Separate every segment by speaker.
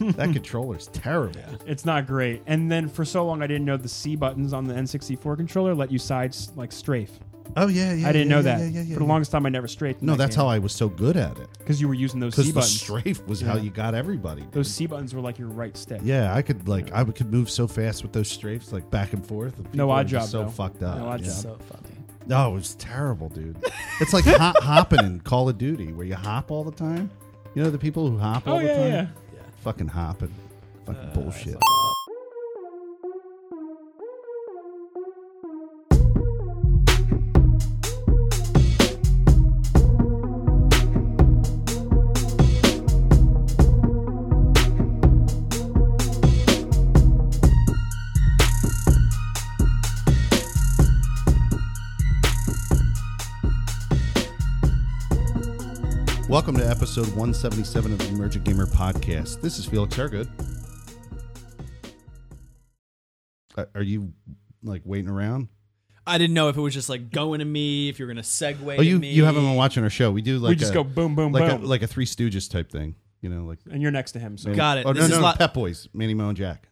Speaker 1: That controller's terrible.
Speaker 2: It's not great. And then for so long, I didn't know the C buttons on the N64 controller let you side s- like strafe.
Speaker 1: Oh yeah, yeah.
Speaker 2: I didn't
Speaker 1: yeah,
Speaker 2: know
Speaker 1: yeah,
Speaker 2: that.
Speaker 1: Yeah, yeah, yeah,
Speaker 2: for the longest time, I never strafed.
Speaker 1: No, that's how I was so good at it
Speaker 2: Because you were using those C
Speaker 1: because the
Speaker 2: buttons.
Speaker 1: strafe was how
Speaker 2: Yeah.
Speaker 1: you got everybody. dude.
Speaker 2: those C buttons were like your right stick.
Speaker 1: yeah, I could like I would- could move so fast with those strafes like back and forth. and people
Speaker 2: No
Speaker 1: were
Speaker 2: odd
Speaker 1: just
Speaker 2: job.
Speaker 1: So
Speaker 2: though.
Speaker 1: fucked up.
Speaker 2: No odd
Speaker 1: yeah.
Speaker 2: job.
Speaker 3: So funny.
Speaker 1: No, it was terrible, dude. It's like hop, hopping in Call of Duty, where you hop all the time. You know the people who hop all
Speaker 2: Oh
Speaker 1: the
Speaker 2: yeah,
Speaker 1: time.
Speaker 2: yeah.
Speaker 1: Fucking hopping, fucking
Speaker 3: Uh,
Speaker 1: bullshit. Welcome to episode 177 of the Emergent Gamer Podcast. This is Felix Hergood. Uh, Are you like waiting around?
Speaker 3: I didn't know if it was just like going to me, if you were gonna segue.
Speaker 1: Oh, you
Speaker 3: to me.
Speaker 1: you haven't been watching our show. We do like
Speaker 2: we just
Speaker 1: a,
Speaker 2: go boom, boom,
Speaker 1: like
Speaker 2: boom,
Speaker 1: a like a Three Stooges type thing. You know, like
Speaker 2: and you're next to him. So
Speaker 3: Got it.
Speaker 1: Oh
Speaker 3: This
Speaker 1: no,
Speaker 3: is
Speaker 1: no, no,
Speaker 3: lot-
Speaker 1: Pep Boys, Manny Mo and Jack.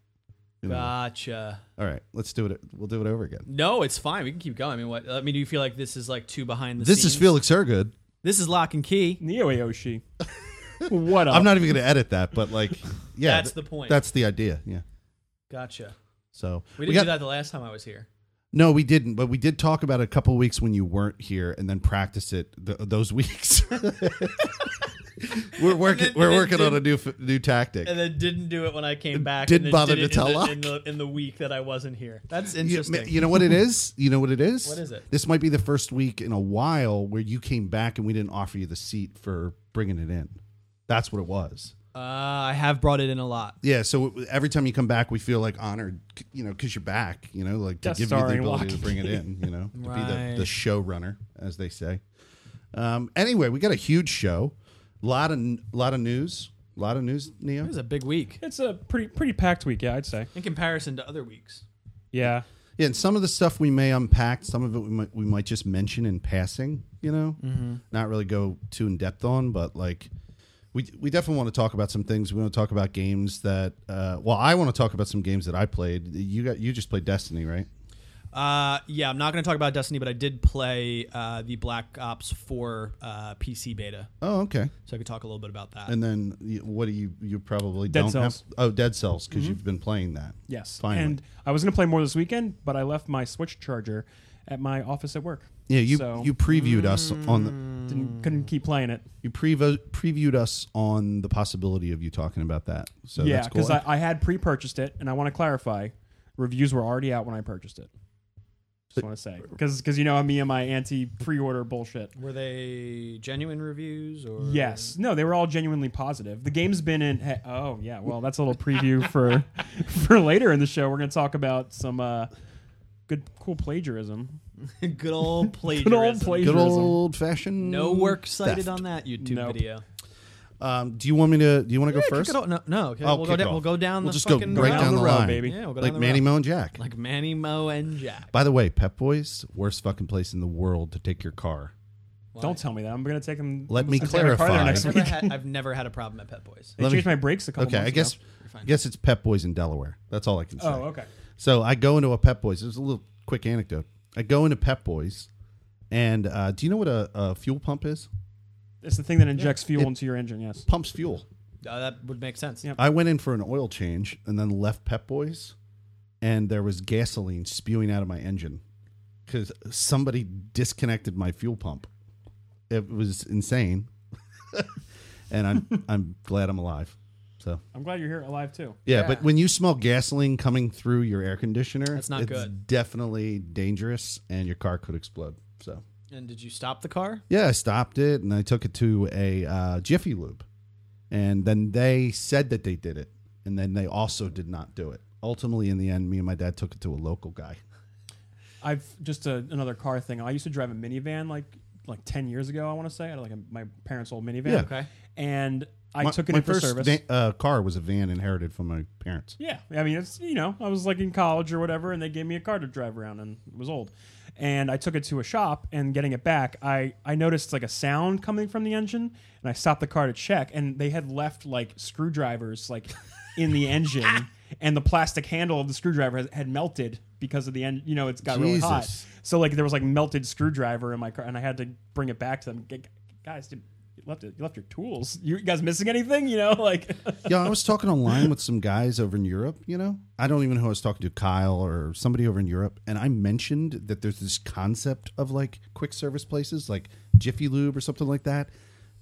Speaker 1: You know.
Speaker 3: Gotcha.
Speaker 1: All right, let's do it. We'll do it over again.
Speaker 3: No, it's fine. We can keep going. I mean, what? I mean, do you feel like this is like two behind the
Speaker 1: This
Speaker 3: scenes?
Speaker 1: is Felix Hergood.
Speaker 3: This is lock and key.
Speaker 2: Neo Aoshi. what up?
Speaker 1: I'm not even going to edit that, but like, yeah,
Speaker 3: Oh. That's
Speaker 1: th-
Speaker 3: the point.
Speaker 1: That's the idea. Yeah.
Speaker 3: Gotcha.
Speaker 1: So
Speaker 3: We didn't do that the last time I was here.
Speaker 1: No, we didn't. But we did talk about it a couple weeks when you weren't here, and then practice it th- those weeks. we're working.
Speaker 3: then-
Speaker 1: we're
Speaker 3: and then
Speaker 1: working on a
Speaker 3: didn't-
Speaker 1: new f- new tactic.
Speaker 3: And then didn't do it when I came back.
Speaker 1: Didn't
Speaker 3: and then
Speaker 1: bother
Speaker 3: did it
Speaker 1: to
Speaker 3: in
Speaker 1: tell
Speaker 3: the, in, the, in the week that I wasn't here. That's
Speaker 1: You,
Speaker 3: interesting.
Speaker 1: ma- you know what it is. You know what it is.
Speaker 3: What is it?
Speaker 1: This might be the first week in a while where you came back and we didn't offer you the seat for bringing it in. That's what it was.
Speaker 3: uh, I have brought it in a lot.
Speaker 1: Yeah. So every time you come back, we feel like honored. c- You know, because you're back. You know, like to
Speaker 2: Guest
Speaker 1: give you the
Speaker 2: starring
Speaker 1: ability to
Speaker 2: Locky.
Speaker 1: bring it in. You know, to be the,
Speaker 3: Right.
Speaker 1: the showrunner, as they say. Um, anyway, we got a huge show. Lot of lot of news. lot of news. Neo.
Speaker 3: It was a big week
Speaker 2: It's a pretty pretty packed week. Yeah, I'd say.
Speaker 3: in comparison to other weeks.
Speaker 2: Yeah.
Speaker 1: Yeah, and some of the stuff we may unpack. Some of it we might we might just mention in passing. You know, not really go too in depth on, but like. We, we definitely want to talk about some things. We want to talk about games that, uh, well, I want to talk about some games that I played. You got you just played Destiny, right?
Speaker 3: Uh, yeah, I'm not going to talk about Destiny, but I did play uh, the Black Ops 4 uh, PC beta,
Speaker 1: Oh, okay.
Speaker 3: so I could talk a little bit about that.
Speaker 1: And then y- what do you you probably
Speaker 2: Dead
Speaker 1: don't
Speaker 2: Cells. Mm-hmm.
Speaker 1: have? Oh, Dead Cells because you've been playing that.
Speaker 2: Yes.
Speaker 1: Finally.
Speaker 2: And I was gonna play more this weekend, but I left my Switch charger at my office at work.
Speaker 1: yeah, you
Speaker 2: so mm.
Speaker 1: you previewed us on the
Speaker 2: didn't, couldn't
Speaker 1: Mm.
Speaker 2: keep playing it.
Speaker 1: you prevo- previewed us on the possibility of you talking about that. So
Speaker 2: yeah,
Speaker 1: that's cool.
Speaker 2: I, I had pre-purchased it, and I want to clarify, reviews were already out when I purchased it. Just want to say because you know me and my anti pre-order bullshit.
Speaker 3: Were they genuine reviews or
Speaker 2: Yes. No, they were all genuinely positive. The game's been in. He- oh yeah. Well, that's a little preview for for later in the show. We're gonna talk about some uh, good, cool plagiarism.
Speaker 3: good old plagiarism?
Speaker 2: Good old plagiarism.
Speaker 1: Good old fashioned.
Speaker 3: No work cited
Speaker 1: Theft.
Speaker 3: on that YouTube
Speaker 2: Nope.
Speaker 3: video.
Speaker 1: Um, do you want me to? Do you want to go first?
Speaker 3: Kick it off- no, no okay,
Speaker 1: Oh, kick
Speaker 3: we'll, go
Speaker 1: it
Speaker 3: down,
Speaker 1: off.
Speaker 3: we'll go down
Speaker 1: We'll
Speaker 3: the
Speaker 1: just go
Speaker 3: fucking
Speaker 1: right
Speaker 3: road.
Speaker 1: down the
Speaker 2: road,
Speaker 1: line,
Speaker 2: baby.
Speaker 3: Yeah, we'll go down
Speaker 1: like
Speaker 3: the
Speaker 1: Manny
Speaker 3: road.
Speaker 1: Mo and Jack.
Speaker 3: Like Manny, Mo, and Jack.
Speaker 1: By the way, Pep Boys, worst fucking place in the world to take your car.
Speaker 2: Don't tell me that. I'm gonna take them.
Speaker 1: Let
Speaker 2: I'm
Speaker 1: me
Speaker 2: gonna take my car there
Speaker 1: clarify.
Speaker 2: Next
Speaker 3: I've
Speaker 2: week.
Speaker 3: never, had, I've never had a problem at Pet Boys.
Speaker 2: They
Speaker 1: Let me-
Speaker 2: changed my brakes a couple.
Speaker 1: Okay,
Speaker 2: months
Speaker 1: I guess
Speaker 2: Ago.
Speaker 3: fine.
Speaker 1: I guess it's Pep Boys in Delaware. That's all I can say.
Speaker 2: Oh, okay.
Speaker 1: So I go into a Pep Boys. There's a little quick anecdote. I go into Pep Boys, and uh, do you know what a, a fuel pump is?
Speaker 2: It's the thing that injects fuel
Speaker 1: It-
Speaker 2: into your engine. Yes.
Speaker 1: Pumps fuel.
Speaker 3: Uh, that would make sense.
Speaker 2: Yeah.
Speaker 1: I went in for an oil change and then left Pep Boys, and there was gasoline spewing out of my engine because somebody disconnected my fuel pump. It was insane, and I'm I'm glad I'm alive. So
Speaker 2: I'm glad you're here alive too.
Speaker 1: yeah,
Speaker 3: Yeah.
Speaker 1: but when you smell gasoline coming through your air conditioner,
Speaker 3: That's not
Speaker 1: it's
Speaker 3: good.
Speaker 1: Definitely dangerous, and your car could explode. So.
Speaker 3: And did you stop the car?
Speaker 1: Yeah, I stopped it and I took it to a uh, Jiffy Lube, and then they said that they did it, and then they also did not do it. Ultimately, in the end, me and my dad took it to a local guy.
Speaker 2: I've just a, another car thing. I used to drive a minivan like like ten years ago. I want to say I had like a, my parents' old minivan.
Speaker 1: Yeah.
Speaker 3: Okay.
Speaker 2: And I
Speaker 1: my,
Speaker 2: took it
Speaker 1: my
Speaker 2: in for
Speaker 1: first
Speaker 2: service.
Speaker 1: van- uh, car was a van inherited from my parents.
Speaker 2: Yeah, I mean, it's you know, I was like in college or whatever, and they gave me a car to drive around, and it was old. And I took it to a shop, and getting it back, I I noticed like a sound coming from the engine, and I stopped the car to check, and they had left like screwdrivers like in the engine, and the plastic handle of the screwdriver has, had melted because of the end. You know, it's got really hot.
Speaker 1: Jesus.
Speaker 2: So like there was like melted screwdriver in my car, and I had to bring it back to them. G- Guys, did, you left it. You left your tools. You guys missing anything? You know, like
Speaker 1: yeah, I was talking online with some guys over in Europe, you know? I don't even know who I was talking to, Kyle or somebody over in Europe. And I mentioned that there's this concept of like quick service places, like Jiffy Lube or something like that.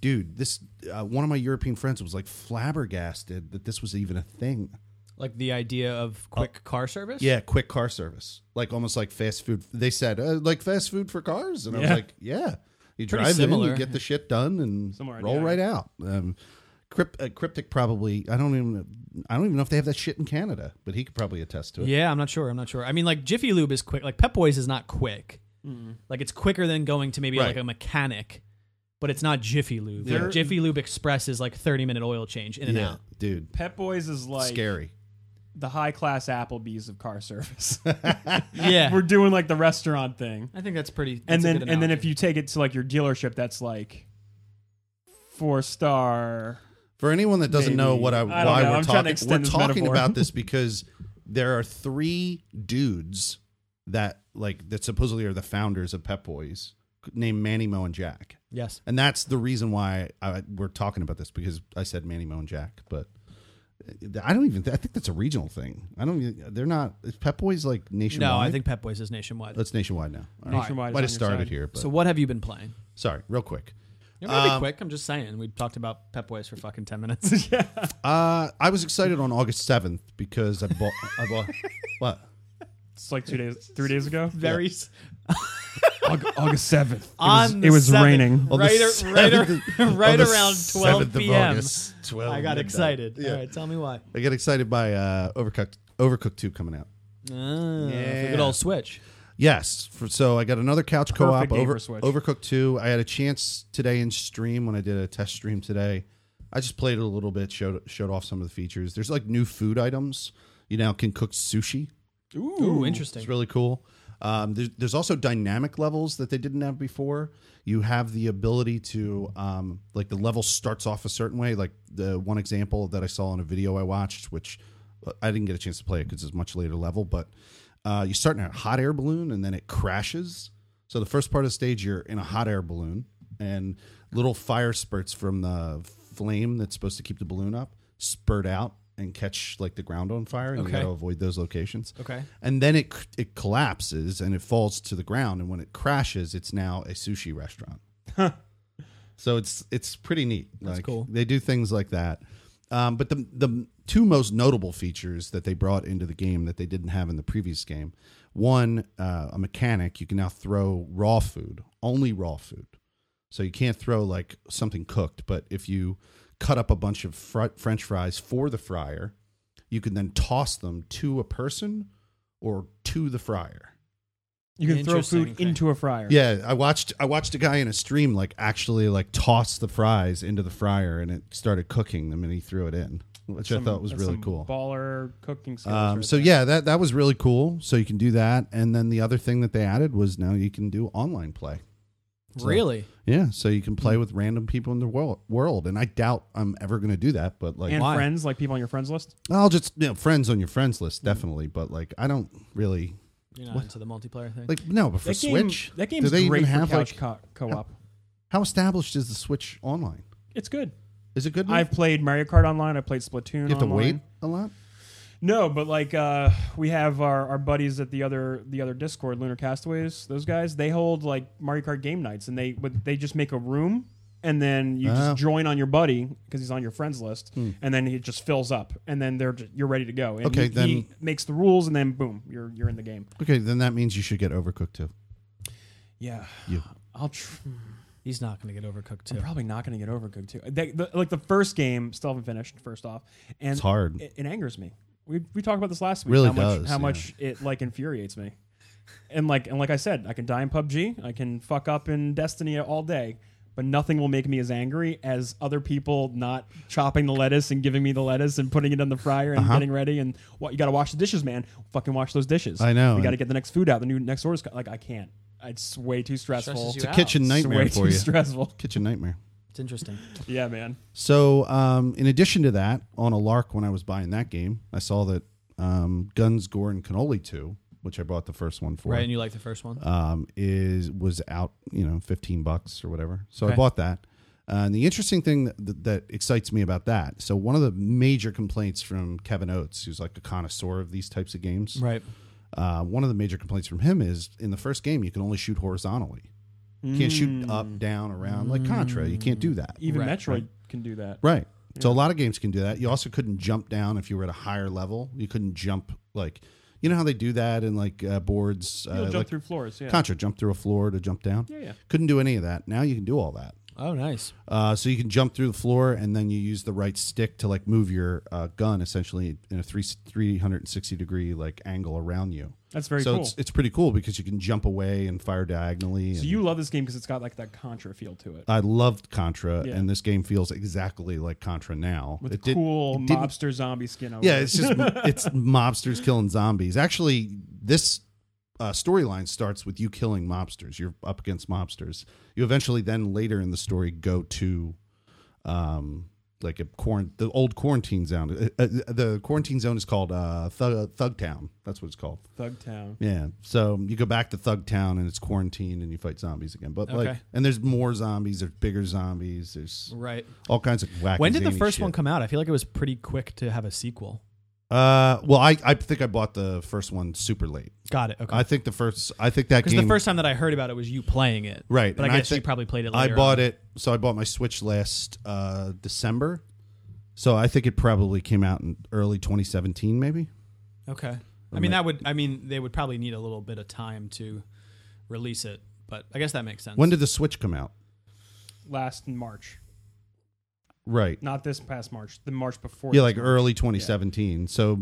Speaker 1: Dude, this uh, one of my European friends was like flabbergasted that this was even a thing.
Speaker 3: Like the idea of quick
Speaker 1: Oh.
Speaker 3: car service.
Speaker 1: Yeah, quick car service, like almost like fast food. They said uh, like fast food for cars, and I was
Speaker 2: Yeah.
Speaker 1: like, yeah, you
Speaker 3: Pretty
Speaker 1: drive in, you
Speaker 3: similar.
Speaker 1: get the shit done, and
Speaker 2: Similar
Speaker 1: roll
Speaker 2: idea.
Speaker 1: right out. Um, crypt, uh, cryptic probably. I don't even. I don't even know if they have that shit in Canada, but he could probably attest to it.
Speaker 3: Yeah, I'm not sure. I'm not sure. I mean, like Jiffy Lube is quick. Like Pep Boys is not quick. Like it's quicker than going to maybe like
Speaker 1: Right.
Speaker 3: a mechanic, but it's not Jiffy Lube. Like,
Speaker 1: There-
Speaker 3: Jiffy Lube Express is like 30 minute oil change in and out.
Speaker 1: dude,
Speaker 2: Pet Boys is like
Speaker 1: scary.
Speaker 2: the high class Applebee's of car service.
Speaker 3: Yeah,
Speaker 2: We're doing like the restaurant thing.
Speaker 3: I think that's pretty.
Speaker 2: and
Speaker 3: that's a
Speaker 2: then
Speaker 3: good
Speaker 2: and then
Speaker 3: analogy.
Speaker 2: if you take it to like your dealership that's like four star
Speaker 1: For anyone that doesn't know
Speaker 2: Maybe.
Speaker 1: what I,
Speaker 2: I don't
Speaker 1: why
Speaker 2: know.
Speaker 1: we're
Speaker 2: I'm trying to
Speaker 1: talking,
Speaker 2: extend
Speaker 1: we're
Speaker 2: this
Speaker 1: talking
Speaker 2: metaphor.
Speaker 1: about this because there are three dudes that like that supposedly are the founders of Pep Boys, named Manny Mo and Jack.
Speaker 3: yes,
Speaker 1: And that's the reason why I, we're talking about this because I said Manny Mo and Jack, but I don't even. I think that's a regional thing. I don't. even- They're not. Is Pep Boys like nationwide?
Speaker 3: no, I think Pep Boys is nationwide.
Speaker 1: that's nationwide now. All right.
Speaker 2: nationwide. is
Speaker 1: Might have
Speaker 2: on your
Speaker 1: started
Speaker 2: side.
Speaker 1: here, but
Speaker 3: so what have you been playing?
Speaker 1: sorry, real quick.
Speaker 3: You're gonna
Speaker 1: Um,
Speaker 3: be quick. I'm just saying. We talked about Pep Boys for fucking 10 minutes.
Speaker 1: Uh, I was excited on August seventh because I bought. I bought what?
Speaker 2: It's like two days, three days ago.
Speaker 3: Very s-
Speaker 2: August seventh.
Speaker 3: on the
Speaker 2: it was
Speaker 3: 7th,
Speaker 2: raining.
Speaker 1: On the
Speaker 3: right, ar- right, ar-
Speaker 1: 7th of-
Speaker 3: right
Speaker 1: on the
Speaker 3: around
Speaker 1: 7th
Speaker 3: 12
Speaker 1: of
Speaker 3: p.m.
Speaker 1: August, 12
Speaker 3: I got
Speaker 1: midnight.
Speaker 3: excited.
Speaker 1: Yeah.
Speaker 3: All right, tell me why.
Speaker 1: I got excited by uh, Overcooked. Overcooked two coming out.
Speaker 3: Ah,
Speaker 1: Yeah.
Speaker 3: Good old Switch.
Speaker 1: Yes. For, so I got another couch co-op
Speaker 2: game
Speaker 1: over
Speaker 2: for Switch.
Speaker 1: Overcooked 2. I had a chance today in stream when I did a test stream today. I just played it a little bit, showed showed off some of the features. There's like new food items. You now can cook sushi.
Speaker 3: Ooh,
Speaker 1: It's
Speaker 3: interesting.
Speaker 1: really cool. Um, there's, there's also dynamic levels that they didn't have before. You have the ability to, um, like, the level starts off a certain way. Like, the one example that I saw in a video I watched, which uh, I didn't get a chance to play it because it's a much later level, but uh, you start in a hot air balloon and then it crashes. So, the first part of the stage, you're in a hot air balloon and little fire spurts from the flame that's supposed to keep the balloon up spurt out and catch, like, the ground on fire. And
Speaker 3: Okay.
Speaker 1: you got to avoid those locations
Speaker 3: Okay.
Speaker 1: and then it it collapses and it falls to the ground and when it crashes it's now a sushi restaurant so it's it's pretty neat that's
Speaker 3: cool.
Speaker 1: they do things like that um, but the the two most notable features that they brought into the game that they didn't have in the previous game one uh, a mechanic you can now throw raw food only raw food so you can't throw like something cooked, but if you cut up a bunch of fr- french fries for the fryer, you can then toss them to a person or to the fryer.
Speaker 2: You can throw
Speaker 3: Interesting,
Speaker 2: food
Speaker 3: okay.
Speaker 2: into a fryer.
Speaker 1: Yeah, I watched I watched a guy in a stream like actually like toss the fries into the fryer and it started cooking them and he threw it in, which I
Speaker 2: Some-
Speaker 1: thought was
Speaker 2: that's
Speaker 1: really
Speaker 2: some
Speaker 1: cool.
Speaker 2: Baller cooking skills.
Speaker 1: Um,
Speaker 2: right
Speaker 1: so
Speaker 2: there.
Speaker 1: yeah, that that was really cool. So you can do that and then the other thing that they added was now you can do online play. So-
Speaker 3: Really?
Speaker 1: Yeah, so you can
Speaker 2: Hmm.
Speaker 1: play with random people in the world, world, and I doubt I'm ever going to do that. But like,
Speaker 2: and
Speaker 3: why?
Speaker 2: friends, like people on your friends list.
Speaker 1: I'll just you know, friends on your friends list definitely. But like, I don't really
Speaker 3: You're not into the multiplayer thing.
Speaker 1: like no. But for
Speaker 2: That game,
Speaker 1: Switch,
Speaker 2: That
Speaker 1: do
Speaker 2: game's
Speaker 1: they
Speaker 2: great
Speaker 1: even
Speaker 2: for
Speaker 1: have
Speaker 2: couch
Speaker 1: like
Speaker 2: co- co-op.
Speaker 1: how established is the Switch online?
Speaker 2: It's good.
Speaker 1: Is it good? now?
Speaker 2: I've played Mario Kart online. I played Splatoon.
Speaker 1: you have to
Speaker 2: online.
Speaker 1: wait a lot.
Speaker 2: No, but like uh, we have our, our buddies at the other the other Discord, Lunar Castaways. Those guys they hold like Mario Kart game nights, and they would they just make a room, and then you
Speaker 1: Ah.
Speaker 2: just join on your buddy because he's on your friends list, and then he just fills up, and then they're just, you're ready to go. And
Speaker 1: Hmm. Okay,
Speaker 2: he,
Speaker 1: then-
Speaker 2: he makes the rules, and then boom, you're you're in the game.
Speaker 1: Okay, then that means you should get Overcooked too.
Speaker 2: Yeah,
Speaker 1: You.
Speaker 2: I'll. Tr-
Speaker 3: He's not going to get overcooked
Speaker 2: I'm
Speaker 3: too.
Speaker 2: probably not going to get overcooked too. They, the, like the first game, still haven't finished. First off, and
Speaker 1: It's hard.
Speaker 2: it, it angers me. We we talked about this last week.
Speaker 1: Really
Speaker 2: how
Speaker 1: does,
Speaker 2: much how
Speaker 1: yeah.
Speaker 2: much it like infuriates me. And like and like I said, I can die in PUBG, I can fuck up in Destiny all day, but nothing will make me as angry as other people not chopping the lettuce and giving me the lettuce and putting it in the fryer
Speaker 1: Uh-huh.
Speaker 2: and getting ready and what you got to wash the dishes, man. Fucking wash those dishes.
Speaker 1: I know,
Speaker 2: We got to
Speaker 1: and-
Speaker 2: get the next food out. The new next order's co- like I can't. It's way too stressful.
Speaker 3: Stresses you
Speaker 2: It's
Speaker 3: out.
Speaker 1: Kitchen
Speaker 2: way
Speaker 1: nightmare
Speaker 2: too
Speaker 1: for you.
Speaker 2: stressful.
Speaker 1: Kitchen nightmare.
Speaker 3: It's interesting.
Speaker 2: Yeah, man.
Speaker 1: So, um, in addition to that, on a lark when I was buying that game, I saw that um, Guns, Gore, and Cannoli 2, which I bought the first one for,
Speaker 3: Right, and you like the first one.
Speaker 1: um, is was out, you know, 15 bucks or whatever. So I
Speaker 3: Okay.
Speaker 1: bought that. Uh, and the interesting thing that, that excites me about that, so one of the major complaints from Kevin Oates, who's like a connoisseur of these types of games,
Speaker 3: right.
Speaker 1: uh, one of the major complaints from him is in the first game you can only shoot horizontally. You can't
Speaker 2: Mm.
Speaker 1: shoot up, down, around like Contra. You can't do that.
Speaker 2: Even
Speaker 3: Right,
Speaker 2: Metroid
Speaker 1: right.
Speaker 2: can do that.
Speaker 1: Right. So a lot of games can do that. You also couldn't jump down if you were at a higher level. You couldn't jump like you know how they do that in like uh, boards. Uh,
Speaker 2: You'll jump
Speaker 1: like
Speaker 2: through floors. Yeah.
Speaker 1: Contra, jump through a floor to jump down.
Speaker 2: yeah, yeah.
Speaker 1: Couldn't do any of that. Now you can do all that.
Speaker 3: Oh, nice.
Speaker 1: Uh, so you can jump through the floor, and then you use the right stick to like move your uh, gun essentially in a three three hundred and sixty degree like angle around you.
Speaker 2: That's very
Speaker 1: so
Speaker 2: cool.
Speaker 1: it's it's pretty cool because you can jump away and fire diagonally.
Speaker 2: so
Speaker 1: and-
Speaker 2: you love this game because it's got like that Contra feel to it.
Speaker 1: I loved Contra,
Speaker 2: Yeah.
Speaker 1: and this game feels exactly like Contra now.
Speaker 2: With
Speaker 1: It
Speaker 2: the
Speaker 1: did-
Speaker 2: cool
Speaker 1: it didn't-
Speaker 2: mobster zombie skin over
Speaker 1: Yeah,
Speaker 2: it.
Speaker 1: it's just it's mobsters killing zombies. Actually, this uh, storyline starts with you killing mobsters. You're up against mobsters. You eventually then later in the story go to, um, like a quarant the old quarantine zone. Uh, uh, the quarantine zone is called uh, Thug Thug Town. That's what it's called.
Speaker 2: Thug Town.
Speaker 1: Yeah. So you go back to Thug Town and it's quarantined and you fight zombies again. But like,
Speaker 3: Okay.
Speaker 1: and there's more zombies. There's bigger zombies. There's
Speaker 3: Right.
Speaker 1: all kinds of wacky.
Speaker 3: When did the
Speaker 1: zany
Speaker 3: first
Speaker 1: shit.
Speaker 3: one come out? I feel like it was pretty quick to have a sequel.
Speaker 1: Uh, well, I I think I bought the first one super late.
Speaker 3: Got it. Okay.
Speaker 1: I think the first. I think that
Speaker 3: Because
Speaker 1: game.
Speaker 3: the first time that I heard about it was you playing it.
Speaker 1: Right,
Speaker 3: But
Speaker 1: and
Speaker 3: I
Speaker 1: I
Speaker 3: guess you
Speaker 1: think-
Speaker 3: probably played it
Speaker 1: I
Speaker 3: later.
Speaker 1: bought it. So I bought my Switch last uh, December. So I think it probably came out in early 2017, maybe.
Speaker 3: Okay. I
Speaker 1: Or
Speaker 3: mean,
Speaker 1: ma-
Speaker 3: that would, I mean, they would probably need a little bit of time to release it, but I guess that makes sense.
Speaker 1: When did the Switch come out?
Speaker 2: Last March.
Speaker 1: Right.
Speaker 2: Not this past March. The March before.
Speaker 1: Yeah,
Speaker 2: this
Speaker 1: like
Speaker 2: March.
Speaker 1: early 2017. So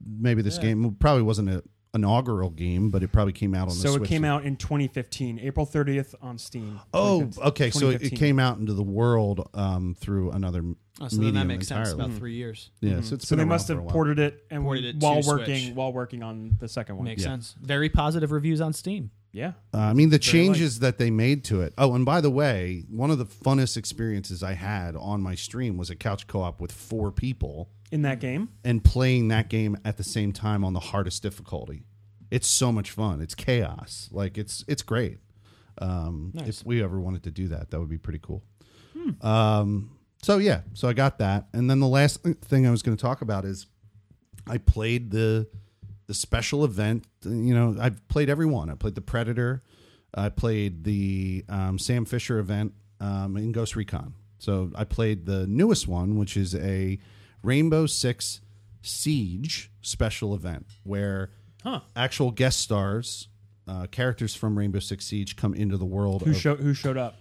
Speaker 1: maybe this
Speaker 2: Yeah.
Speaker 1: game probably wasn't an inaugural game, but it probably came out on the
Speaker 2: So
Speaker 1: Switch.
Speaker 2: it came out in 2015, April 30th on Steam.
Speaker 1: Oh,
Speaker 2: 2015.
Speaker 1: okay. So it- it
Speaker 2: 2015.
Speaker 1: came out into the world um, through another.
Speaker 3: Oh, so then that
Speaker 1: medium
Speaker 3: makes sense. Mm-hmm.
Speaker 1: entirely.
Speaker 3: About three years.
Speaker 1: Yeah,
Speaker 2: Mhm.
Speaker 1: so it's
Speaker 2: so
Speaker 1: been
Speaker 2: they
Speaker 1: around
Speaker 2: must
Speaker 1: for a
Speaker 2: have
Speaker 1: while.
Speaker 2: ported it and
Speaker 3: Ported it to
Speaker 2: while
Speaker 3: Switch.
Speaker 2: working while working on the second one.
Speaker 3: Makes
Speaker 1: Yeah.
Speaker 3: sense. Very positive reviews on Steam.
Speaker 2: yeah,
Speaker 1: Uh, I mean, the
Speaker 2: Very light.
Speaker 1: changes that they made to it. Oh, and by the way, one of the funnest experiences I had on my stream was a couch co op with four people
Speaker 2: in
Speaker 3: Mm.
Speaker 2: that game.
Speaker 1: and playing that game at the same time on the hardest difficulty. It's so much fun. It's chaos. Like it's it's great. Um,
Speaker 3: Nice.
Speaker 1: If we ever wanted to do that, that would be pretty cool. Um, so yeah, so I got that, and then the last thing I was going to talk about is I played the the special event. You know, I've played every one. I played the Predator. I played the um, Sam Fisher event um, in Ghost Recon. So I played the newest one, which is a Rainbow Six Siege special event where
Speaker 2: Huh.
Speaker 1: actual guest stars, uh, characters from Rainbow Six Siege, come into the world.
Speaker 2: Who
Speaker 1: of,
Speaker 2: showed Who showed up?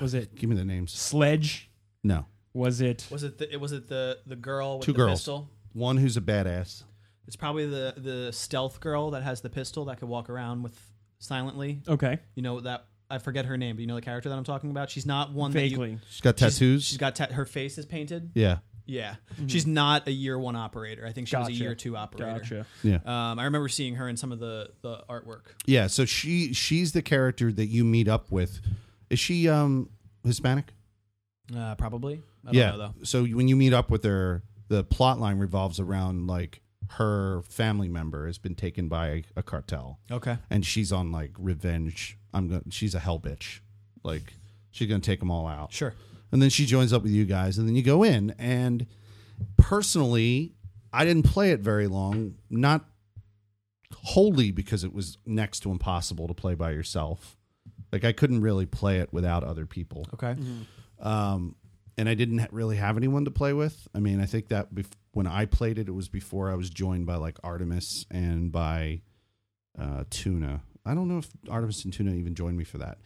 Speaker 2: Was it
Speaker 1: give me the names.
Speaker 2: Sledge?
Speaker 1: No,
Speaker 2: Was it?
Speaker 3: Was it? The, it was it the the girl with
Speaker 1: Two
Speaker 3: the
Speaker 1: girls.
Speaker 3: pistol?
Speaker 1: one who's a badass.
Speaker 3: It's probably the the stealth girl that has the pistol that could walk around with silently.
Speaker 2: Okay,
Speaker 3: You know that I forget her name, but you know the character that I'm talking about. She's not one that you,
Speaker 2: vaguely.
Speaker 1: She's got
Speaker 3: she's-
Speaker 1: tattoos.
Speaker 3: she's got ta- her face is painted.
Speaker 1: yeah,
Speaker 3: Yeah, she's not a year one operator. I think she was
Speaker 2: Mm-hmm. Gotcha.
Speaker 3: a year two operator.
Speaker 2: Gotcha.
Speaker 1: yeah.
Speaker 3: Um, I remember seeing her in some of the the artwork.
Speaker 1: Yeah, so she she's the character that you meet up with. Is she um Hispanic?
Speaker 3: Uh, probably. I don't
Speaker 1: yeah.
Speaker 3: know though.
Speaker 1: So when you meet up with her, the plot line revolves around like her family member has been taken by a cartel
Speaker 3: Okay.
Speaker 1: and she's on like revenge. I'm going to she's a hell bitch. Like she's going to take them all out.
Speaker 3: Sure.
Speaker 1: And then she joins up with you guys, and then you go in. And personally, I didn't play it very long, not wholly because it was next to impossible to play by yourself. Like I couldn't really play it without other people,
Speaker 3: Okay.
Speaker 2: Mm-hmm.
Speaker 1: um, and I didn't ha- really have anyone to play with. I mean, I think that bef- when I played it, it was before I was joined by like Artemis and by uh, Tuna. I don't know if Artemis and Tuna even joined me for that.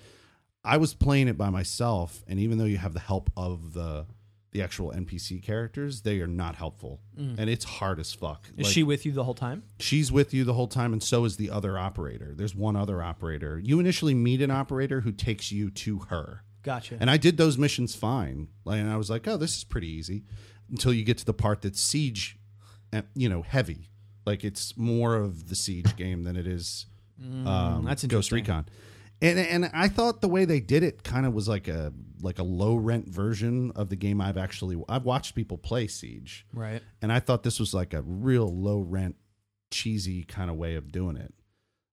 Speaker 1: I was playing it by myself, and even though you have the help of the the actual NPC characters, they are not helpful, and it's hard as fuck.
Speaker 3: Mm. Is
Speaker 1: Like,
Speaker 3: she with you the whole time?
Speaker 1: she's with you the whole time, and so is the other operator. There's one other operator. You initially meet an operator who takes you to her,
Speaker 3: Gotcha.
Speaker 1: and I did those missions fine. Like, and I was like, oh, this is pretty easy, until you get to the part that's siege, uh, you know, heavy. Like it's more of the siege game than it is um,
Speaker 3: Mm, that's
Speaker 1: Ghost
Speaker 3: interesting.
Speaker 1: Recon. And and I thought the way they did it kind of was like a like a low rent version of the game I've actually I've watched people play Siege.
Speaker 3: Right.
Speaker 1: And I thought this was like a real low rent, cheesy kind of way of doing it.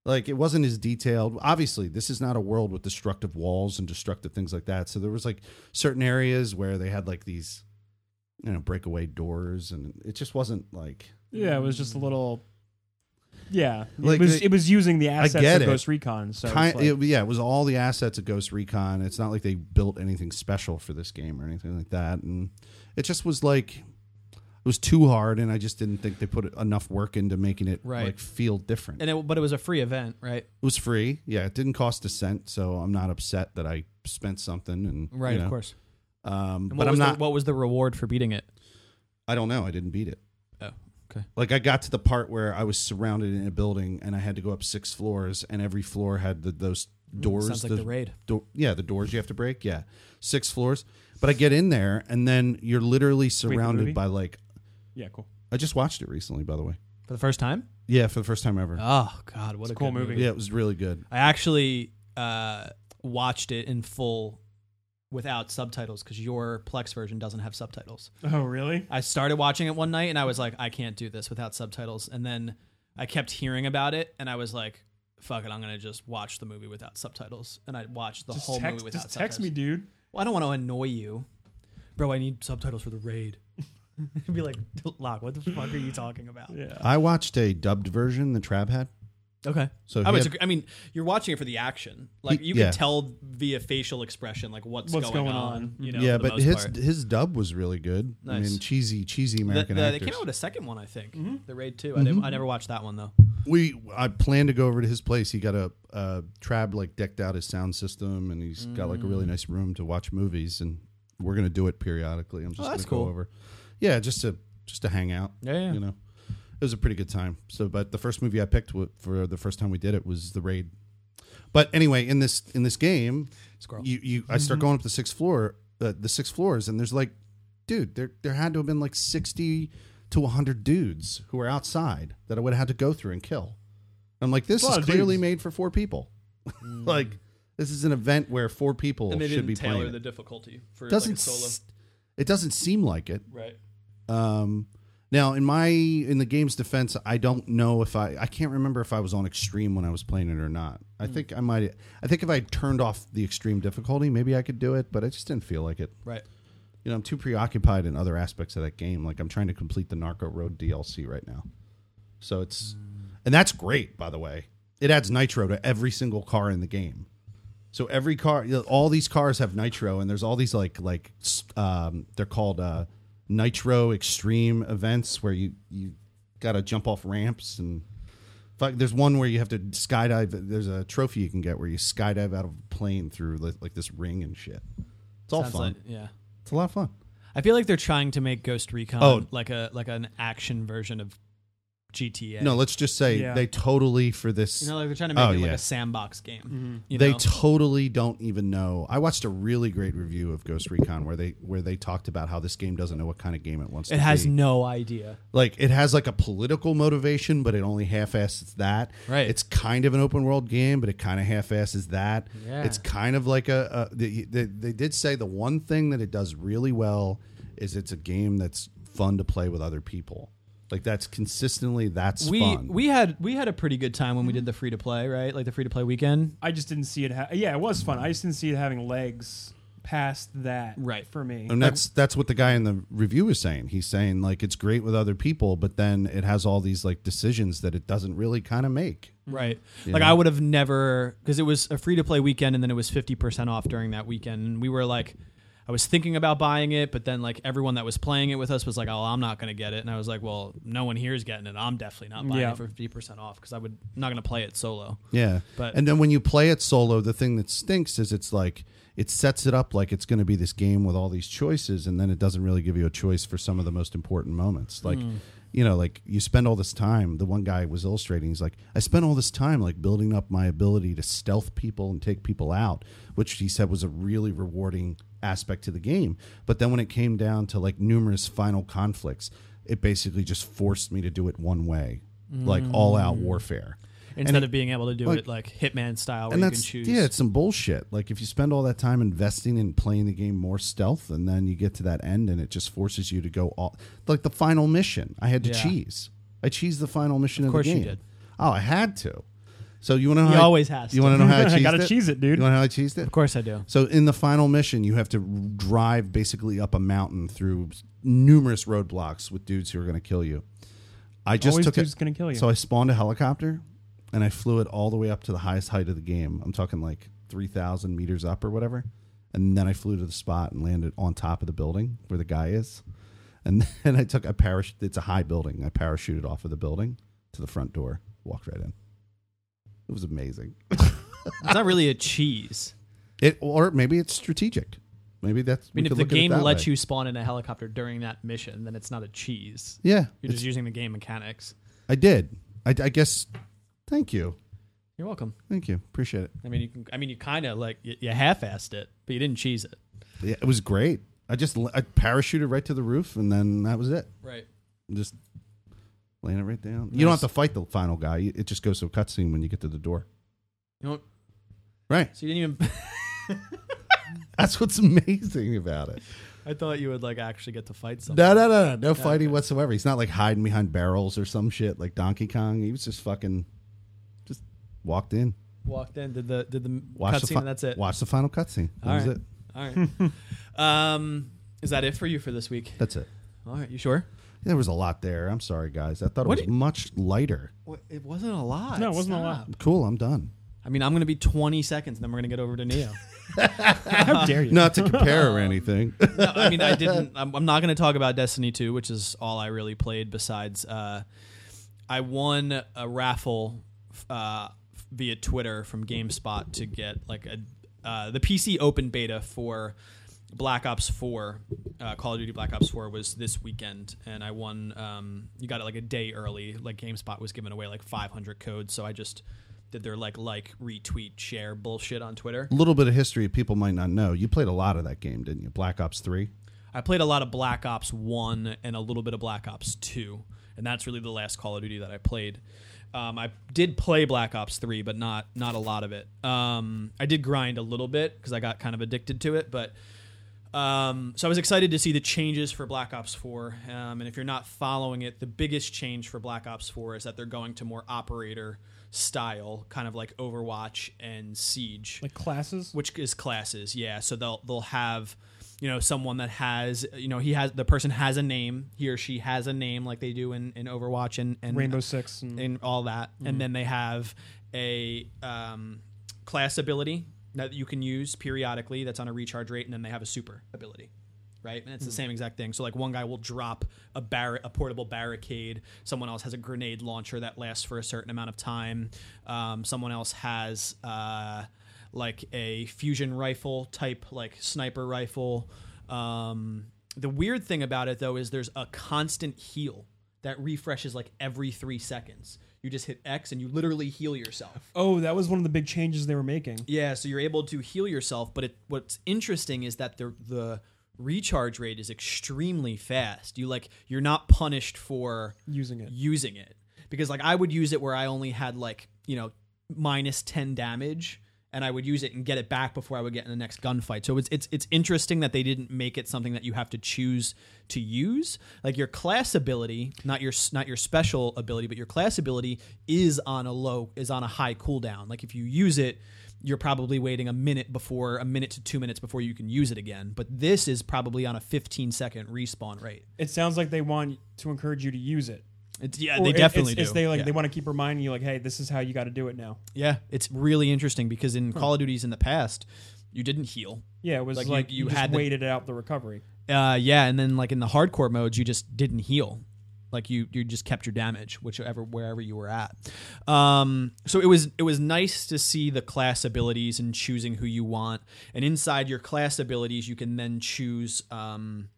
Speaker 1: Like it wasn't as detailed. Obviously, this is not a world with destructive walls and destructive things like that. So there was like certain areas where they had like these, you know, breakaway doors, and it just wasn't like
Speaker 2: Yeah, it was just a little. Yeah,
Speaker 1: Mm. Like
Speaker 2: it was.
Speaker 1: the-
Speaker 2: it was using the assets
Speaker 1: get
Speaker 2: of
Speaker 1: it.
Speaker 2: Ghost Recon. So it's
Speaker 1: Kind,
Speaker 2: like-
Speaker 1: it- yeah, it was all the assets of Ghost Recon. It's not like they built anything special for this game or anything like that. And it just was like it was too hard, and I just didn't think they put enough work into making it
Speaker 3: Right.
Speaker 1: like feel different.
Speaker 3: And it, but it was a free event, right?
Speaker 1: it was free. Yeah, it didn't cost a cent, so I'm not upset that I spent something. And
Speaker 3: Right,
Speaker 1: you know,
Speaker 3: of course.
Speaker 1: Um,
Speaker 3: And
Speaker 1: but
Speaker 3: what
Speaker 1: I'm
Speaker 3: was the-
Speaker 1: not.
Speaker 3: what was the reward for beating it?
Speaker 1: I don't know. I didn't beat it.
Speaker 3: Oh, okay.
Speaker 1: Like I got to the part where I was surrounded in a building, and I had to go up six floors, and every floor had the, those doors.
Speaker 3: Mm, Sounds like
Speaker 1: the-
Speaker 3: the raid.
Speaker 1: do- yeah, the doors you have to break. Yeah, six floors. But I get in there, and then you're literally surrounded
Speaker 2: movie?
Speaker 1: by like.
Speaker 2: yeah, cool.
Speaker 1: I just watched it recently, by the way.
Speaker 3: For the first time?
Speaker 1: Yeah, for the first time ever.
Speaker 3: Oh God, what
Speaker 2: It's
Speaker 3: a
Speaker 2: a cool
Speaker 3: good
Speaker 2: movie.
Speaker 1: yeah, it was really good.
Speaker 3: I actually uh, watched it in full without subtitles because your Plex version doesn't have subtitles.
Speaker 2: Oh really?
Speaker 3: I started watching it one night and I was like, I can't do this without subtitles. And then I kept hearing about it and I was like, fuck it, I'm gonna just watch the movie without subtitles. And I watched the
Speaker 2: Just
Speaker 3: whole
Speaker 2: text,
Speaker 3: movie without
Speaker 2: just
Speaker 3: subtitles.
Speaker 2: text me, dude.
Speaker 3: Well, I don't want to annoy you, bro. I need subtitles for the raid. Be like, Locke, what the fuck are you talking about?
Speaker 2: Yeah.
Speaker 1: I watched a dubbed version the Trab had.
Speaker 3: Okay.
Speaker 1: So
Speaker 3: I,
Speaker 1: he
Speaker 3: was,
Speaker 1: had-
Speaker 3: agree- I mean, you're watching it for the action. Like
Speaker 1: He-
Speaker 3: you
Speaker 1: yeah.
Speaker 3: can tell via facial expression, like what's,
Speaker 2: What's
Speaker 3: going,
Speaker 2: going
Speaker 3: on.
Speaker 2: on.
Speaker 3: You know,
Speaker 1: yeah,
Speaker 3: for the
Speaker 1: but
Speaker 3: most
Speaker 1: his
Speaker 3: part.
Speaker 1: his dub was really good. I
Speaker 3: Nice.
Speaker 1: mean, cheesy, cheesy
Speaker 3: The-
Speaker 1: American
Speaker 3: the- they
Speaker 1: actors. Mm-hmm.
Speaker 3: came out with a second one, I think. The raid 2 I, didn't, I never watched that one though.
Speaker 1: we I planned to go over to his place. He got a uh, Trab like decked out his sound system, and he's got like a
Speaker 3: Mm.
Speaker 1: really nice room to watch movies. And we're gonna do it periodically. I'm just
Speaker 3: Oh,
Speaker 1: gonna
Speaker 3: that's
Speaker 1: go
Speaker 3: cool.
Speaker 1: over. Yeah, just to just to hang out.
Speaker 3: Yeah, yeah.
Speaker 1: you know, it was a pretty good time. So, but the first movie I picked wa- for the first time we did it was The Raid. But anyway, in this in this game,
Speaker 3: Squirrel. Mm-hmm.
Speaker 1: you you I start going up the sixth floor, uh, the six floors, and there's like, dude, there there had to have been like sixty to hundred dudes who were outside that I would have had to go through and kill. I'm like, this
Speaker 2: That's a lot
Speaker 1: is
Speaker 2: of
Speaker 1: clearly
Speaker 2: dudes.
Speaker 1: made for four people. like, this is an event where four people
Speaker 3: Mm. and they
Speaker 1: should
Speaker 3: didn't
Speaker 1: be
Speaker 3: tailor
Speaker 1: playing.
Speaker 3: the
Speaker 1: it.
Speaker 3: difficulty for
Speaker 1: Doesn't
Speaker 3: like a solo.
Speaker 1: s- it doesn't seem like it.
Speaker 3: right.
Speaker 1: Um, now, in my in the game's defense, I don't know if I I can't remember if I was on extreme when I was playing it or not. I think I might. I think if I turned off the extreme difficulty, maybe I could do it, but I just didn't feel like it.
Speaker 3: Right.
Speaker 1: You know, I'm too preoccupied in other aspects of that game. Like I'm trying to complete the Narco Road DLC right now, so it's
Speaker 3: Mm.
Speaker 1: and that's great by the way. It adds nitro to every single car in the game. So every car, you know, all these cars have nitro, and there's all these like like s- um, they're called uh, nitro extreme events where you you gotta jump off ramps and fuck. There's one where you have to skydive. There's a trophy you can get where you skydive out of a plane through like, like this ring and shit. It's all
Speaker 3: Sounds
Speaker 1: fun.
Speaker 3: like yeah.
Speaker 1: it's a lot of fun.
Speaker 3: I feel like they're trying to make Ghost Recon
Speaker 1: Oh.
Speaker 3: like a like an action version of GTA.
Speaker 1: No, let's just say
Speaker 2: Yeah.
Speaker 1: they totally for this.
Speaker 3: you know, like they're trying to make
Speaker 1: Oh,
Speaker 3: it like
Speaker 1: yeah.
Speaker 3: a sandbox game. You
Speaker 1: they
Speaker 3: know?
Speaker 1: totally don't even know. I watched a really great review of Ghost Recon where they where they talked about how this game doesn't know what kind of game it wants.
Speaker 3: it
Speaker 1: to
Speaker 3: has
Speaker 1: be.
Speaker 3: no idea.
Speaker 1: like it has like a political motivation, but it only half-asses that.
Speaker 3: Right.
Speaker 1: It's kind of an open world game, but it kind of half-asses that.
Speaker 3: Yeah.
Speaker 1: It's kind of like a, a they, they, they did say the one thing that it does really well is it's a game that's fun to play with other people. Like that's consistently that's
Speaker 3: we
Speaker 1: fun.
Speaker 3: we had we had a pretty good time when we did the free to play, right? Like the free to play weekend.
Speaker 2: I just didn't see it. Ha- yeah, it was fun. I just didn't see it having legs past that.
Speaker 3: Right.
Speaker 2: for me.
Speaker 1: and that's that's what the guy in the review is saying. He's saying like it's great with other people, but then it has all these like decisions that it doesn't really kind of make.
Speaker 3: Right. Like I would have never because it was a free to play weekend and then it was 50% off during that weekend and we were like I was thinking about buying it, but then like everyone that was playing it with us was like, "Oh, I'm not going to get it," and I was like, "Well, no one here is getting it. I'm definitely not buying
Speaker 2: Yeah.
Speaker 3: it for fifty percent off because I would I'm not going to play it solo."
Speaker 1: Yeah.
Speaker 3: But-
Speaker 1: and then when you play it solo, the thing that stinks is it's like it sets it up like it's going to be this game with all these choices, and then it doesn't really give you a choice for some of the most important moments. Like, you know, like you spend all this time. The one guy was illustrating. He's like, I spent all this time like building up my ability to stealth people and take people out, which he said was a really rewarding aspect to the game. But then when it came down to like numerous final conflicts, it basically just forced me to do it one way, like all out warfare.
Speaker 3: instead
Speaker 1: it-
Speaker 3: of being able to do
Speaker 1: like-
Speaker 3: it like Hitman style, where
Speaker 1: and
Speaker 3: you can
Speaker 1: that's
Speaker 3: choose.
Speaker 1: yeah, it's some bullshit. Like if you spend all that time investing in playing the game more stealth, and then you get to that end, and it just forces you to go all like the final mission. I had to
Speaker 3: Yeah.
Speaker 1: cheese. I cheesed the final mission of,
Speaker 3: course
Speaker 1: the
Speaker 3: you
Speaker 1: game.
Speaker 3: did.
Speaker 1: Oh, I had to. So you want to know?
Speaker 3: He
Speaker 1: how I-
Speaker 3: always has
Speaker 1: You
Speaker 3: to.
Speaker 1: want to know how I cheesed
Speaker 2: Gotta
Speaker 1: it?
Speaker 2: cheese it, dude.
Speaker 1: You want to know how I cheesed it?
Speaker 3: of course I do.
Speaker 1: So in the final mission, you have to drive basically up a mountain through numerous roadblocks with dudes who are going to kill you. I just
Speaker 2: Always
Speaker 1: took
Speaker 2: dudes
Speaker 1: it.
Speaker 2: gonna
Speaker 3: Oh,
Speaker 2: kill you.
Speaker 1: So I spawned a helicopter, and I flew it all the way up to the highest height of the game. I'm talking like three thousand meters up or whatever, and then I flew to the spot and landed on top of the building where the guy is, and then I took a parachute. It's a high building. I parachuted off of the building to the front door, walked right in. It was amazing.
Speaker 3: It's not really a cheese.
Speaker 1: It or maybe it's strategic. Maybe that's.
Speaker 3: I mean,
Speaker 1: we
Speaker 3: if
Speaker 1: could
Speaker 3: the
Speaker 1: look at it
Speaker 3: game
Speaker 1: that
Speaker 3: lets
Speaker 1: way.
Speaker 3: you spawn in a helicopter during that mission, then it's not a cheese.
Speaker 1: Yeah,
Speaker 3: You're
Speaker 1: it's-
Speaker 3: just using the game mechanics.
Speaker 1: I did. I, I guess. Thank you.
Speaker 3: You're welcome.
Speaker 1: Thank you. Appreciate it.
Speaker 3: I mean, you can. I mean, you kind of like you, you half-assed it, but you didn't cheese it.
Speaker 1: Yeah, it was great. I just l- I parachuted right to the roof, and then that was it.
Speaker 3: Right.
Speaker 1: Just laying it right down. You don't have to fight the final guy. You- It just goes to a cutscene when you get to the door.
Speaker 3: You don't,
Speaker 1: Right.
Speaker 3: so you didn't even.
Speaker 1: That's what's amazing about it.
Speaker 3: I thought you would like actually get to fight something.
Speaker 1: No, no, no, no, no fighting whatsoever. He's not like hiding behind barrels or some shit like Donkey Kong. He was just fucking, just walked in.
Speaker 3: Walked in, did the did the
Speaker 1: Watch the
Speaker 3: cutscene,
Speaker 1: fi-
Speaker 3: and that's it.
Speaker 1: Watch the final cutscene. That
Speaker 3: All
Speaker 1: was
Speaker 3: right.
Speaker 1: it.
Speaker 3: All right. um, is that it for you for this week?
Speaker 1: That's it.
Speaker 3: All right. You sure?
Speaker 1: There was a lot there. I'm sorry, guys. I thought it
Speaker 3: What
Speaker 1: was
Speaker 3: do-
Speaker 1: much lighter.
Speaker 3: It wasn't a lot.
Speaker 2: No, it wasn't a lot. Stop.
Speaker 1: Cool. I'm done.
Speaker 3: I mean, I'm going to be 20 seconds, and then we're going to get over to Neo.
Speaker 2: How dare you?
Speaker 1: Not to compare or anything.
Speaker 3: no, I mean, I didn't. I'm, I'm not going to talk about Destiny 2, which is all I really played. Besides, uh, I won a raffle uh, via Twitter from GameSpot to get like a uh, the PC open beta for Black Ops 4. Uh, Call of Duty Black Ops 4 was this weekend, and I won. Um, you got it like a day early. Like GameSpot was giving away like 500 codes, so I just did their like like retweet share bullshit on Twitter.
Speaker 1: A little bit of history people might not know. You played a lot of that game, didn't you? Black Ops 3.
Speaker 3: I played a lot of Black Ops 1 and a little bit of Black Ops 2, and that's really the last Call of Duty that I played. Um, I did play Black Ops 3, but not not a lot of it. Um, I did grind a little bit because I got kind of addicted to it, but um, so I was excited to see the changes for Black Ops 4. Um, and if you're not following it, the biggest change for Black Ops 4 is that they're going to more operator style, kind of like Overwatch and Siege
Speaker 2: Like classes.
Speaker 3: which is classes yeah so they'll they'll have you know someone that has you know he has the person has a name he or she has a name like they do in, in overwatch and, and
Speaker 2: Rainbow Six and-
Speaker 3: and all that and then they have a um, class ability that you can use periodically that's on a recharge rate and then they have a super ability right and it's the same exact thing so like one guy will drop a bar- a portable barricade someone else has a grenade launcher that lasts for a certain amount of time um, someone else has uh, like a fusion rifle type like sniper rifle um, the weird thing about it though is there's a constant heal that refreshes like every three seconds you just hit x and you literally heal yourself
Speaker 2: Oh, that was one of the big changes they were making.
Speaker 3: yeah, so you're able to heal yourself, but it, what's interesting is that the the recharge rate is extremely fast. You like you're not punished for
Speaker 2: Using it.
Speaker 3: using it because like I would use it where I only had like you know minus ten damage, and I would use it and get it back before I would get in the next gunfight. So it's it's it's interesting that they didn't make it something that you have to choose to use. Like your class ability, not your s- not your special ability, but your class ability is on a low is on a high cooldown. Like if you use it. You're probably waiting a minute before a minute to two minutes before you can use it again. But this is probably on a 15 second respawn rate.
Speaker 2: It sounds like they want to encourage you to use it.
Speaker 3: It's, yeah,
Speaker 2: Or
Speaker 3: they
Speaker 2: it-
Speaker 3: definitely
Speaker 2: it's,
Speaker 3: do.
Speaker 2: It's they like
Speaker 3: Yeah.
Speaker 2: they want to keep reminding you like, hey, this is how you got to do it now.
Speaker 3: Yeah, it's really interesting because in Call of Duties in the past, you didn't heal.
Speaker 2: Yeah, it was
Speaker 3: Like,
Speaker 2: like,
Speaker 3: you- you
Speaker 2: you, just
Speaker 3: had to-
Speaker 2: waited out the recovery.
Speaker 3: Uh, yeah, and then like in the hardcore modes, you just didn't heal. Like you, you just kept your damage, whichever wherever you were at. Um, so it was it was nice to see the class abilities and choosing who you want. And inside your class abilities, you can then choose um,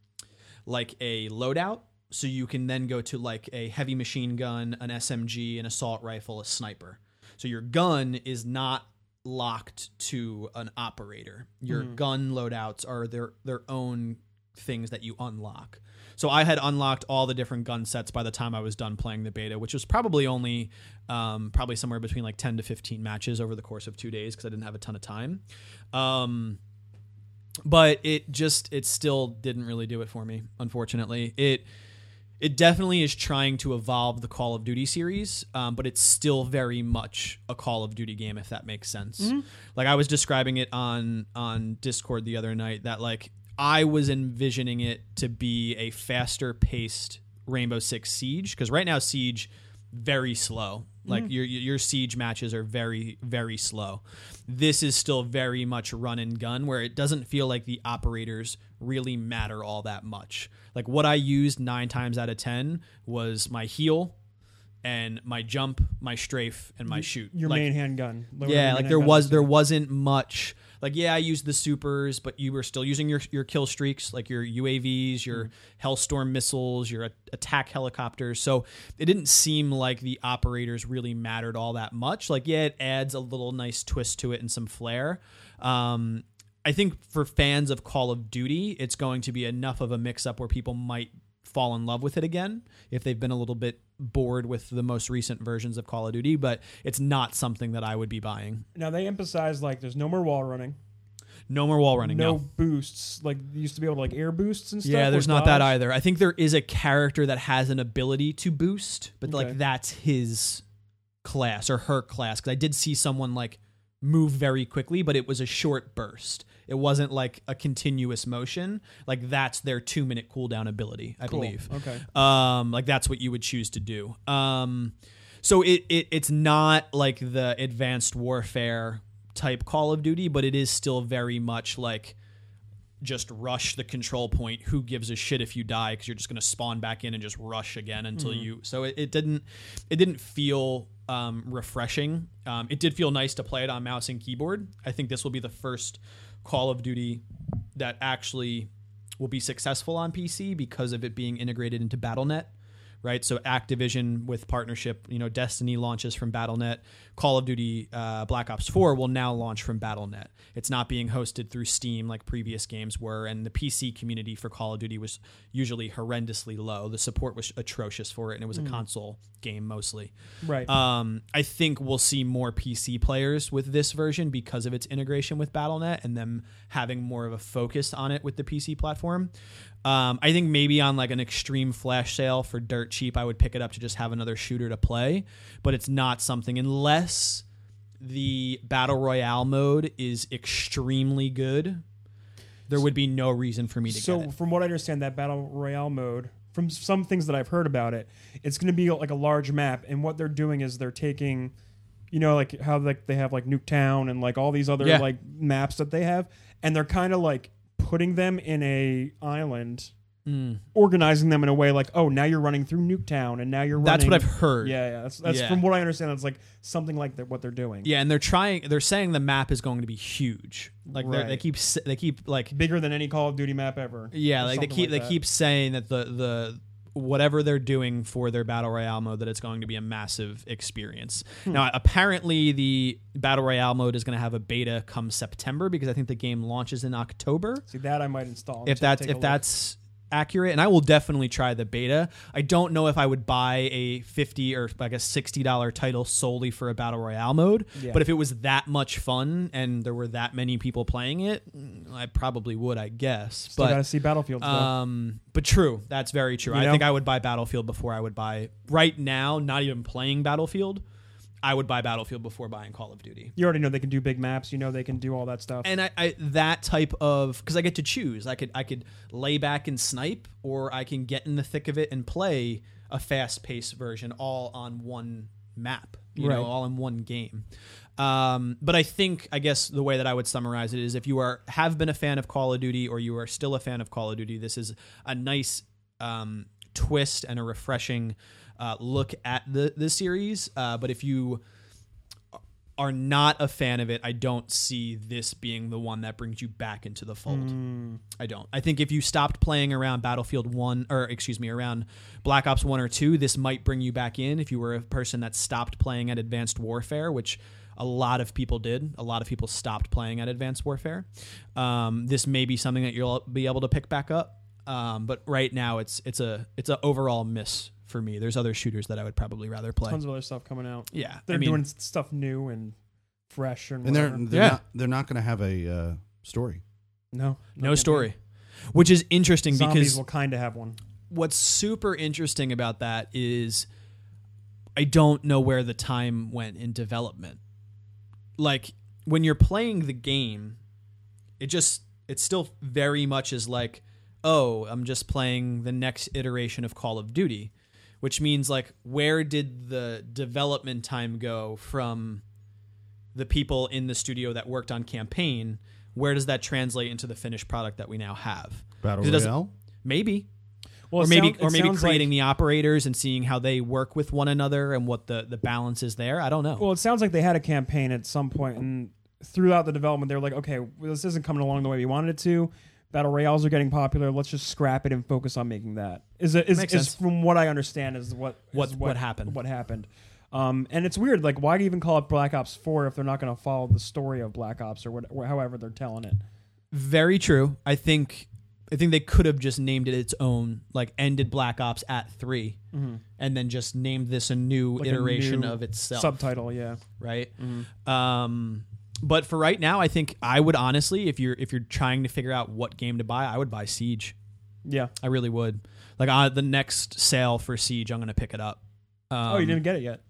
Speaker 3: like a loadout. So you can then go to like a heavy machine gun, an SMG, an assault rifle, a sniper. So your gun is not locked to an operator. Your gun loadouts are their their own things that you unlock. So I had unlocked all the different gun sets by the time I was done playing the beta, which was probably only um, probably somewhere between like 10 to 15 matches over the course of two days because I didn't have a ton of time. Um, but it just it still didn't really do it for me, unfortunately. It it definitely is trying to evolve the Call of Duty series, um, but it's still very much a Call of Duty game, if that makes sense. Like I was describing it on on Discord the other night that like I was envisioning it to be a faster paced Rainbow Six Siege because right now Siege very slow. Like
Speaker 2: Mm-hmm.
Speaker 3: your your your siege matches are very very slow. This is still very much run and gun where it doesn't feel like the operators really matter all that much. Like what I used 9 times out of 10 was my heal and my jump, my strafe and my shoot.
Speaker 2: Your
Speaker 3: Like,
Speaker 2: main handgun. lower
Speaker 3: yeah,
Speaker 2: main
Speaker 3: like there
Speaker 2: handgun.
Speaker 3: was there wasn't much. Like yeah, I used the supers, but you were still using your your kill streaks, like your UAVs, your Hellstorm missiles, your a- attack helicopters. So it didn't seem like the operators really mattered all that much. Like yeah, it adds a little nice twist to it and some flair. Um, I think for fans of Call of Duty, it's going to be enough of a mix up where people might fall in love with it again if they've been a little bit bored with the most recent versions of Call of Duty, but it's not something that I would be buying.
Speaker 2: Now they emphasize like there's no more wall running,
Speaker 3: No more wall running.
Speaker 2: no,
Speaker 3: No.
Speaker 2: boosts. Like you used to be able to like air boosts and stuff.
Speaker 3: Yeah,
Speaker 2: or
Speaker 3: there's not that
Speaker 2: dodge.
Speaker 3: either. I think there is a character that has an ability to boost, but
Speaker 2: Okay.
Speaker 3: like that's his class or her class cuz I did see someone like move very quickly, but it was a short burst. It wasn't like a continuous motion. Like that's their 2-minute cooldown ability, I
Speaker 2: Cool.
Speaker 3: believe.
Speaker 2: Okay.
Speaker 3: um like that's what you would choose to do um so it, it it's not like the advanced warfare type call of duty but it is still very much like just rush the control point who gives a shit if you die because you're just going to spawn back in and just rush again until you so it, it didn't it didn't feel um, refreshing um, it did feel nice to play it on mouse and keyboard i think this will be the first call of duty that actually will be successful on PC because of it being integrated into BattleNet, right? So Activision with partnership, you know, Destiny launches from BattleNet, Call of Duty uh, Black Ops 4 will now launch from BattleNet. It's not being hosted through Steam like previous games were, and the PC community for Call of Duty was usually horrendously low. The support was atrocious for it, and it was a console game mostly.
Speaker 2: Right.
Speaker 3: Um, I think we'll see more PC players with this version because of its integration with BattleNet and them having more of a focus on it with the PC platform. Um, I think maybe on like an extreme flash sale for dirt cheap, I would pick it up to just have another shooter to play, but it's not something unless the battle royale mode is extremely good. There would be no reason for me to
Speaker 2: so
Speaker 3: get it.
Speaker 2: from what I understand, that battle royale mode, from some things that I've heard about it, it's going to be like a large map, and what they're doing is they're taking, you know, like how like they have like Nuketown and like all these other
Speaker 3: Yeah.
Speaker 2: like maps that they have, and they're kind of like putting them in a island.
Speaker 3: Mm.
Speaker 2: Organizing them in a way like, oh, now you're running through Nuketown, and now you're running.
Speaker 3: That's what I've heard.
Speaker 2: Yeah, yeah. That's, that's
Speaker 3: Yeah.
Speaker 2: from what I understand. That's like something like that. What they're doing.
Speaker 3: Yeah, and they're trying. They're saying the map is going to be huge. Like they're they
Speaker 2: Right.
Speaker 3: keep s- they keep like
Speaker 2: bigger than any Call of Duty map ever.
Speaker 3: yeah
Speaker 2: or
Speaker 3: like they
Speaker 2: something like
Speaker 3: keep they
Speaker 2: that.
Speaker 3: keep saying that the the whatever they're doing for their battle royale mode that it's going to be a massive experience.
Speaker 2: Hmm.
Speaker 3: Now apparently the battle royale mode is going to have a beta come September because I think the game launches in October
Speaker 2: See that I might install
Speaker 3: if
Speaker 2: just
Speaker 3: that's
Speaker 2: take
Speaker 3: if
Speaker 2: a look.
Speaker 3: that's accurate and i will definitely try the beta i don't know if i would buy a 50 or like a 60 dollar title solely for a battle royale mode
Speaker 2: Yeah.
Speaker 3: but if it was that much fun and there were that many people playing it mm, i probably would i guess
Speaker 2: Still gotta
Speaker 3: but
Speaker 2: see Battlefield. though.
Speaker 3: um but true that's very true
Speaker 2: You
Speaker 3: i
Speaker 2: know?
Speaker 3: think i would buy battlefield before i would buy right now not even playing battlefield i would buy battlefield before buying call of duty
Speaker 2: you already know they can do big maps. You know they can do all that stuff.
Speaker 3: and I, I that type of because I get to choose. I could I could lay back and snipe, or I can get in the thick of it and play a fast paced version all on one map. You
Speaker 2: Right.
Speaker 3: know, all in one game. Um, but I think I guess the way that I would summarize it is if you are have been a fan of Call of Duty or you are still a fan of Call of Duty, this is a nice um, twist and a refreshing uh, look at the the series. Uh, but if you are not a fan of it, I don't see this being the one that brings you back into the fold. I don't. I think if you stopped playing around Battlefield 1 or excuse me, around Black Ops 1 or 2, this might bring you back in if you were a person that stopped playing at Advanced Warfare, which a lot of people did. A lot of people stopped playing at Advanced Warfare. Um, this may be something that you'll be able to pick back up. Um, but right now, it's it's a it's a overall miss for me. There's other shooters that I would probably rather play.
Speaker 2: Tons of other stuff coming out.
Speaker 3: yeah,
Speaker 2: They're
Speaker 3: I mean,
Speaker 2: doing s- stuff new and fresh and,
Speaker 1: and they're
Speaker 2: whatever.
Speaker 1: they're
Speaker 3: Yeah.
Speaker 1: not they're not going to have a uh, story.
Speaker 2: no
Speaker 3: no story, which is interesting
Speaker 2: Zombies
Speaker 3: because
Speaker 2: will kind of have one.
Speaker 3: what's super interesting about that is I don't know where the time went in development. Like when you're playing the game, it just it still very much is like, "Oh, I'm just playing the next iteration of Call of Duty." Which means like where did the development time go from the people in the studio that worked on campaign? Where does that translate into the finished product that we now have?
Speaker 1: Battle
Speaker 3: It doesn't-
Speaker 1: Royale.
Speaker 3: Maybe,
Speaker 2: Well,
Speaker 3: or
Speaker 2: it
Speaker 3: maybe
Speaker 2: sound-
Speaker 3: or
Speaker 2: it
Speaker 3: maybe
Speaker 2: sounds
Speaker 3: creating
Speaker 2: Like,
Speaker 3: the operators and seeing how they work with one another and what the the balance is there. I don't know.
Speaker 2: well, it sounds like they had a campaign at some point, and throughout the development, they were like, okay, well, this isn't coming along the way we wanted it to. Battle royales are getting popular. Let's just scrap it and focus on making that. Is it is,
Speaker 3: Makes
Speaker 2: is
Speaker 3: sense.
Speaker 2: from what I understand is what is
Speaker 3: What- what happened.
Speaker 2: What happened? Um, and it's weird. Like, why do you even call it Black Ops Four if they're not going to follow the story of Black Ops or what, or however they're telling it?
Speaker 3: Very true. I think I think they could have just named it its own, like ended Black Ops at 3 and then just named this a new
Speaker 2: Mm-hmm. Like a
Speaker 3: iteration
Speaker 2: new
Speaker 3: of itself,
Speaker 2: Subtitle, Mm-hmm. yeah.
Speaker 3: right? Um, but for right now, I think I would honestly, if you're if you're trying to figure out what game to buy, I would buy Siege.
Speaker 2: Yeah.
Speaker 3: I really would. Like on the next sale for Siege, I'm gonna pick it up. Um,
Speaker 2: oh, you didn't get it yet.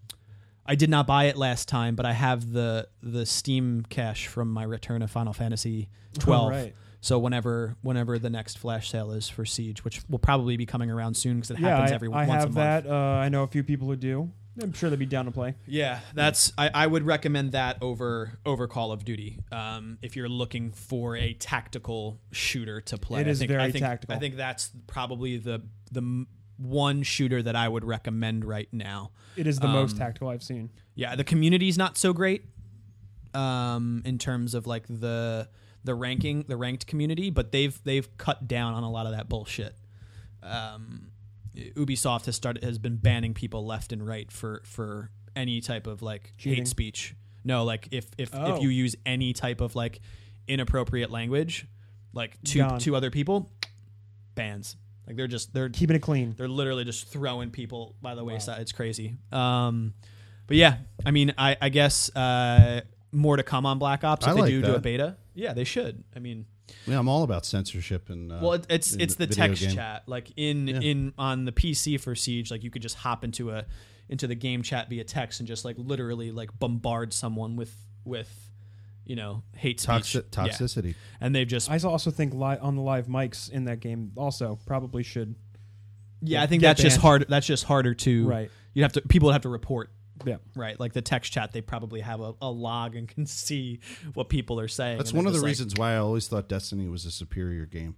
Speaker 3: I did not buy it last time, but I have the the Steam cache from my return of Final Fantasy twelve.
Speaker 2: Oh, right.
Speaker 3: So whenever whenever the next flash sale is for Siege, which will probably be coming around soon because it
Speaker 2: Yeah,
Speaker 3: happens
Speaker 2: I,
Speaker 3: every
Speaker 2: I
Speaker 3: once a
Speaker 2: have
Speaker 3: month.
Speaker 2: that. Uh, I know a few people who do. I'm sure they'd be down to play.
Speaker 3: Yeah, that's I, I would recommend that over over Call of Duty. Um, if you're looking for a tactical shooter to play,
Speaker 2: It
Speaker 3: I
Speaker 2: is
Speaker 3: think,
Speaker 2: very
Speaker 3: I think,
Speaker 2: tactical.
Speaker 3: I think that's probably the the m- one shooter that I would recommend right now.
Speaker 2: It is the
Speaker 3: Um,
Speaker 2: most tactical I've seen.
Speaker 3: yeah the community's not so great um in terms of like the the ranking the ranked community but they've they've cut down on a lot of that bullshit um ubisoft has started has been banning people left and right for for any type of like
Speaker 2: Cheating.
Speaker 3: hate speech no like if if
Speaker 2: Oh.
Speaker 3: if you use any type of like inappropriate language like to
Speaker 2: Gone.
Speaker 3: to other people bans like they're just they're
Speaker 2: Keeping it clean.
Speaker 3: they're literally just throwing people by the wayside. It's crazy. Um, but yeah, I mean, I, I guess uh, more to come on Black Ops if
Speaker 1: I
Speaker 3: they
Speaker 1: like
Speaker 3: do do a
Speaker 1: that.
Speaker 3: beta. Yeah, they should. I mean,
Speaker 1: Yeah, I'm all about censorship and uh,
Speaker 3: well, it, it's
Speaker 1: in
Speaker 3: it's the
Speaker 1: video
Speaker 3: text
Speaker 1: game.
Speaker 3: chat. Like in in on the PC for Siege, like you could just hop into a into the game chat via text and just like literally like bombard someone with with you know hate speech.
Speaker 1: Toxic,
Speaker 3: Yeah.
Speaker 1: toxicity.
Speaker 3: and they've just
Speaker 2: I also think li- on the live mics in that game also probably should.
Speaker 3: yeah. I think
Speaker 2: get
Speaker 3: that's just
Speaker 2: banned.
Speaker 3: hard. That's just harder to
Speaker 2: Right.
Speaker 3: You have to people have to report
Speaker 2: Yeah.
Speaker 3: right? Like the text chat, they probably have a, a log and can see what people are saying.
Speaker 1: That's
Speaker 3: and
Speaker 1: one
Speaker 3: they're
Speaker 1: of the
Speaker 3: just like-
Speaker 1: reasons why I always thought Destiny was a superior game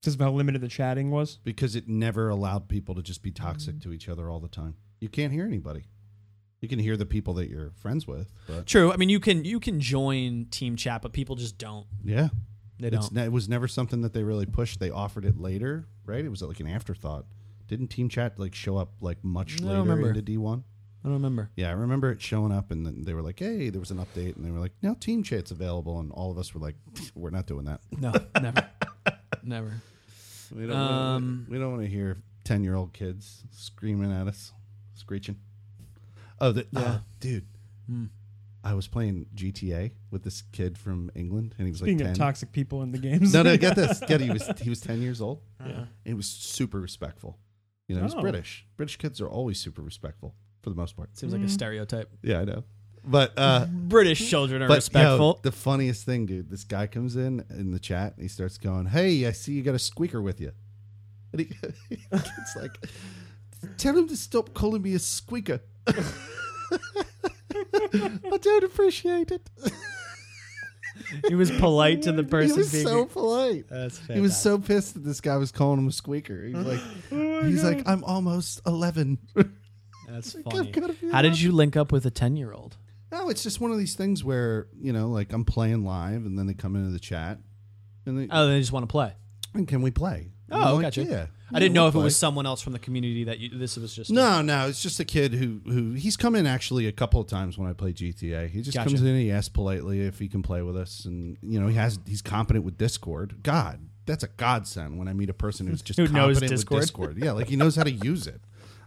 Speaker 2: Because of how limited the chatting was.
Speaker 1: because it never allowed people to just be toxic
Speaker 3: Mm-hmm.
Speaker 1: to each other all the time. You can't hear anybody. You can hear the people that you're friends with, but
Speaker 3: True. I mean, you can you can join team chat, but people just don't.
Speaker 1: yeah,
Speaker 3: They
Speaker 1: it's
Speaker 3: don't.
Speaker 1: ne- it was never something that they really pushed. They offered it later, right? It was like an afterthought. Didn't Team Chat like show up like much
Speaker 3: I don't
Speaker 1: later
Speaker 3: remember.
Speaker 1: into D one?
Speaker 3: I don't remember.
Speaker 1: Yeah, I remember it showing up, and then they were like, "Hey, there was an update," and they were like, "Now Team Chat's available," and all of us were like, "We're not doing that.
Speaker 3: No, never, never.
Speaker 1: We don't.
Speaker 3: Um,
Speaker 1: wanna, we don't want to hear ten-year-old kids screaming at us, screeching." Oh, the, ah, dude,
Speaker 3: Hmm.
Speaker 1: I was playing GTA with this kid from England, and he was like
Speaker 2: Being
Speaker 1: ten.
Speaker 2: of toxic people in the games.
Speaker 1: no, no, get this. Get it, he was he was ten years old.
Speaker 2: Yeah.
Speaker 1: He was super respectful. You know, he's
Speaker 2: Oh.
Speaker 1: British. British kids are always super respectful for the most part.
Speaker 3: Seems like a stereotype.
Speaker 1: Yeah, I know. But uh,
Speaker 3: British children are
Speaker 1: but, yo,
Speaker 3: respectful.
Speaker 1: the funniest thing, dude, this guy comes in in the chat and he starts going, "Hey, I see you got a squeaker with you." And he, it's like, tell him to stop calling me a squeaker. I don't appreciate it.
Speaker 3: he was polite to the person.
Speaker 1: he was
Speaker 3: being
Speaker 1: so polite.
Speaker 3: That's
Speaker 1: He was so pissed that this guy was calling him a squeaker. He's like, he's like, I'm almost eleven.
Speaker 3: Oh That's
Speaker 1: I've
Speaker 3: funny.
Speaker 1: gotta be
Speaker 3: How did you link up with a ten year old?
Speaker 1: No, it's just one of these things where you know, like I'm playing live, and then they come into the chat, and they,
Speaker 3: Oh, they just want to play.
Speaker 1: and can we play? And
Speaker 3: Oh,
Speaker 1: I'm like,
Speaker 3: gotcha.
Speaker 1: Yeah,
Speaker 3: I didn't know if it
Speaker 1: we'll
Speaker 3: was
Speaker 1: play.
Speaker 3: someone else from the community that you. This was just
Speaker 1: No, no, it's just a kid who who he's come in actually a couple of times when I play GTA. He just
Speaker 3: Gotcha.
Speaker 1: comes in, and he asks politely if he can play with us, and you know he has he's competent with Discord. God, that's a godsend when I meet a person who's just
Speaker 3: Who knows
Speaker 1: competent
Speaker 3: Discord.
Speaker 1: with Discord. Yeah, like he knows how to use it.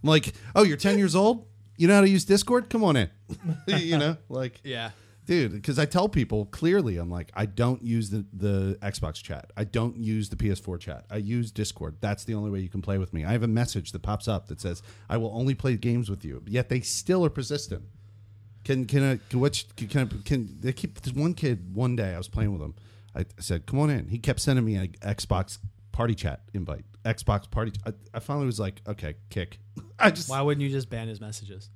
Speaker 1: I'm like, oh, you're 10 years old. You know how to use Discord? Come on in. you know, like
Speaker 3: Yeah.
Speaker 1: dude because i tell people clearly i'm like i don't use the, the xbox chat i don't use the ps4 chat i use discord that's the only way you can play with me i have a message that pops up that says i will only play games with you yet they still are persistent can can i can what can, can, can they keep this one kid one day i was playing with him i said come on in he kept sending me an xbox party chat invite xbox party I, I finally was like okay kick i just
Speaker 3: Why wouldn't you just ban his messages?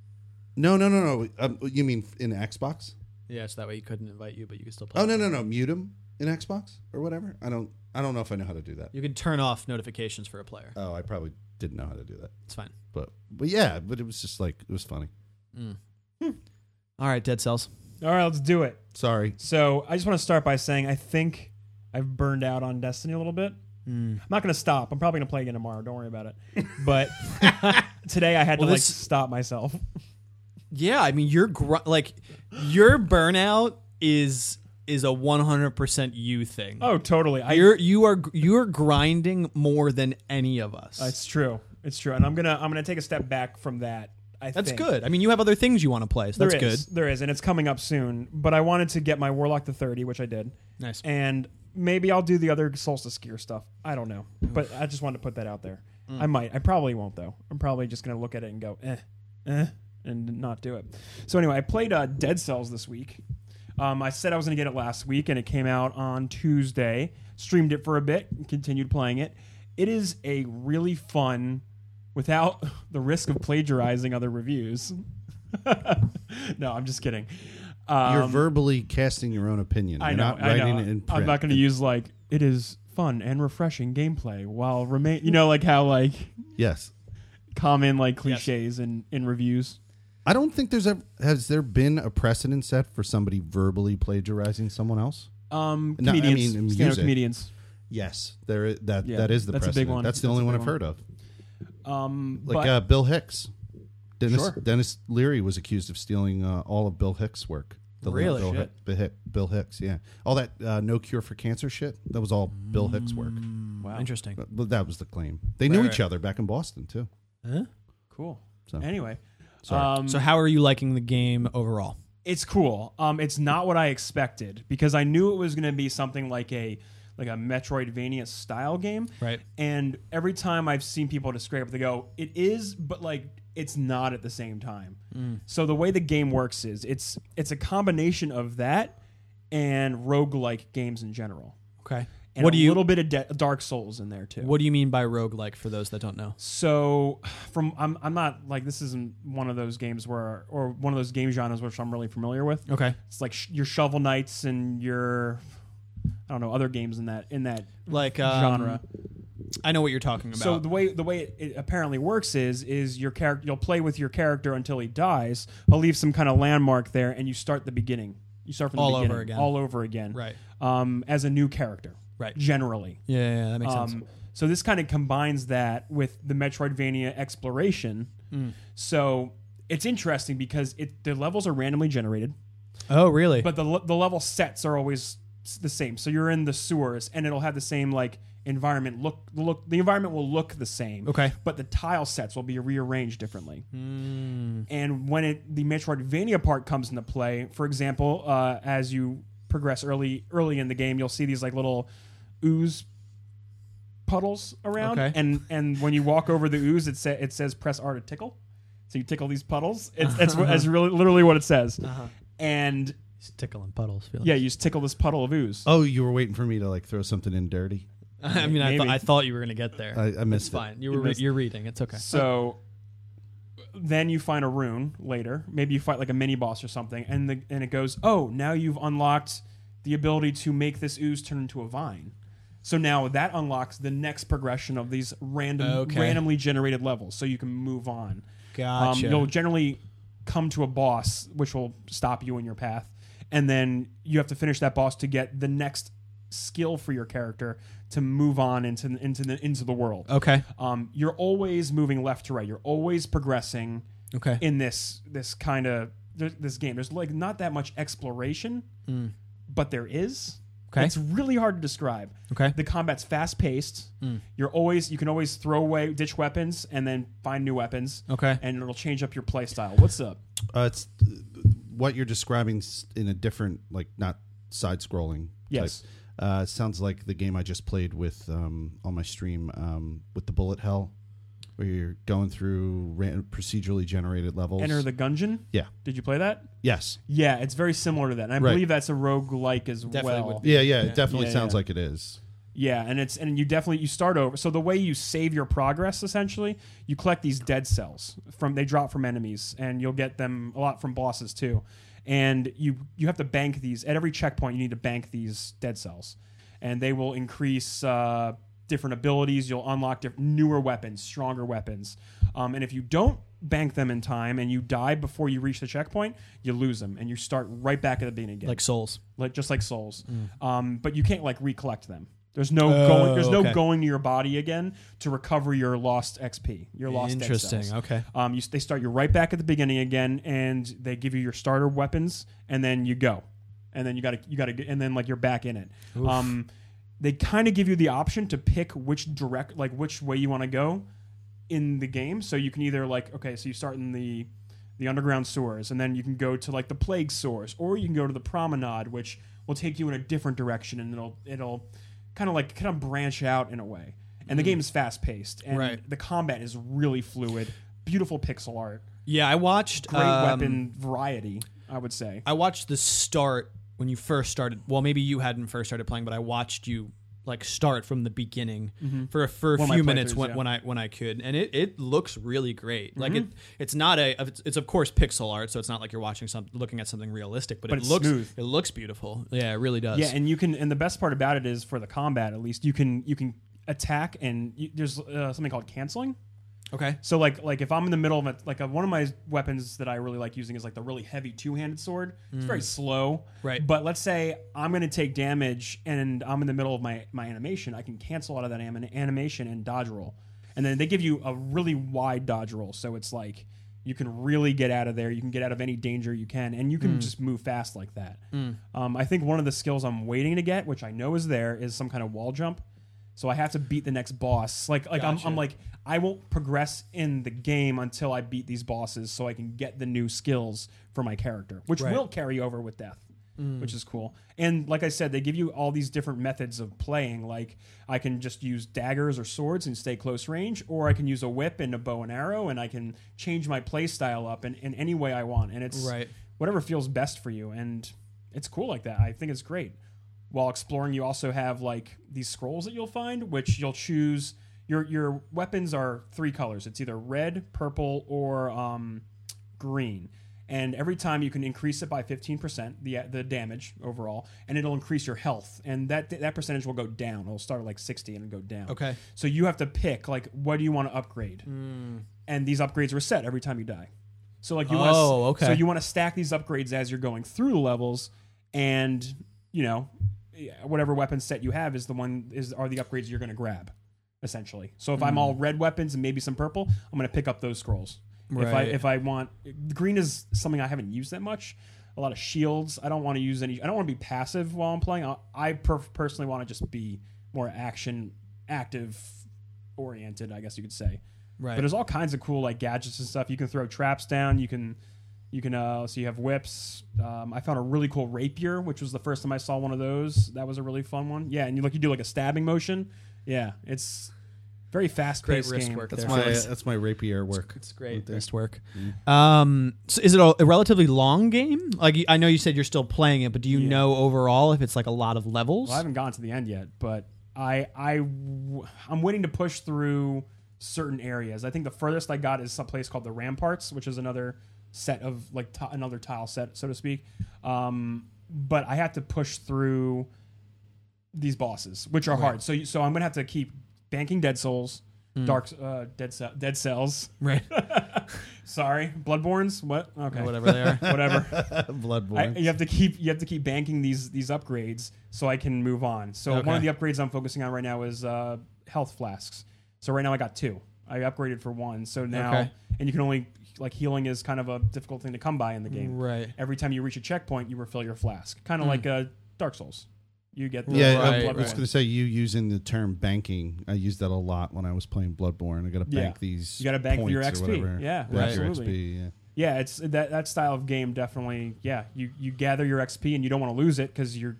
Speaker 1: no no no no um, you mean in xbox
Speaker 3: Yeah, so that way he couldn't invite you, but you could still play.
Speaker 1: Oh no
Speaker 2: Um,
Speaker 1: no no! Mute him in Xbox or whatever. I don't I don't know if I know how to do that.
Speaker 3: You can turn off notifications for a player.
Speaker 1: Oh, I probably didn't know how to do that.
Speaker 3: It's fine.
Speaker 1: But but yeah, but it was just like it was funny.
Speaker 3: All right, Dead Cells.
Speaker 2: All right, let's do it.
Speaker 1: Sorry.
Speaker 2: So I just want to start by saying I think I've burned out on Destiny a little bit. I'm not going to stop. I'm probably going to play again tomorrow. Don't worry about it. But today I had
Speaker 3: Well,
Speaker 2: to like
Speaker 3: this-
Speaker 2: stop myself.
Speaker 3: Yeah, I mean your gr- like your burnout is is a 100% you thing.
Speaker 2: Oh, totally. I,
Speaker 3: You're you are you're grinding more than any of us.
Speaker 2: it's true. It's true. And I'm gonna I'm gonna take a step back from that. I
Speaker 3: that's
Speaker 2: think.
Speaker 3: good. I mean, you have other things you want to play, so
Speaker 2: There
Speaker 3: that's
Speaker 2: is.
Speaker 3: good.
Speaker 2: There is, and it's coming up soon. But I wanted to get my Warlock to 30, which I did.
Speaker 3: Nice.
Speaker 2: And maybe I'll do the other Solstice Gear stuff. I don't know. But I just wanted to put that out there. I might. I probably won't, though. I'm probably just going to look at it and go, eh, eh, and not do it. So anyway, I played uh, Dead Cells this week. Um, I said I was going to get it last week, and it came out on Tuesday. Streamed it for a bit, and continued playing it. It is a really fun, without the risk of plagiarizing other reviews. no, I'm just kidding. Um,
Speaker 1: You're verbally casting your own opinion.
Speaker 2: I
Speaker 1: You're
Speaker 2: know.
Speaker 1: not
Speaker 2: I
Speaker 1: writing
Speaker 2: know.
Speaker 1: it in print.
Speaker 2: I'm not going to use like it is fun and refreshing gameplay while remain. You know, like how like
Speaker 1: Yes.
Speaker 2: common like cliches in in reviews.
Speaker 1: I don't think there's ever has there been a precedent set for somebody verbally plagiarizing someone else.
Speaker 2: Um,
Speaker 1: No, I
Speaker 2: comedians,
Speaker 1: mean in
Speaker 2: stand-up
Speaker 1: music.
Speaker 2: comedians.
Speaker 1: Yes, there is, that
Speaker 2: Yeah,
Speaker 1: that is the
Speaker 2: that's a big
Speaker 1: precedent.
Speaker 2: one.
Speaker 1: That's the
Speaker 2: That's
Speaker 1: only
Speaker 2: a
Speaker 1: one
Speaker 2: big
Speaker 1: I've
Speaker 2: one.
Speaker 1: heard of.
Speaker 2: Um,
Speaker 1: Like
Speaker 2: but,
Speaker 1: uh, Bill Hicks. Dennis
Speaker 2: Sure.
Speaker 1: Dennis Leary was accused of stealing uh, all of Bill Hicks' work. The late
Speaker 3: Really?
Speaker 1: Bill,
Speaker 3: Shit.
Speaker 1: Hick- Bill Hick- Bill Hicks, yeah. All that uh, no cure for cancer shit. That was all Bill Hicks' work.
Speaker 2: Mm.
Speaker 3: Wow. Interesting.
Speaker 1: But, but that was the claim. They knew
Speaker 3: Right,
Speaker 1: each
Speaker 3: right.
Speaker 1: other back in Boston too.
Speaker 2: cool.
Speaker 1: So.
Speaker 2: Anyway,
Speaker 1: Sorry.
Speaker 2: um,
Speaker 3: So how are you liking the game overall?
Speaker 2: it's cool. Um, it's not what I expected because I knew it was going to be something like a like a Metroidvania style game.
Speaker 3: Right.
Speaker 2: And every time I've seen people describe it, they go, "It is," but like it's not at the same time.
Speaker 3: Mm.
Speaker 2: So the way the game works is it's it's a combination of that and roguelike games in general.
Speaker 3: Okay.
Speaker 2: And
Speaker 3: what
Speaker 2: a
Speaker 3: do you
Speaker 2: little bit of de- Dark Souls in there too.
Speaker 3: what do you mean by roguelike for those that don't know?
Speaker 2: So, from I'm I'm not like this isn't one of those games where or one of those game genres which I'm really familiar with.
Speaker 3: Okay.
Speaker 2: It's like sh- your Shovel Knights and your I don't know other games in that in that
Speaker 3: Like um,
Speaker 2: genre.
Speaker 3: I know what you're talking about.
Speaker 2: So the way the way it, it apparently works is is your character you'll play with your character until he dies. He'll leave some kind of landmark there, and you start the beginning. You start from the
Speaker 3: All over
Speaker 2: beginning,
Speaker 3: again.
Speaker 2: all over again,
Speaker 3: Right.
Speaker 2: Um, as a new character,
Speaker 3: Right.
Speaker 2: Generally,
Speaker 3: yeah, yeah, yeah, that makes sense.
Speaker 2: um, so this kind of combines that with the Metroidvania exploration.
Speaker 3: Mm.
Speaker 2: So it's interesting because it the levels are randomly generated,
Speaker 3: Oh, really?
Speaker 2: but the le- the level sets are always s- the same. So you're in the sewers, and it'll have the same like environment look look. The environment will look the same.
Speaker 3: Okay.
Speaker 2: but the tile sets will be rearranged differently.
Speaker 3: Hmm.
Speaker 2: And when it the Metroidvania part comes into play, for example, uh, as you progress early early in the game, you'll see these like little ooze puddles around,
Speaker 3: Okay.
Speaker 2: and and when you walk over the ooze, it sa- it says press R to tickle. So you tickle these puddles. It's that's, what-
Speaker 3: Uh-huh.
Speaker 2: that's really literally what it says. And
Speaker 3: He's tickling puddles. Felix.
Speaker 2: yeah, you just tickle this puddle of ooze.
Speaker 1: Oh, you were waiting for me to like throw something in dirty.
Speaker 3: I mean, I, thought
Speaker 2: Maybe. Uh,
Speaker 3: I thought you were gonna get there.
Speaker 1: I, I
Speaker 3: it's
Speaker 1: missed it.
Speaker 3: fine. You were re-
Speaker 2: missed-
Speaker 3: you're reading. It's okay.
Speaker 2: So then you find a rune later. Maybe you fight like a mini boss or something, and the and it goes, oh, now you've unlocked the ability to make this ooze turn into a vine. So now that unlocks the next progression of these random,
Speaker 3: Okay.
Speaker 2: randomly generated levels, so you can move on.
Speaker 3: Gotcha.
Speaker 2: Um, you'll generally come to a boss, which will stop you in your path, and then you have to finish that boss to get the next skill for your character to move on into into the into the world.
Speaker 3: Okay.
Speaker 2: Um, you're always moving left to right. You're always progressing
Speaker 3: Okay.
Speaker 2: in this this
Speaker 3: Mm.
Speaker 2: kind of this game. There's like not that much exploration, but there is.
Speaker 3: Okay.
Speaker 2: It's really hard to describe.
Speaker 3: Okay.
Speaker 2: The combat's fast paced.
Speaker 1: Mm.
Speaker 2: You're always you can always throw away ditch weapons and then find new weapons.
Speaker 3: Okay.
Speaker 2: And it'll change up your play style. What's up?
Speaker 1: Uh, it's what you're describing s- in a different, like not side-scrolling.
Speaker 2: Yes.
Speaker 1: Type. Uh, sounds like the game I just played with um, on my stream um, with the bullet hell, where you're going through ran- procedurally generated levels.
Speaker 2: Enter the Gungeon.
Speaker 1: yeah.
Speaker 2: Did you play that?
Speaker 1: Yes.
Speaker 2: Yeah, it's very similar to that. And I
Speaker 1: Right.
Speaker 2: believe that's a roguelike as
Speaker 3: Definitely
Speaker 2: well.
Speaker 3: would be.
Speaker 1: Yeah, yeah. It definitely
Speaker 2: Yeah,
Speaker 1: sounds
Speaker 2: yeah.
Speaker 1: like it is.
Speaker 2: Yeah, and it's and you definitely you start over. So the way you save your progress essentially, you collect these dead cells from they drop from enemies, and you'll get them a lot from bosses too. And you you have to bank these at every checkpoint. You need to bank these dead cells, and they will increase uh, different abilities. You'll unlock diff- newer weapons, stronger weapons. Um, and if you don't bank them in time and you die before you reach the checkpoint, you lose them, and you start right back at the beginning again
Speaker 3: like Souls.
Speaker 2: like just like souls. Um, but you can't like recollect them. There's no
Speaker 3: Mm. Oh,
Speaker 2: going. There's
Speaker 3: okay.
Speaker 2: no going to your body again to recover your lost XP. Your lost dead
Speaker 3: Interesting.
Speaker 2: cells.
Speaker 3: Okay.
Speaker 2: Um, you, they start you right back at the beginning again, and they give you your starter weapons, and then you go, and then you gotta you gotta get- and then like you're back in it. Um, they kind of give you the option to pick which direct like which way you want to go in the game. So you can either like okay, so you start in the the underground sewers, and then you can go to like the plague sewers, or you can go to the promenade, which will take you in a different direction, and it'll it'll kind of like kind of branch out in a way. And the game is fast paced, and
Speaker 3: Mm. Right.
Speaker 2: the combat is really fluid. Beautiful pixel art,
Speaker 3: Yeah, I watched
Speaker 2: great
Speaker 3: um,
Speaker 2: weapon variety. I would say.
Speaker 3: I watched the start when you first started. Well, maybe you hadn't first started playing, but I watched you like start from the beginning for a, for
Speaker 2: Mm-hmm.
Speaker 3: a
Speaker 2: One of my
Speaker 3: few minutes
Speaker 2: playthroughs,
Speaker 3: when,
Speaker 2: yeah. Mm-hmm.
Speaker 3: when I when I could, and it, it looks really great. Like it, it's not a it's, it's of course pixel art, so it's not like you're watching some looking at something realistic, but,
Speaker 2: But
Speaker 3: it
Speaker 2: it's
Speaker 3: looks
Speaker 2: smooth.
Speaker 3: it looks beautiful. Yeah, it really does.
Speaker 2: Yeah, and you can, and the best part about it is for the combat, at least you can you can attack, and you, there's uh, something called canceling.
Speaker 3: okay.
Speaker 2: So like like if I'm in the middle of it, like uh, one of my weapons that I really like using is like the really heavy two handed sword. It's very slow,
Speaker 3: Right.
Speaker 2: But let's say I'm going to take damage and I'm in the middle of my my animation, I can cancel out of that anim- animation and dodge roll, and then they give you a really wide dodge roll, so it's like you can really get out of there. You can get out of any danger you can, and you can just move fast like that. Um, I think one of the skills I'm waiting to get, which I know is there, is some kind of wall jump. So I have to beat the next boss. Like like I'm, I'm like I won't progress in the game until I beat these bosses, so I can get the new skills for my character, which
Speaker 3: Right. Mm.
Speaker 2: will carry over with death. Which is cool, and like I said, they give you all these different methods of playing. Like I can just use daggers or swords and stay close range, or I can use a whip and a bow and arrow, and I can change my play style up in, in any way I want. And it's
Speaker 3: Right.
Speaker 2: whatever feels best for you, and it's cool like that. I think it's great while exploring you also have like these scrolls that you'll find which you'll choose your your weapons are three colors it's either red purple or um, green and every time you can increase it by 15% the the damage overall and it'll increase your health and that that percentage will go down it'll start at like 60 and it'll go down
Speaker 3: Okay.
Speaker 2: so you have to pick like what do you want to upgrade and these upgrades are set every time you die so like you want
Speaker 3: Hmm. Oh, okay.
Speaker 2: so you want to stack these upgrades as you're going through the levels, and you know, whatever weapon set you have is the one is are the upgrades you're going to grab, essentially. So if
Speaker 3: Hmm.
Speaker 2: I'm all red weapons and maybe some purple, I'm going to pick up those scrolls. If I
Speaker 3: Right.
Speaker 2: if I want green is something I haven't used that much. A lot of shields. I don't want to use any. I don't want to be passive while I'm playing. I, I per- personally want to just be more action active oriented. I guess you could say.
Speaker 3: Right.
Speaker 2: But there's all kinds of cool like gadgets and stuff. You can throw traps down. You can, you can. Uh, so you have whips. Um, I found a really cool rapier, which was the first time I saw one of those. That was a really fun one. Yeah, and you like you do like a stabbing motion. Yeah, it's very fast paced
Speaker 3: wrist
Speaker 2: game.
Speaker 3: work
Speaker 1: That's
Speaker 3: there.
Speaker 1: my uh,
Speaker 3: Nice.
Speaker 1: that's my rapier work.
Speaker 3: It's great.
Speaker 1: there.
Speaker 3: Best work.
Speaker 2: Mm-hmm.
Speaker 3: Um, so is it a, a relatively long game? Like you- I know you said you're still playing it, but do you
Speaker 2: Yeah.
Speaker 3: know overall if it's like a lot of levels?
Speaker 2: Well, I haven't gotten to the end yet, but I I w- I'm waiting to push through certain areas. I think the furthest I got is some place called the Ramparts, which is another set of like ti- another tile set, so to speak. Um, but I have to push through these bosses, which are hard. So you, so I'm gonna have to keep banking dead souls, dark uh, dead ce- dead cells.
Speaker 3: right.
Speaker 2: Sorry, bloodborns. What? Okay,
Speaker 3: Whatever they are.
Speaker 2: whatever. I,
Speaker 1: Bloodborne.
Speaker 2: you have to keep you have to keep banking these these upgrades so I can move on. So one
Speaker 3: Okay.
Speaker 2: of the upgrades I'm focusing on right now is uh, health flasks. So right now I got two. I upgraded for one. So now
Speaker 3: Okay.
Speaker 2: and you can only like healing is kind of a difficult thing to come by in the game.
Speaker 3: Right. Hmm.
Speaker 2: Every time you reach a checkpoint, you refill your flask, kind of like uh, Dark Souls. You get the
Speaker 1: Yeah,
Speaker 3: Right,
Speaker 1: I, I was
Speaker 3: right.
Speaker 1: going to say you using the term banking. I used that a lot when I was playing Bloodborne. I got to
Speaker 2: Yeah.
Speaker 1: bank these.
Speaker 2: You gotta bank for your
Speaker 1: points or
Speaker 2: XP.
Speaker 1: whatever.
Speaker 2: Yeah,
Speaker 1: Bank your
Speaker 2: absolutely.
Speaker 1: XP, yeah.
Speaker 2: Yeah, it's that that style of game definitely. Yeah, you you gather your XP and you don't want to lose it because you're,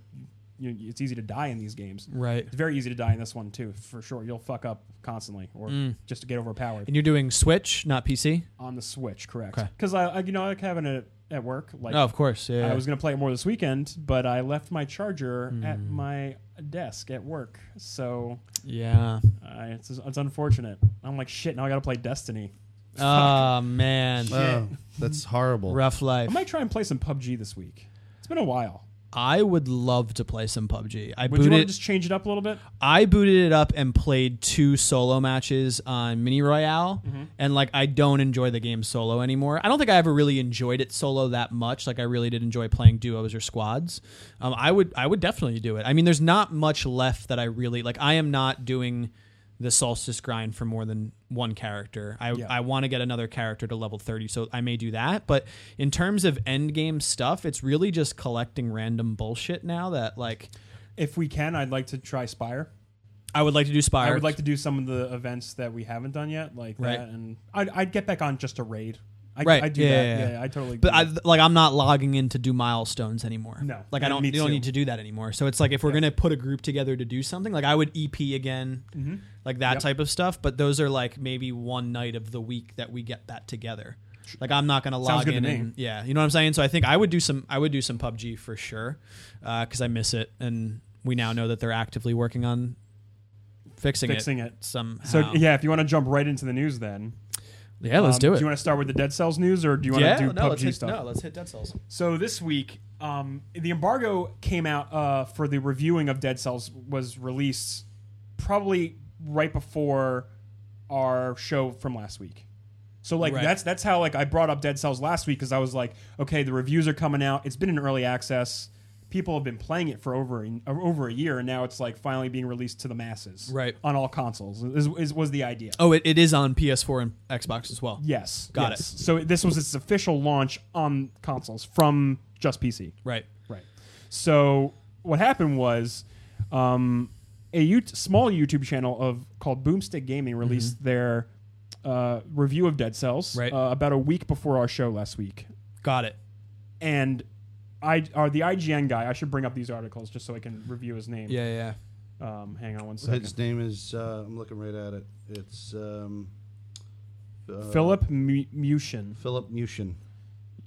Speaker 2: you it's easy to die in these games.
Speaker 3: Right.
Speaker 2: It's very easy to die in this one too, for sure. You'll fuck up constantly or just to get overpowered
Speaker 3: Mm. And you're doing Switch, not PC?
Speaker 2: on the Switch, correct?
Speaker 3: Okay.
Speaker 2: Because I, I you know like having it at work like.
Speaker 3: oh, of course. Yeah.
Speaker 2: I was gonna play it more this weekend, but I left my charger at
Speaker 3: Mm.
Speaker 2: my desk at work, so
Speaker 3: yeah.
Speaker 2: uh, it's it's unfortunate. I'm like shit. Now I gotta play Destiny.
Speaker 3: Oh man,
Speaker 1: Oh, that's horrible.
Speaker 3: rough life.
Speaker 2: I might try and play some PUBG this week. It's been a while.
Speaker 3: I would love to play some PUBG. I
Speaker 2: Would you want to
Speaker 3: booted.
Speaker 2: just change it up a little bit?
Speaker 3: I booted it up and played two solo matches on Mini Royale,
Speaker 2: Mm-hmm.
Speaker 3: and like I don't enjoy the game solo anymore. I don't think I ever really enjoyed it solo that much. Like I really did enjoy playing duos or squads. Um, I would I would definitely do it. I mean, there's not much left that I really like. I am not doing the solstice grind for more than one character. I
Speaker 2: Yeah.
Speaker 3: I want to get another character to level 30, so I may do that. But in terms of end game stuff, it's really just collecting random bullshit now that like.
Speaker 2: If we can, I'd like to try Spire.
Speaker 3: I would like to do Spire.
Speaker 2: I would like to do some of the events that we haven't done yet, like
Speaker 3: Right.
Speaker 2: that, and I'd, I'd get back on just a raid. I,
Speaker 3: Right.
Speaker 2: I do
Speaker 3: Yeah,
Speaker 2: that.
Speaker 3: yeah, yeah.
Speaker 2: I totally.
Speaker 3: But
Speaker 2: do
Speaker 3: I,
Speaker 2: that.
Speaker 3: like I'm not logging in to do milestones anymore.
Speaker 2: No,
Speaker 3: like I
Speaker 2: and
Speaker 3: don't
Speaker 2: me
Speaker 3: you don't
Speaker 2: too.
Speaker 3: need to do that anymore. So it's like if we're gonna put a group together to do something, like I would EP again,
Speaker 2: Mm-hmm.
Speaker 3: like that
Speaker 2: Yep.
Speaker 3: type of stuff. But those are like maybe one night of the week that we get that together. Like I'm not gonna log
Speaker 2: good to
Speaker 3: in.
Speaker 2: me.
Speaker 3: And, yeah, you know what I'm saying. So I think I would do some I would do some PUBG for sure because I miss it, and we now know that they're actively working on fixing,
Speaker 2: Fixing it.
Speaker 3: somehow.
Speaker 2: so yeah, if you want to jump right into the news, then
Speaker 3: yeah, let's
Speaker 2: Um,
Speaker 3: do it.
Speaker 2: Do you want to start with the Dead Cells news, or do you want
Speaker 3: yeah,
Speaker 2: to do
Speaker 3: no,
Speaker 2: PUBG
Speaker 3: let's hit,
Speaker 2: stuff?
Speaker 3: no, let's hit Dead Cells.
Speaker 2: So this week, um, the embargo came out uh, for the reviewing of Dead Cells was released probably right before our show from last week. So like
Speaker 3: Right.
Speaker 2: that's that's how like I brought up Dead Cells last week because I was like, okay, the reviews are coming out. It's been in early access. People have been playing it for over a- over a year, and now it's like finally being released to the masses,
Speaker 3: Right.
Speaker 2: On all consoles is, is was the idea.
Speaker 3: Oh, it, it is on PS4 and Xbox as well.
Speaker 2: Yes,
Speaker 3: Got
Speaker 2: yes. it. So this was its official launch on consoles from just PC.
Speaker 3: Right.
Speaker 2: Right. So what happened was um, a you- small YouTube channel of called Boomstick Gaming released their uh, review of Dead Cells
Speaker 3: Mm-hmm. Right.
Speaker 2: uh, about a week before our show last week,
Speaker 3: Got it.
Speaker 2: and I are the IGN guy. I should bring up these articles just so I can review his name.
Speaker 3: Yeah, yeah.
Speaker 2: Um, hang on one second.
Speaker 1: His name is. Uh, I'm looking right at it. It's um, uh,
Speaker 2: Philip Mu- Mushin.
Speaker 1: Philip Mushin.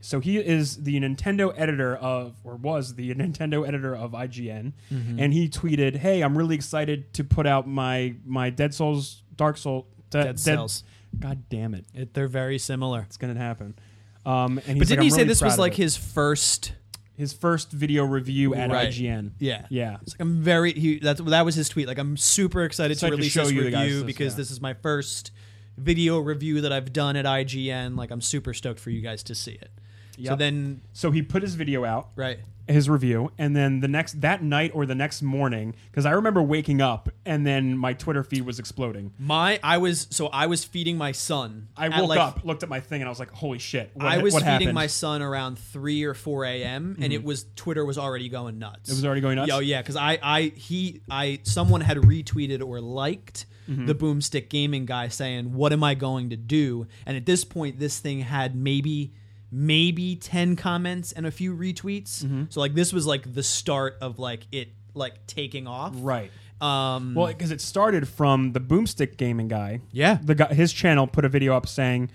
Speaker 2: So he is the Nintendo editor of, or was the Nintendo editor of IGN,
Speaker 3: Mm-hmm.
Speaker 2: and he tweeted, "Hey, I'm really excited to put out my my Dead Souls, Dark Souls,
Speaker 3: Dead Cells.
Speaker 2: God damn it,
Speaker 3: It, they're very similar.
Speaker 2: it's gonna happen." Um, and he's
Speaker 3: But
Speaker 2: like,
Speaker 3: didn't he
Speaker 2: "I'm
Speaker 3: say
Speaker 2: really
Speaker 3: this was
Speaker 2: proud of
Speaker 3: like
Speaker 2: it."
Speaker 3: his first?
Speaker 2: his first video review at
Speaker 3: Right.
Speaker 2: IGN?
Speaker 3: Yeah.
Speaker 2: Yeah,
Speaker 3: It's like I'm very. He, that's that was his tweet. Like I'm super excited
Speaker 2: So I
Speaker 3: to
Speaker 2: can
Speaker 3: release
Speaker 2: show
Speaker 3: this
Speaker 2: you the guys
Speaker 3: review
Speaker 2: this,
Speaker 3: because
Speaker 2: yeah.
Speaker 3: this is my first video review that I've done at IGN. Like I'm super stoked for you guys to see it. So
Speaker 2: Yep.
Speaker 3: then,
Speaker 2: So he put his video out,
Speaker 3: right?
Speaker 2: his review, and then the next that night or the next morning, because I remember waking up and then my Twitter feed was exploding.
Speaker 3: My I was so I was feeding my son.
Speaker 2: I
Speaker 3: at,
Speaker 2: woke
Speaker 3: like,
Speaker 2: up, looked at my thing, and I was like, "Holy shit!" What,
Speaker 3: I was
Speaker 2: what
Speaker 3: feeding
Speaker 2: happened? Mm-hmm.
Speaker 3: my son around three or four a.m. and it was Twitter was already going nuts. It
Speaker 2: was already going nuts?
Speaker 3: Oh yeah, because I, I, he, I, someone had retweeted or liked
Speaker 2: Mm-hmm.
Speaker 3: the Boomstick Gaming guy saying, "What am I going to do?" And at this point, this thing had maybe, maybe ten comments and a few retweets.
Speaker 2: Mm-hmm.
Speaker 3: So like this was like the start of like it like taking off.
Speaker 2: right.
Speaker 3: Um.
Speaker 2: Well, because it started from the Boomstick Gaming guy.
Speaker 3: Yeah.
Speaker 2: the guy, his channel put a video up saying,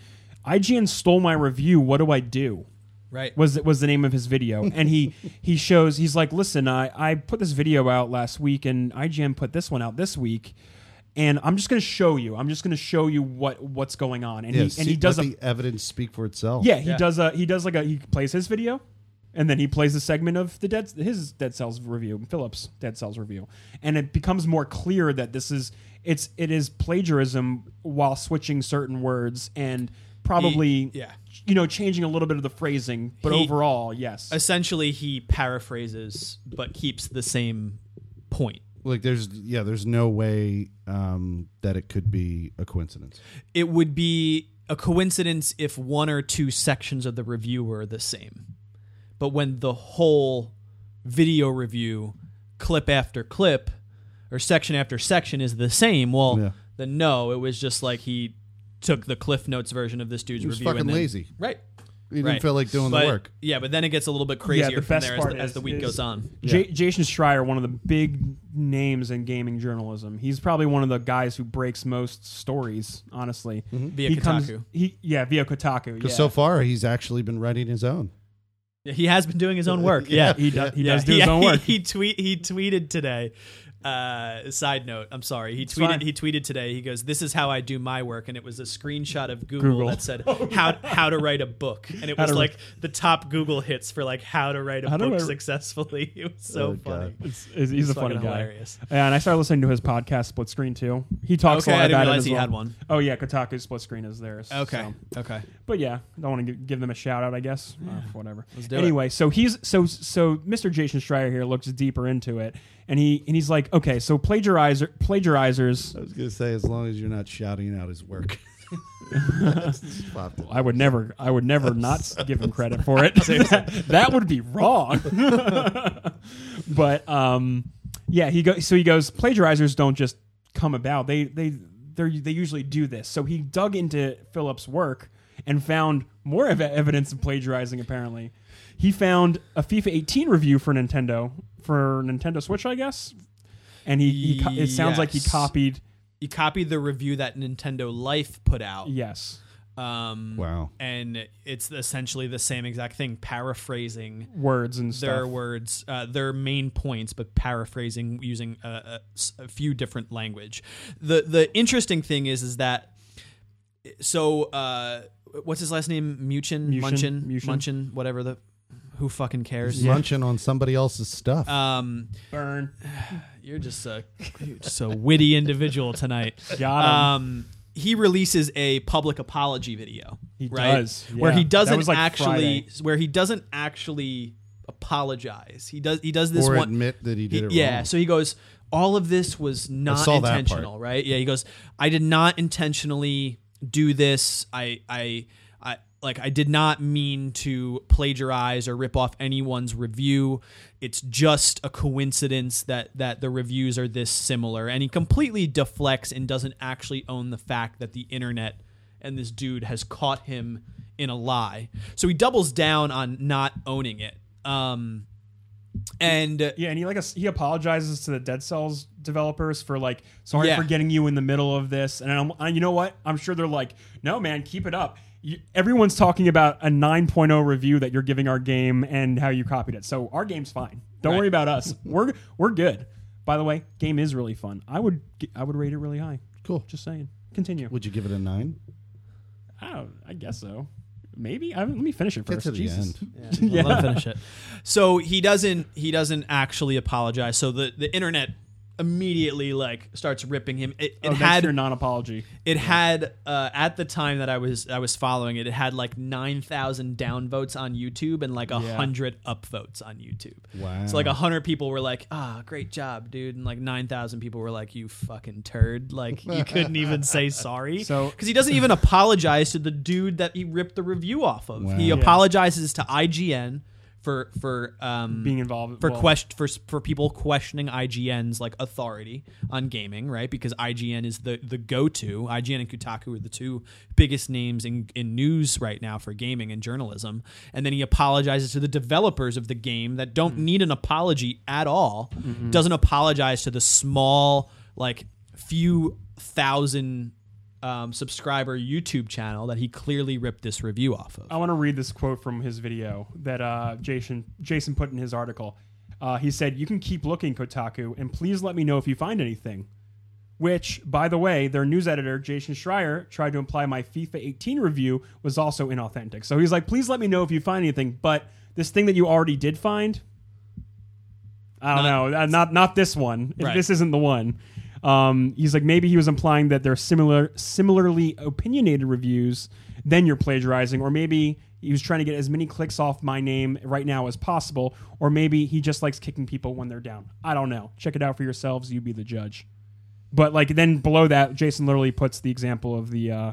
Speaker 2: "IGN stole my review. What do I do?"
Speaker 3: right.
Speaker 2: Was was the name of his video, and he he shows he's like, "Listen, I I put this video out last week, and IGN put this one out this week." And I'm just gonna show you. I'm just gonna show you what what's going on. And
Speaker 1: Yeah,
Speaker 2: he
Speaker 1: see-
Speaker 2: and he does
Speaker 1: let
Speaker 2: a
Speaker 1: the evidence speak for itself.
Speaker 2: yeah, he
Speaker 3: Yeah.
Speaker 2: does a he does like a he plays his video, and then he plays a segment of the dead his Dead Cells review, Phillips Dead Cells review, and it becomes more clear that this is it's it is plagiarism while switching certain words and probably
Speaker 3: yeah.
Speaker 2: you know changing a little bit of the phrasing, but
Speaker 3: He-
Speaker 2: overall yes.
Speaker 3: Essentially, he paraphrases but keeps the same point.
Speaker 1: Like there's yeah, there's no way um, that it could be a coincidence.
Speaker 3: it would be a coincidence if one or two sections of the review were the same. But when the whole video review clip after clip or section after section is the same. Well,
Speaker 1: Yeah.
Speaker 3: then no, it was just like he took the Cliff Notes version of this dude's
Speaker 1: He was
Speaker 3: review.
Speaker 1: fucking
Speaker 3: and then,
Speaker 1: lazy.
Speaker 3: right?
Speaker 1: He didn't
Speaker 3: right.
Speaker 1: feel like doing
Speaker 3: But-
Speaker 1: the work.
Speaker 3: Yeah, but then it gets a little bit crazier
Speaker 2: the
Speaker 3: from
Speaker 2: best
Speaker 3: there as
Speaker 2: part
Speaker 3: the, as
Speaker 2: is-
Speaker 3: the week
Speaker 2: is-
Speaker 3: goes on.
Speaker 2: J- Jason Schreier, one of the big names in gaming journalism. He's probably one of the guys who breaks most stories, honestly.
Speaker 3: Mm-hmm. Via
Speaker 2: he comes-
Speaker 3: Kotaku.
Speaker 2: he, yeah, via Kotaku. Yeah.
Speaker 1: Because so far, he's actually been writing his own.
Speaker 3: Yeah, he has been doing his own work. Yeah,
Speaker 2: he does, he
Speaker 3: Yeah,
Speaker 2: does do his
Speaker 3: yeah,
Speaker 2: own work.
Speaker 3: He, tweet he tweeted today. Uh, side note, I'm sorry. He
Speaker 2: fine.
Speaker 3: tweeted he tweeted today. He goes, "This is how I do my work," and it was a screenshot of Google,
Speaker 2: Google. Oh,
Speaker 3: that said how how to write a book, and it
Speaker 2: How
Speaker 3: was
Speaker 2: to-
Speaker 3: like the top Google hits for like how to write a
Speaker 2: How do
Speaker 3: book
Speaker 2: I-
Speaker 3: successfully. It was so
Speaker 1: Oh, God.
Speaker 3: funny.
Speaker 2: It's- it's- he's a
Speaker 3: fucking
Speaker 2: funny guy.
Speaker 3: hilarious.
Speaker 2: Yeah, and I started listening to his podcast, Split Screen, too. He talks
Speaker 3: Okay,
Speaker 2: a lot
Speaker 3: I didn't
Speaker 2: about it
Speaker 3: realize
Speaker 2: as
Speaker 3: he
Speaker 2: well.
Speaker 3: had one.
Speaker 2: Oh, yeah, Kotaku's Split Screen is theirs. so.
Speaker 3: okay.
Speaker 2: But yeah, I don't want to give them a shout out. I guess Uh, whatever.
Speaker 3: do it.
Speaker 2: anyway, so he's so so Mr. Jason Schreier here looks deeper into it, and he and he's like, okay, so plagiarizer plagiarizers.
Speaker 1: I was going to say, as long as you're not shouting out his work.
Speaker 2: I would never, I would never not s- give him credit for it. that, that would be wrong. but um, yeah, he goes. So he goes. Plagiarizers don't just come about. They they they they usually do this. So he dug into Phillips' work and found more ev- evidence of plagiarizing. Apparently, he found a FIFA 18 review for Nintendo for Nintendo Switch, I guess. And he, he co- it sounds like he
Speaker 3: Yes.
Speaker 2: copied.
Speaker 3: He copied the review that Nintendo Life put out.
Speaker 2: Yes.
Speaker 3: Um,
Speaker 1: Wow.
Speaker 3: And it's essentially the same exact thing, paraphrasing
Speaker 2: Words and stuff.
Speaker 3: their words, uh, their main points, but paraphrasing using a, a s- a few different language. the The interesting thing is, is that so uh, what's his last name? Muchin,
Speaker 2: Muchin,
Speaker 3: Munchin,
Speaker 2: Muchin.
Speaker 3: Munchin, whatever the who fucking cares.
Speaker 1: Munching on somebody else's stuff.
Speaker 3: Um,
Speaker 2: Burn.
Speaker 3: you're just a you're just a witty individual tonight.
Speaker 2: Got him.
Speaker 3: Um, he releases a public apology video.
Speaker 2: He
Speaker 3: right?
Speaker 2: does,
Speaker 3: where
Speaker 2: yeah.
Speaker 3: he
Speaker 2: That
Speaker 3: doesn't
Speaker 2: was, like,
Speaker 3: actually,
Speaker 2: Friday.
Speaker 3: where he doesn't actually apologize. He does. He does this
Speaker 1: or
Speaker 3: one.
Speaker 1: admit that he
Speaker 3: He-
Speaker 1: did it
Speaker 3: yeah.
Speaker 1: wrong.
Speaker 3: So he goes, all of this was not
Speaker 1: saw that part.
Speaker 3: intentional, right? Yeah. He goes, I did not intentionally do this. I, I, I, like, I did not mean to plagiarize or rip off anyone's review. It's just a coincidence that that the reviews are this similar. And he completely deflects and doesn't actually own the fact that the internet and this dude has caught him in a lie. So he doubles down on not owning it. Um, and
Speaker 2: Yeah, and he like he apologizes to the Dead Cells developers for like sorry
Speaker 3: Yeah.
Speaker 2: for getting you in the middle of this, and I'm, and you know what? I'm sure they're like, no man, keep it up. You, everyone's talking about a 9.0 review that you're giving our game and how you copied it, so our game's fine. Don't
Speaker 3: Right.
Speaker 2: worry about us. We're we're good. By the way, game is really fun. I would g- I would rate it really high.
Speaker 1: Cool.
Speaker 2: Just saying. Continue.
Speaker 1: Would you give it a nine?
Speaker 2: I, don't, I guess so. Maybe. I, haven't- let me finish it
Speaker 1: Get
Speaker 2: first.
Speaker 1: to the
Speaker 2: Jesus.
Speaker 1: end.
Speaker 3: Well, let him finish it. So he doesn't he doesn't actually apologize. So the the internet immediately like starts ripping him. It, it
Speaker 2: Oh, that's
Speaker 3: had
Speaker 2: your non-apology.
Speaker 3: it had uh, at the time that I was I was following it. It had like nine thousand downvotes on YouTube and like a
Speaker 2: Yeah.
Speaker 3: hundred upvotes on YouTube.
Speaker 1: Wow.
Speaker 3: So like a hundred people were like, "Ah, great job, dude," and like nine thousand people were like, "You fucking turd!" Like you couldn't even say sorry.
Speaker 2: So-
Speaker 3: because he doesn't even apologize to the dude that he ripped the review off of.
Speaker 1: Wow.
Speaker 3: He
Speaker 1: Yeah.
Speaker 3: apologizes to IGN for for um
Speaker 2: Being involved
Speaker 3: for
Speaker 2: well,
Speaker 3: quest for for people questioning IGN's like authority on gaming, right? Because IGN is the the go to. IGN and Kotaku are the two biggest names in in news right now for gaming and journalism. And then he apologizes to the developers of the game that don't
Speaker 2: Mm-hmm.
Speaker 3: need an apology at all. Doesn't apologize to the small like few thousand. Um, subscriber YouTube channel that he clearly ripped this review off of.
Speaker 2: I want to read this quote from his video that uh, Jason Jason put in his article. Uh, he said, "You can keep looking, Kotaku, and please let me know if you find anything." Which, by the way, their news editor Jason Schreier tried to imply my FIFA 18 review was also inauthentic. So he's like, "Please let me know if you find anything." But this thing that you already did find, I don't
Speaker 3: Not-
Speaker 2: know, uh, not not this one.
Speaker 3: Right.
Speaker 2: This isn't the one. Um, he's like maybe he was implying that they're similar, similarly opinionated reviews. Then you're plagiarizing, or maybe he was trying to get as many clicks off my name right now as possible, or maybe he just likes kicking people when they're down. I don't know. Check it out for yourselves. You be the judge. But like then below that, Jason literally puts the example of the uh,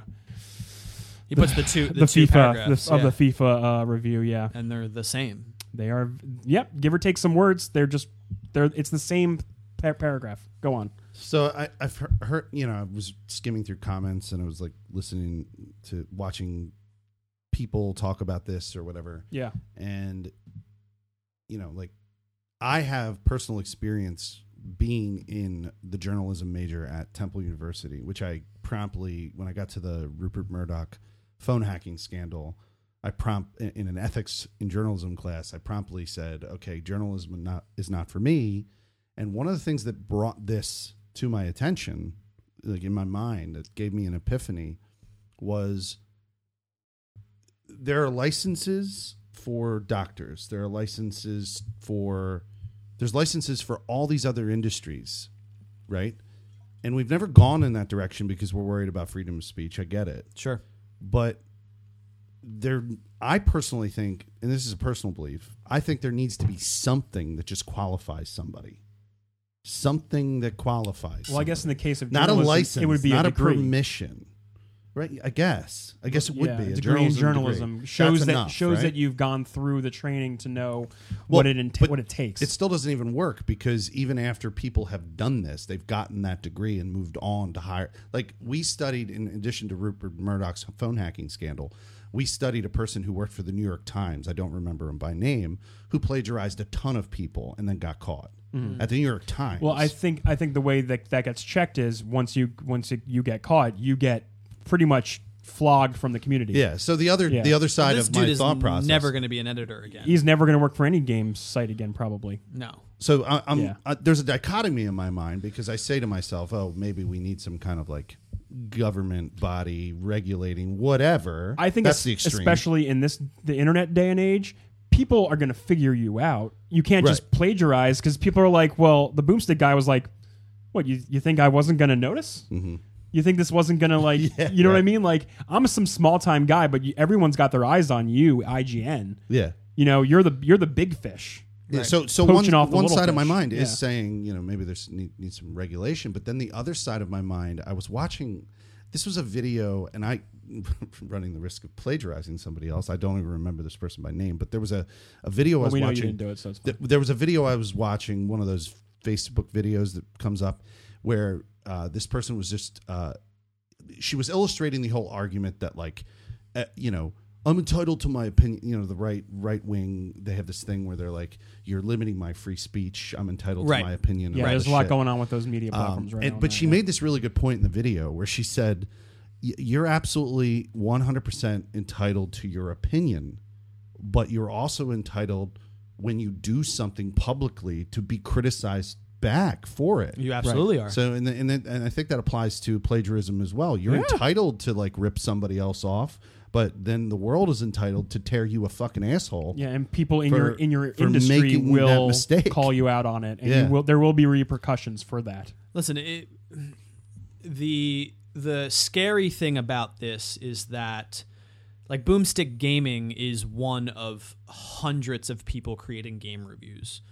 Speaker 3: He puts the two the,
Speaker 2: the
Speaker 3: two
Speaker 2: FIFA
Speaker 3: paragraphs,
Speaker 2: the, of
Speaker 3: yeah.
Speaker 2: the FIFA uh, review. Yeah,
Speaker 3: and they're the same.
Speaker 2: they are. Yep, give or take some words, they're just They're, it's the same par- paragraph. Go on.
Speaker 1: So I, I've he- heard, you know, I was skimming through comments and I was like listening to watching people talk about this or whatever.
Speaker 2: Yeah.
Speaker 1: And, you know, like I have personal experience being in the journalism major at Temple University, which I promptly, when I got to the Rupert Murdoch phone hacking scandal, I prompt in in an ethics in journalism class, I promptly said, okay, journalism not, is not for me. And one of the things that brought this to my attention, like in my mind, that gave me an epiphany was there are licenses for doctors, there are licenses for, there's licenses for all these other industries, right? And we've never gone in that direction because we're worried about freedom of speech. I get it
Speaker 3: Sure.
Speaker 1: but there I personally think and this is a personal belief I think there needs to be something that just qualifies somebody something that qualifies
Speaker 2: Well, I guess in the case of
Speaker 1: not a
Speaker 2: journalism,
Speaker 1: license
Speaker 2: it would be
Speaker 1: not
Speaker 2: a,
Speaker 1: a,
Speaker 2: degree.
Speaker 1: permission right I guess I guess it would
Speaker 2: Yeah,
Speaker 1: be a
Speaker 2: degree in
Speaker 1: journalism
Speaker 2: journalism
Speaker 1: degree.
Speaker 2: shows
Speaker 1: That's
Speaker 2: that
Speaker 1: enough,
Speaker 2: shows
Speaker 1: right?
Speaker 2: that you've gone through the training to know
Speaker 1: Well,
Speaker 2: what it enta-
Speaker 1: but
Speaker 2: what it takes.
Speaker 1: it still doesn't even work because even after people have done this, they've gotten that degree and moved on to higher. Like we studied, in addition to Rupert Murdoch's phone hacking scandal, we studied a person who worked for the New York Times. I don't remember him by name, who plagiarized a ton of people and then got caught at the New York Times.
Speaker 2: Mm-hmm. Well, I think I think the way that that gets checked is once you once it, you get caught, you get pretty much flogged from the community.
Speaker 1: yeah. So the other
Speaker 2: Yeah.
Speaker 1: the other side
Speaker 3: this
Speaker 1: of my
Speaker 3: dude is
Speaker 1: thought process.
Speaker 3: never going to be an editor again.
Speaker 2: He's never going to work for any game site again, probably.
Speaker 3: no.
Speaker 1: So I, I'm
Speaker 2: Yeah.
Speaker 1: I, there's a dichotomy in my mind because I say to myself, oh, maybe we need some kind of like government body regulating whatever.
Speaker 2: I think
Speaker 1: that's
Speaker 2: es-
Speaker 1: the extreme.
Speaker 2: especially in this the internet day and age, people are going to figure you out. You can't just
Speaker 1: Right.
Speaker 2: plagiarize because people are like, well, the boomstick guy was like, what you you think I wasn't going to notice? Mm-hmm. You think this wasn't going to like, you know what I mean? Like I'm some small time guy, but you, everyone's got their eyes on you, IGN.
Speaker 1: yeah.
Speaker 2: You know, you're the you're the big fish.
Speaker 1: Yeah, so so
Speaker 2: Poaching
Speaker 1: one,
Speaker 2: off the
Speaker 1: one
Speaker 2: little
Speaker 1: side of my
Speaker 2: fish.
Speaker 1: mind is
Speaker 2: Yeah.
Speaker 1: saying you know maybe there's need, needs some regulation but then the other side of my mind i was watching this was a video and i running the risk of plagiarizing somebody else i don't even remember this person by name but there was a, a video i was
Speaker 2: we know you
Speaker 1: watching
Speaker 2: didn't do it, so it's fine.
Speaker 1: th- there was a video i was watching one of those facebook videos that comes up where uh, this person was just uh, she was illustrating the whole argument that like uh, you know I'm entitled to my opinion. You know, the right right wing they have this thing where they're like, "You're limiting my free speech. I'm entitled
Speaker 3: Right.
Speaker 1: to my opinion."
Speaker 2: Yeah,
Speaker 1: and all
Speaker 2: there's
Speaker 1: this
Speaker 2: a lot
Speaker 1: shit.
Speaker 2: going on with those media
Speaker 1: Um,
Speaker 2: platforms right
Speaker 1: and-
Speaker 2: now.
Speaker 1: But
Speaker 2: man.
Speaker 1: she made this really good point in the video where she said, "Y- "You're absolutely 100 percent entitled to your opinion, but you're also entitled when you do something publicly to be criticized back for it."
Speaker 3: You absolutely are.
Speaker 1: So and the, and, the, and I think that applies to plagiarism as well. You're entitled to like rip somebody else off, but then the world is entitled to tear you a fucking asshole.
Speaker 2: yeah, and people in
Speaker 1: for-
Speaker 2: your in your
Speaker 1: for
Speaker 2: industry
Speaker 1: making that
Speaker 2: will
Speaker 1: mistake.
Speaker 2: call you out on it, and
Speaker 1: Yeah.
Speaker 2: you will there will be repercussions for that.
Speaker 3: Listen, it, the the scary thing about this is that like Boomstick Gaming is one of hundreds of people creating game reviews,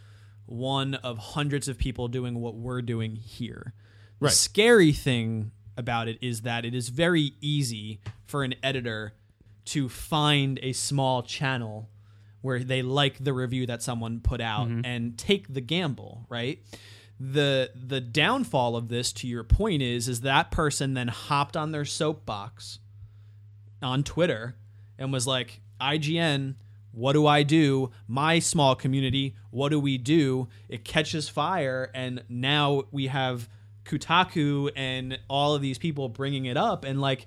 Speaker 3: one of hundreds of people doing what we're doing here.
Speaker 1: Right.
Speaker 3: The scary thing about it is that it is very easy for an editor to find a small channel where they like the review that someone put out and take the gamble, right? The the downfall of this to your point is is that person then hopped on their soapbox on Twitter and was like, IGN, what do I do? My small community, what do we do? It catches fire, and now we have Kutaku and all of these people bringing it up, and like,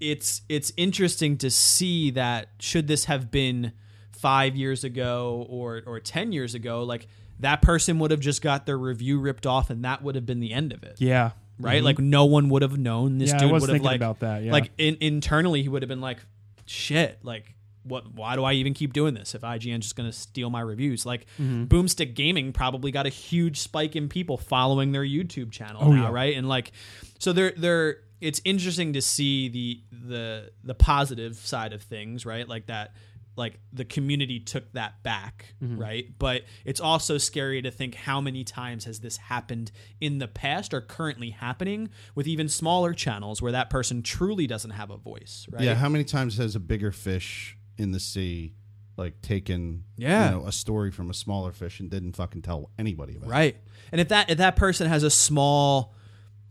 Speaker 3: it's it's interesting to see that should this have been five years ago or or ten years ago, like that person would have just got their review ripped off, and that would have been the end of it
Speaker 2: Yeah,
Speaker 3: right? Like no one would have known this
Speaker 2: Mm-hmm. Yeah, I
Speaker 3: dude
Speaker 2: was
Speaker 3: would have
Speaker 2: thinking
Speaker 3: like
Speaker 2: about that, yeah.
Speaker 3: Like in, internally, he would have been like, "Shit, like what? Why do I even keep doing this? If IGN's just gonna steal my reviews?" Like
Speaker 2: Mm-hmm.
Speaker 3: Boomstick Gaming probably got a huge spike in people following their YouTube channel now,
Speaker 2: Oh, yeah.
Speaker 3: right? And like, so they're they're. It's interesting to see the the the positive side of things, right? Like that like the community took that back right but it's also scary to think how many times has this happened in the past or currently happening with even smaller channels where that person truly doesn't have a voice right
Speaker 1: Yeah, how many times has a bigger fish in the sea like taken
Speaker 3: Yeah.
Speaker 1: you know, a story from a smaller fish and didn't fucking tell anybody about
Speaker 3: Right. And if that if that person has a small,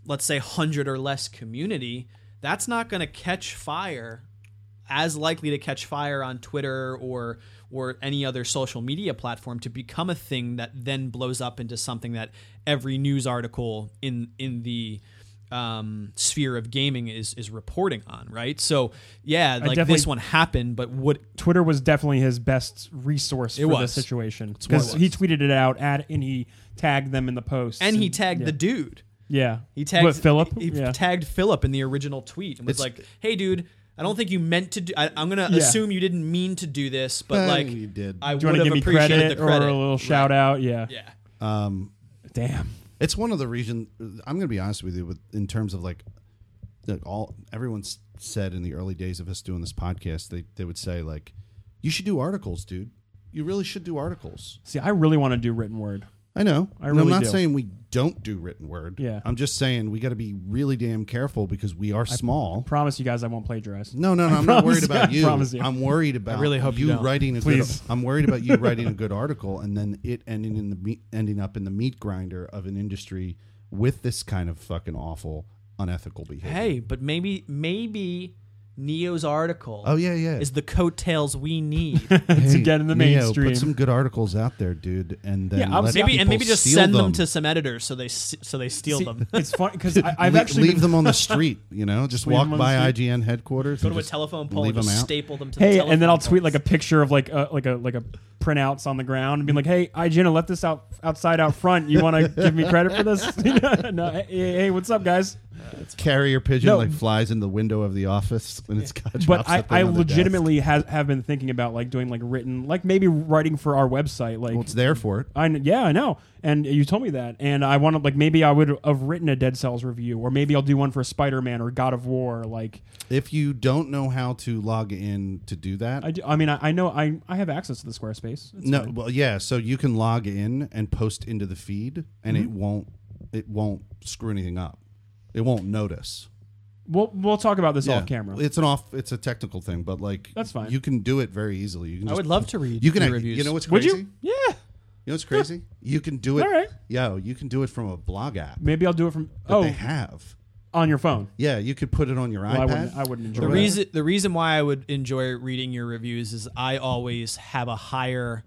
Speaker 3: let's say hundred or less community, that's not going to catch fire as likely to catch fire on Twitter or or any other social media platform to become a thing that then blows up into something that every news article in in the um, sphere of gaming is is reporting on, right? So yeah, like
Speaker 2: definitely-
Speaker 3: this one happened, but what
Speaker 2: Twitter was definitely his best resource for
Speaker 3: was.
Speaker 2: this situation
Speaker 3: what it
Speaker 2: because he tweeted it out at and he tagged them in the post
Speaker 3: and he tagged
Speaker 2: yeah.
Speaker 3: the dude.
Speaker 2: yeah
Speaker 3: He tagged
Speaker 2: What, Philip
Speaker 3: He
Speaker 2: yeah.
Speaker 3: tagged Philip in the original tweet and was
Speaker 1: It's-
Speaker 3: like, "Hey, dude, I don't think you meant to do. I, I'm gonna
Speaker 2: Yeah.
Speaker 3: assume you didn't mean to do this, but
Speaker 1: Eh,
Speaker 3: like,
Speaker 1: you did.
Speaker 3: I
Speaker 2: do you want to
Speaker 3: would have
Speaker 2: give me
Speaker 3: appreciated
Speaker 2: credit,
Speaker 3: the credit
Speaker 2: or a little shout out yeah.
Speaker 3: Yeah,
Speaker 1: it. Um,
Speaker 2: damn
Speaker 1: It's one of the reason I'm going to be honest with you, with in terms of like, like all everyone's said in the early days of us doing this podcast, they they would say like, you should do articles, dude. You really should do articles.
Speaker 2: see I really want to do written word
Speaker 1: I know.
Speaker 2: I
Speaker 1: And I'm
Speaker 2: really
Speaker 1: not
Speaker 2: do.
Speaker 1: saying we don't do written word.
Speaker 2: Yeah.
Speaker 1: I'm just saying we got to be really damn careful because we are small.
Speaker 2: promise you guys I won't plagiarize
Speaker 1: No, no, no. I'm not
Speaker 2: promise
Speaker 1: worried
Speaker 2: you,
Speaker 1: about
Speaker 2: I
Speaker 1: you.
Speaker 2: promise you.
Speaker 1: I'm worried about
Speaker 3: really hope you
Speaker 1: you
Speaker 3: don't.
Speaker 1: writing a
Speaker 2: Please.
Speaker 1: good. I'm worried about you writing a good article and then it ending in the meat, ending up in the meat grinder of an industry with this kind of fucking awful, unethical behavior.
Speaker 3: hey, but maybe maybe Neo's article
Speaker 1: Oh yeah, yeah.
Speaker 3: is the coattails we need.
Speaker 2: to get in the
Speaker 1: Neo,
Speaker 2: mainstream.
Speaker 1: Put some good articles out there, dude, and then
Speaker 2: Yeah,
Speaker 1: let
Speaker 2: obviously-
Speaker 3: maybe and
Speaker 1: people
Speaker 3: maybe just
Speaker 1: steal
Speaker 3: send them.
Speaker 1: them
Speaker 3: to some editors so they s- so they steal
Speaker 2: See,
Speaker 3: them.
Speaker 2: it's funny because I've
Speaker 1: Le-
Speaker 2: actually
Speaker 1: leave
Speaker 2: been-
Speaker 1: them on the street. You know, just
Speaker 2: Leave
Speaker 1: walk
Speaker 2: them on
Speaker 1: by
Speaker 2: the
Speaker 1: IGN headquarters.
Speaker 3: Go
Speaker 1: and
Speaker 3: to a
Speaker 1: just
Speaker 3: telephone pole
Speaker 1: leave
Speaker 3: and
Speaker 1: them
Speaker 3: just
Speaker 1: out.
Speaker 3: staple them to the
Speaker 2: hey,
Speaker 3: telephone
Speaker 2: and then I'll tweet
Speaker 3: poles.
Speaker 2: like a picture of like a like a like a printouts on the ground and be like, "Hey, IGN, I left this out outside out front. You want to give me credit for this? no, hey, hey, what's up, guys?
Speaker 1: carrier pigeon
Speaker 2: No.
Speaker 1: like flies in the window of the office and it's got
Speaker 2: But
Speaker 1: drops
Speaker 2: I,
Speaker 1: up
Speaker 2: I
Speaker 1: on the desk.
Speaker 2: legitimately has, have been thinking about like doing like written, like maybe writing for our website, like.
Speaker 1: well, it's there for it.
Speaker 2: I kn- yeah I know and you told me that and I wanted like maybe I would have written a Dead Cells review or maybe I'll do one for Spider Man or God of War like
Speaker 1: If you don't know how to log in to do that,
Speaker 2: I, do, I mean I, I know I I have access to the Squarespace It's
Speaker 1: no,
Speaker 2: fine.
Speaker 1: well, yeah. So you can log in and post into the feed, and
Speaker 2: Mm-hmm.
Speaker 1: it won't it won't screw anything up. It won't notice.
Speaker 2: we'll we'll talk about this
Speaker 1: Yeah.
Speaker 2: off camera
Speaker 1: It's an off. It's a technical thing, but like
Speaker 2: That's fine.
Speaker 1: You can do it very easily. You can.
Speaker 3: I
Speaker 1: Just,
Speaker 3: would love to read
Speaker 1: You can.
Speaker 3: your
Speaker 1: act-
Speaker 3: reviews.
Speaker 1: You know what's
Speaker 2: Would
Speaker 1: crazy?
Speaker 2: you? Yeah.
Speaker 1: know what's crazy? You can do it.
Speaker 2: All right.
Speaker 1: Yo, you can do it from a blog app.
Speaker 2: Maybe I'll do it from
Speaker 1: But
Speaker 2: oh
Speaker 1: they have.
Speaker 2: on your phone.
Speaker 1: Yeah, you could put it on your
Speaker 2: Well, I
Speaker 1: iPad.
Speaker 2: wouldn't. I wouldn't enjoy
Speaker 3: The
Speaker 2: that.
Speaker 3: reason the reason why I would enjoy reading your reviews is I always have a higher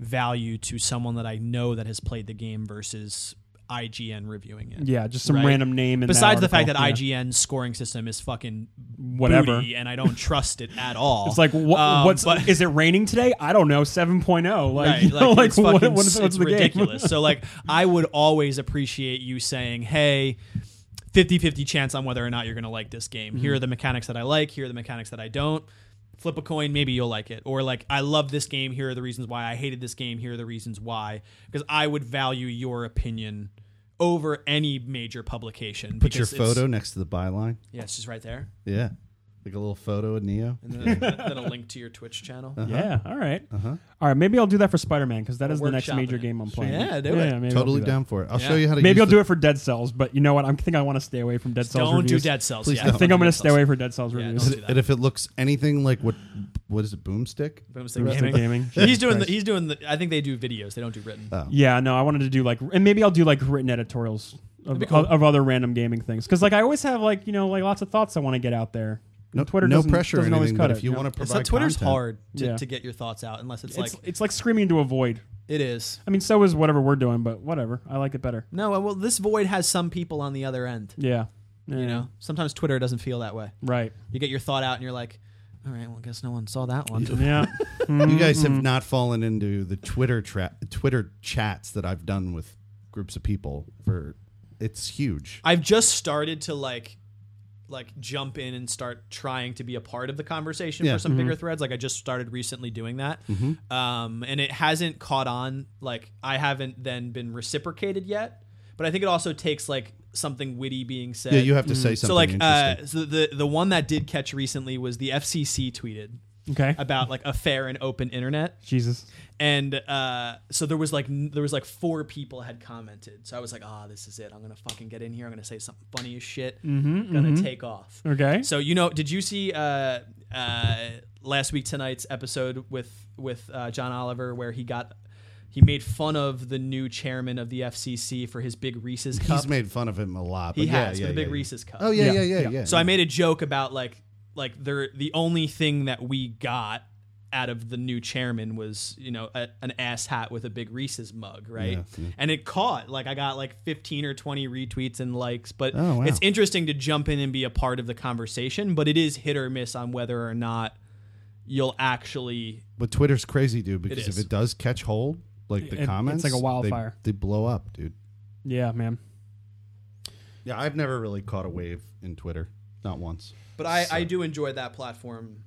Speaker 3: value to someone that I know that has played the game versus IGN reviewing it.
Speaker 2: Yeah, just some
Speaker 3: Right.
Speaker 2: random name. In
Speaker 3: Besides the
Speaker 2: that
Speaker 3: fact that
Speaker 2: article. Yeah.
Speaker 3: IGN's scoring system is fucking
Speaker 2: Whatever.
Speaker 3: booty and I don't trust it at all.
Speaker 2: It's like what,
Speaker 3: Um,
Speaker 2: what's
Speaker 3: but-
Speaker 2: is it raining today? I don't know. 7.0. Like,
Speaker 3: Right,
Speaker 2: you know,
Speaker 3: like,
Speaker 2: like,
Speaker 3: it's
Speaker 2: what,
Speaker 3: fucking,
Speaker 2: what is-
Speaker 3: it's
Speaker 2: what's the game?
Speaker 3: ridiculous. so like I would always appreciate you saying, "Hey, 50-50 chance on whether or not you're going to like this game.
Speaker 2: Mm-hmm.
Speaker 3: Here are the mechanics that I like, here are the mechanics that I don't. Flip a coin, maybe you'll like it." Or like, "I love this game, here are the reasons why. I hated this game, here are the reasons why." Because I would value your opinion over any major publication.
Speaker 1: Put your
Speaker 3: because it's-
Speaker 1: photo next to the byline.
Speaker 3: Yeah, it's just right there.
Speaker 1: Yeah, like a little photo of Neo.
Speaker 3: And then, then a link to your Twitch channel.
Speaker 2: Yeah. All right.
Speaker 1: Uh-huh.
Speaker 2: All right. Maybe I'll do that for Spider Man because that is the next
Speaker 3: workshopping
Speaker 2: major
Speaker 3: it.
Speaker 2: game I'm playing.
Speaker 3: Yeah, do it.
Speaker 2: maybe I'll
Speaker 1: Totally
Speaker 2: do that.
Speaker 1: down for it. I'll
Speaker 3: Yeah.
Speaker 1: show you how to.
Speaker 2: Maybe
Speaker 1: use
Speaker 2: I'll
Speaker 1: the-
Speaker 2: do it for Dead Cells, but you know what? I am think I want to stay away from Dead Cells.
Speaker 3: Don't
Speaker 2: reviews.
Speaker 3: do dead cells.
Speaker 1: Please
Speaker 3: yeah,
Speaker 1: don't.
Speaker 2: I think I'm
Speaker 3: do
Speaker 2: going to
Speaker 3: Dead
Speaker 2: stay
Speaker 3: Cells.
Speaker 2: away from Dead Cells
Speaker 3: Yeah,
Speaker 2: reviews.
Speaker 3: don't do that.
Speaker 1: And if it looks anything like what, what is it? Boomstick.
Speaker 3: Boomstick
Speaker 2: Boomstick
Speaker 3: Gaming.
Speaker 2: Gaming.
Speaker 3: he's
Speaker 2: Jesus
Speaker 3: doing. The,
Speaker 2: Christ.
Speaker 3: he's doing. The, I think they do videos. They don't do written.
Speaker 1: Uh,
Speaker 2: Yeah, no, I wanted to do like, and maybe I'll do like written editorials of,
Speaker 3: be cool.
Speaker 2: of, of other random gaming things because like I always have like you know like lots of thoughts I want to get out there.
Speaker 1: No
Speaker 2: Twitter
Speaker 1: no
Speaker 2: doesn't,
Speaker 1: pressure
Speaker 2: doesn't
Speaker 1: or
Speaker 2: always
Speaker 1: anything.
Speaker 2: cut
Speaker 1: but
Speaker 2: it.
Speaker 1: if you
Speaker 2: no.
Speaker 1: want to
Speaker 3: It's
Speaker 1: provide,
Speaker 3: Twitter's
Speaker 1: content-
Speaker 3: hard to,
Speaker 2: Yeah.
Speaker 3: to get your thoughts out unless it's,
Speaker 2: it's
Speaker 3: like
Speaker 2: it's like screaming into a void.
Speaker 3: it is.
Speaker 2: I mean, so is whatever we're doing, but whatever. I like it better.
Speaker 3: No, well, this void has some people on the other end.
Speaker 2: Yeah,
Speaker 3: You know, sometimes Twitter doesn't feel that way.
Speaker 2: right?
Speaker 3: You get your thought out, and you're like, "All right, well, I guess no one saw that one."
Speaker 2: Yeah,
Speaker 1: You guys
Speaker 2: Mm.
Speaker 1: have not fallen into the Twitter tra- Twitter chats that I've done with groups of people. For it's huge.
Speaker 3: I've just started to like, like jump in and start trying to be a part of the conversation
Speaker 1: Yeah. Mm-hmm.
Speaker 3: for some bigger threads. Like I just started recently doing that, um, and it hasn't caught on. Like I haven't then been reciprocated yet. But I think it also takes like something witty being said.
Speaker 1: Yeah, you have to say something
Speaker 3: so like
Speaker 1: interesting.
Speaker 3: uh, so the the one that did catch recently was the FCC tweeted
Speaker 2: okay.
Speaker 3: about like a fair and open internet,
Speaker 2: Jesus,
Speaker 3: and uh, so there was like n- there was like four people had commented. So I was like, ah, this is it. I'm gonna fucking get in
Speaker 1: Mm-hmm,
Speaker 3: here. I'm gonna say something funny as shit. gonna take off.
Speaker 2: okay.
Speaker 3: So you know, did you see? Uh, uh, last week tonight's episode with with uh, John Oliver, where he got he made fun of the new chairman of the FCC for his big Reese's cup.
Speaker 1: He's made fun of him a lot. But
Speaker 3: he
Speaker 1: yeah,
Speaker 3: has
Speaker 1: yeah,
Speaker 3: for the big
Speaker 1: yeah, yeah.
Speaker 3: Reese's cup.
Speaker 1: Oh yeah, yeah,
Speaker 2: Yeah,
Speaker 1: yeah, yeah.
Speaker 2: yeah.
Speaker 3: So I made a joke about like like they're the only thing that we got out of the new chairman was you know a, an ass hat with a big Reese's mug, right?
Speaker 1: Yeah, yeah.
Speaker 3: And it caught like I got like fifteen or twenty retweets and likes, but
Speaker 1: Oh, wow.
Speaker 3: it's interesting to jump in and be a part of the conversation, but it is hit or miss on whether or not you'll actually
Speaker 1: But Twitter's crazy, dude. Because if
Speaker 3: is.
Speaker 1: it does catch hold, like the
Speaker 2: It- it's
Speaker 1: comments,
Speaker 2: like a
Speaker 1: they-
Speaker 2: wildfire.
Speaker 1: They, blow up, dude.
Speaker 2: Yeah, man.
Speaker 1: Yeah, I've never really caught a wave in Twitter, not once.
Speaker 3: but I,
Speaker 1: So-
Speaker 3: I do enjoy that platform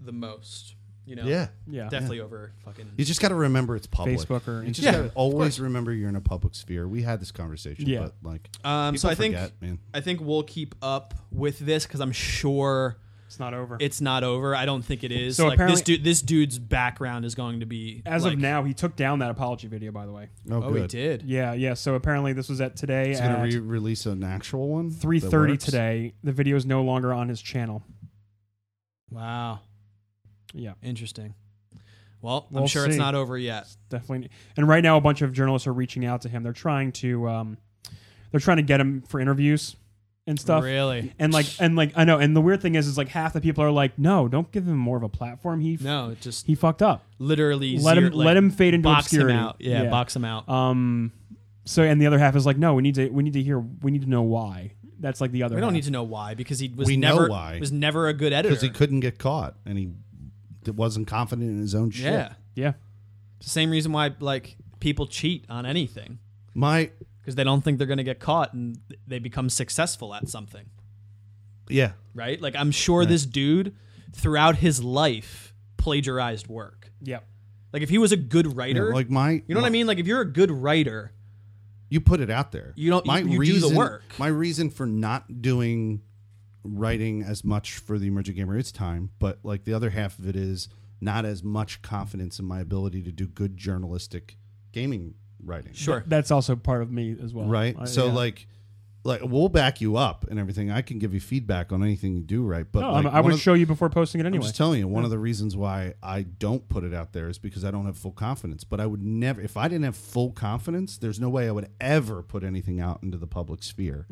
Speaker 3: the most, you know.
Speaker 1: Yeah,
Speaker 2: Yeah.
Speaker 3: Definitely over fucking
Speaker 1: you just got to remember it's public.
Speaker 2: Facebook or
Speaker 1: You just
Speaker 2: Instagram.
Speaker 1: got to always remember you're in a public sphere. We had this conversation,
Speaker 2: Yeah.
Speaker 1: but like,
Speaker 3: um, so
Speaker 1: people
Speaker 3: I think
Speaker 1: forget, man.
Speaker 3: I think we'll keep up with this because I'm sure
Speaker 2: It's not over.
Speaker 3: it's not over. I don't think it is.
Speaker 2: So
Speaker 3: like this
Speaker 2: apparently-
Speaker 3: dude, this dude's background is going to be
Speaker 2: As
Speaker 3: like-
Speaker 2: of now, he took down that apology video, by the way.
Speaker 1: Oh,
Speaker 3: Oh,
Speaker 1: good.
Speaker 3: he did.
Speaker 2: Yeah, yeah. So apparently this was at today
Speaker 1: He's
Speaker 2: at
Speaker 1: gonna re-release an actual one. that
Speaker 2: 3.30
Speaker 1: works?
Speaker 2: today. The video is no longer on his channel.
Speaker 3: Wow,
Speaker 2: Yeah,
Speaker 3: interesting. Well, I'm
Speaker 2: We'll
Speaker 3: sure it's
Speaker 2: see.
Speaker 3: not over yet.
Speaker 2: definitely. And right now, a bunch of journalists are reaching out to him. They're trying to, um, they're trying to get him for interviews and stuff.
Speaker 3: Really?
Speaker 2: And like, and like, I know. And the weird thing is, is like half the people are like, no, don't give him more of a platform. He,
Speaker 3: No, it just
Speaker 2: he fucked up.
Speaker 3: literally
Speaker 2: Let him,
Speaker 3: zero- like,
Speaker 2: let him fade into
Speaker 3: box
Speaker 2: obscurity.
Speaker 3: him out. Yeah, box him out.
Speaker 2: Um, so and the other half is like, no, we need to, we need to hear, we need to know why. That's like the other.
Speaker 3: we don't
Speaker 2: half.
Speaker 3: need to know why because he was
Speaker 1: We know
Speaker 3: never
Speaker 1: why.
Speaker 3: was never a good editor.
Speaker 1: because he couldn't get caught and he d- wasn't confident in his own shit.
Speaker 3: yeah,
Speaker 2: Yeah.
Speaker 3: it's the same reason why like people cheat on anything
Speaker 1: My
Speaker 3: because they don't think they're going to get caught and th- they become successful at something.
Speaker 1: yeah.
Speaker 3: right? Like I'm sure this dude throughout his life plagiarized work.
Speaker 2: Yep.
Speaker 3: Like if he was a good
Speaker 1: Yeah,
Speaker 3: writer,
Speaker 1: like my
Speaker 3: you know what I mean? Like if you're a good writer,
Speaker 1: You put it out there.
Speaker 3: You don't-
Speaker 1: my
Speaker 3: you- you do the
Speaker 1: reason,
Speaker 3: work.
Speaker 1: My reason for not doing writing as much for the emerging gamer it's time, but like the other half of it is not as much confidence in my ability to do good journalistic gaming writing.
Speaker 3: sure.
Speaker 2: That's also part of me as well.
Speaker 1: right
Speaker 2: I-
Speaker 1: so
Speaker 2: Uh, yeah.
Speaker 1: like like we'll back you up and everything i can give you feedback on anything you do right but
Speaker 2: No,
Speaker 1: like,
Speaker 2: I'm- I
Speaker 1: one
Speaker 2: would
Speaker 1: of-
Speaker 2: show you before posting it
Speaker 1: I'm
Speaker 2: anyway.
Speaker 1: just telling you one of the reasons why i don't put it out there is because i don't have full confidence but i would never if i didn't have full confidence there's no way i would ever put anything out into the public sphere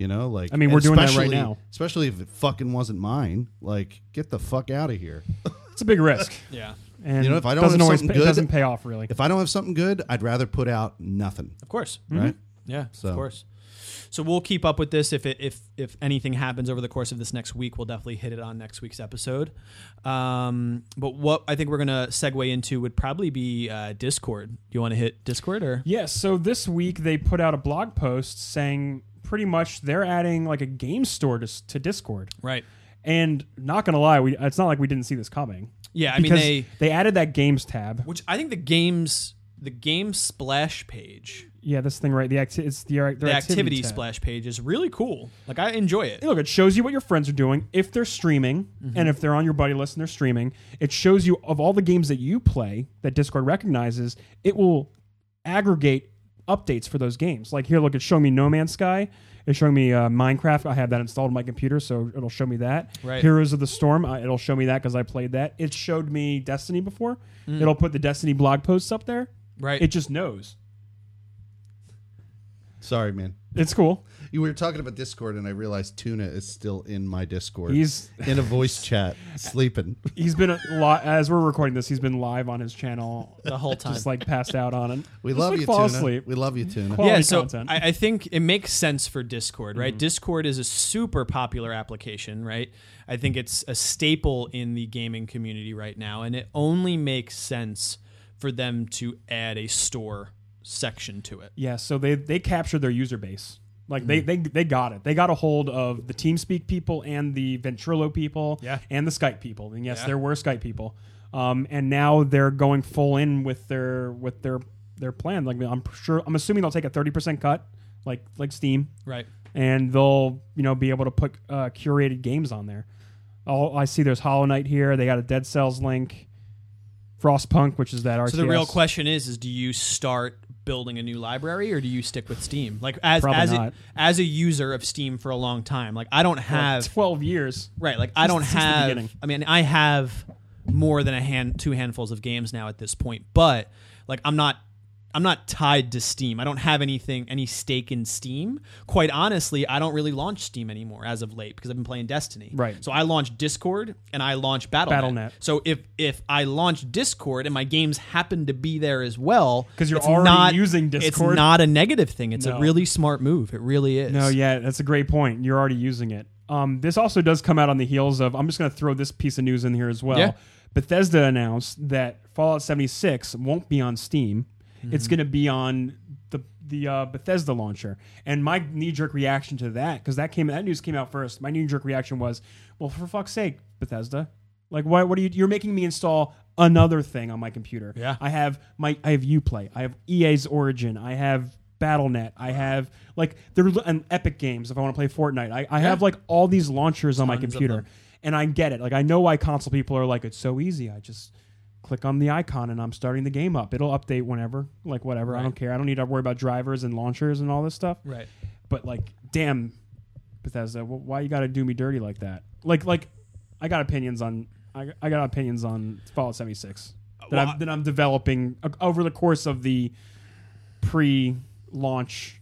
Speaker 1: you know like
Speaker 2: Mm. I mean, we're doing that right
Speaker 1: especially-
Speaker 2: now.
Speaker 1: especially if it fucking wasn't mine like get the fuck out of here
Speaker 2: It's a big risk.
Speaker 3: Yeah.
Speaker 2: And
Speaker 1: You know, if I don't
Speaker 2: doesn't
Speaker 1: have
Speaker 2: always
Speaker 1: something
Speaker 2: pay, it
Speaker 1: good-
Speaker 2: doesn't pay off really.
Speaker 1: if i don't have something good i'd rather put out nothing
Speaker 3: Of course.
Speaker 2: Mm-hmm.
Speaker 1: right
Speaker 3: Yeah,
Speaker 1: So-
Speaker 3: of course. So we'll keep up with this if it, if if anything happens over the course of this next week, we'll definitely hit it on next week's episode. Um, but what I think we're gonna segue into would probably be uh, Discord. Do you want to hit Discord or?
Speaker 2: Yes. so this week they put out a blog post saying pretty much they're adding like a game store to, s- to Discord.
Speaker 3: Right.
Speaker 2: And not gonna lie, we it's not like we didn't see this coming.
Speaker 3: Yeah. I
Speaker 2: because
Speaker 3: mean, they
Speaker 2: they added that games tab.
Speaker 3: which I think the games the game splash page
Speaker 2: Yeah, this thing right. The acti- it's the, their
Speaker 3: the
Speaker 2: activity,
Speaker 3: activity
Speaker 2: tab.
Speaker 3: splash page is really cool. Like I enjoy it.
Speaker 2: Hey, Look, it shows you what your friends are doing if they're streaming and if they're on your buddy list and they're streaming. It shows you of all the games that you play that Discord recognizes, it will aggregate updates for those games. Like here, look, it's showing me No Man's Sky. It's showing me uh, Minecraft. I have that installed on my computer, so it'll show me that.
Speaker 3: Right.
Speaker 2: Heroes of the Storm. Uh, it'll show me that because I played that. It showed me Destiny before. It'll put the Destiny blog posts up there.
Speaker 3: Right.
Speaker 2: It just knows.
Speaker 1: sorry man
Speaker 2: It's cool.
Speaker 1: You were talking about Discord, and I realized Tuna is still in my Discord.
Speaker 2: He's-
Speaker 1: in a voice chat, sleeping.
Speaker 2: He's been a lot as we're recording this. He's been live on his channel
Speaker 3: the whole time.
Speaker 2: just like passed out on it.
Speaker 1: We
Speaker 2: Just,
Speaker 1: love
Speaker 2: like,
Speaker 1: you,
Speaker 2: fall
Speaker 1: Tuna.
Speaker 2: asleep.
Speaker 1: We love you, Tuna.
Speaker 2: Qual-
Speaker 3: yeah,
Speaker 2: quality
Speaker 3: so
Speaker 2: content. Mm-hmm.
Speaker 3: I, I think it makes sense for Discord, right? Discord is a super popular application, right? I think it's a staple in the gaming community right now, and it only makes sense for them to add a store section to it.
Speaker 2: yeah, so they they captured their user base. Like
Speaker 1: Mm.
Speaker 2: they, they they got it. They got a hold of the TeamSpeak people and the Ventrilo people
Speaker 3: Yeah.
Speaker 2: and the Skype people. And yes,
Speaker 3: Yeah.
Speaker 2: there were Skype people. Um, and now they're going full in with their with their their plan. Like I'm sure I'm assuming they'll take a 30% cut like like Steam
Speaker 3: Right.
Speaker 2: and they'll you know be able to put uh, curated games on there. Oh, I see. There's Hollow Knight here. They got a Dead Cells link, Frostpunk, which is that RTS.
Speaker 3: So the real question is: is do you start building a new library, or do you stick with Steam? Like as
Speaker 2: Probably
Speaker 3: as a,
Speaker 2: not.
Speaker 3: as a user of Steam for a long time, like I don't have
Speaker 2: twelve years.
Speaker 3: Right. Like I
Speaker 2: Since-
Speaker 3: don't
Speaker 2: since the
Speaker 3: have.
Speaker 2: beginning.
Speaker 3: I mean, I have more than a hand, two handfuls of games now at this point. But like, I'm not. I'm not tied to Steam. I don't have anything, any stake in Steam. Quite honestly, I don't really launch Steam anymore as of late because I've been playing Destiny.
Speaker 2: Right.
Speaker 3: So I launch Discord and I launch Battle.net.
Speaker 2: Battle.net.
Speaker 3: So if if I launch Discord and my games happen to be there as well,
Speaker 2: 'Cause you're
Speaker 3: it's
Speaker 2: already
Speaker 3: not-
Speaker 2: using
Speaker 3: it's
Speaker 2: Discord.
Speaker 3: not a negative thing. It's a
Speaker 2: No.
Speaker 3: really smart move. It really is.
Speaker 2: No, yeah, that's a great point. You're already using it. Um, this also does come out on the heels of. I'm just going to throw this piece of news in here as well.
Speaker 3: Yeah.
Speaker 2: Bethesda announced that Fallout 76 won't be on Steam. It's going to be on the the uh, Bethesda launcher. And my knee jerk reaction to that, because that came that news came out first. My knee jerk reaction was, well, for fuck's sake, Bethesda, like why? What are you? You're making me install another thing on my computer.
Speaker 3: Yeah.
Speaker 2: I have my I have UPlay. I have EA's Origin. I have BattleNet. I have like there are and Epic Games if I want to play Fortnite. I, I have like all these launchers on my
Speaker 3: Tons of
Speaker 2: computer,
Speaker 3: them.
Speaker 2: and I get it. Like I know why console people are like it's so easy. I just click on the icon and I'm starting the game up. It'll update whenever, like whatever. I
Speaker 3: Right.
Speaker 2: don't care. I don't need to worry about drivers and launchers and all this stuff.
Speaker 3: Right.
Speaker 2: But like, damn, Bethesda, wh- why you got to do me dirty like that? Like, like, I got opinions on. I, I got opinions on Fallout 76 that,
Speaker 3: Well, I-
Speaker 2: I'm, that I'm developing o- over the course of the pre-launch.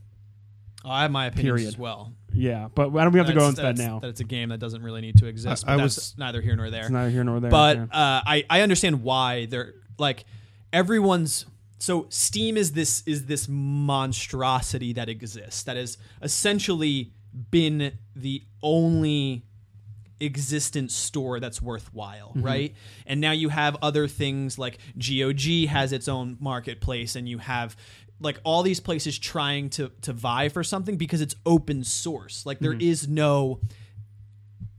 Speaker 3: I have my opinions
Speaker 2: Period.
Speaker 3: as well.
Speaker 2: Yeah, but I don't we have to go into that
Speaker 3: it's-
Speaker 2: now.
Speaker 3: That it's a game that doesn't really need to exist.
Speaker 1: I- I
Speaker 3: but that's
Speaker 1: was-
Speaker 3: neither here nor there.
Speaker 2: It's neither here nor there.
Speaker 3: but
Speaker 2: yeah.
Speaker 3: uh, I I understand why they're like everyone's. So Steam is this is this monstrosity that exists that has essentially been the only existent store that's worthwhile,
Speaker 2: Mm-hmm.
Speaker 3: right? And now you have other things like GOG has its own marketplace and you have like all these places trying to to vie for something because it's open source. Like there
Speaker 2: Mm-hmm.
Speaker 3: is no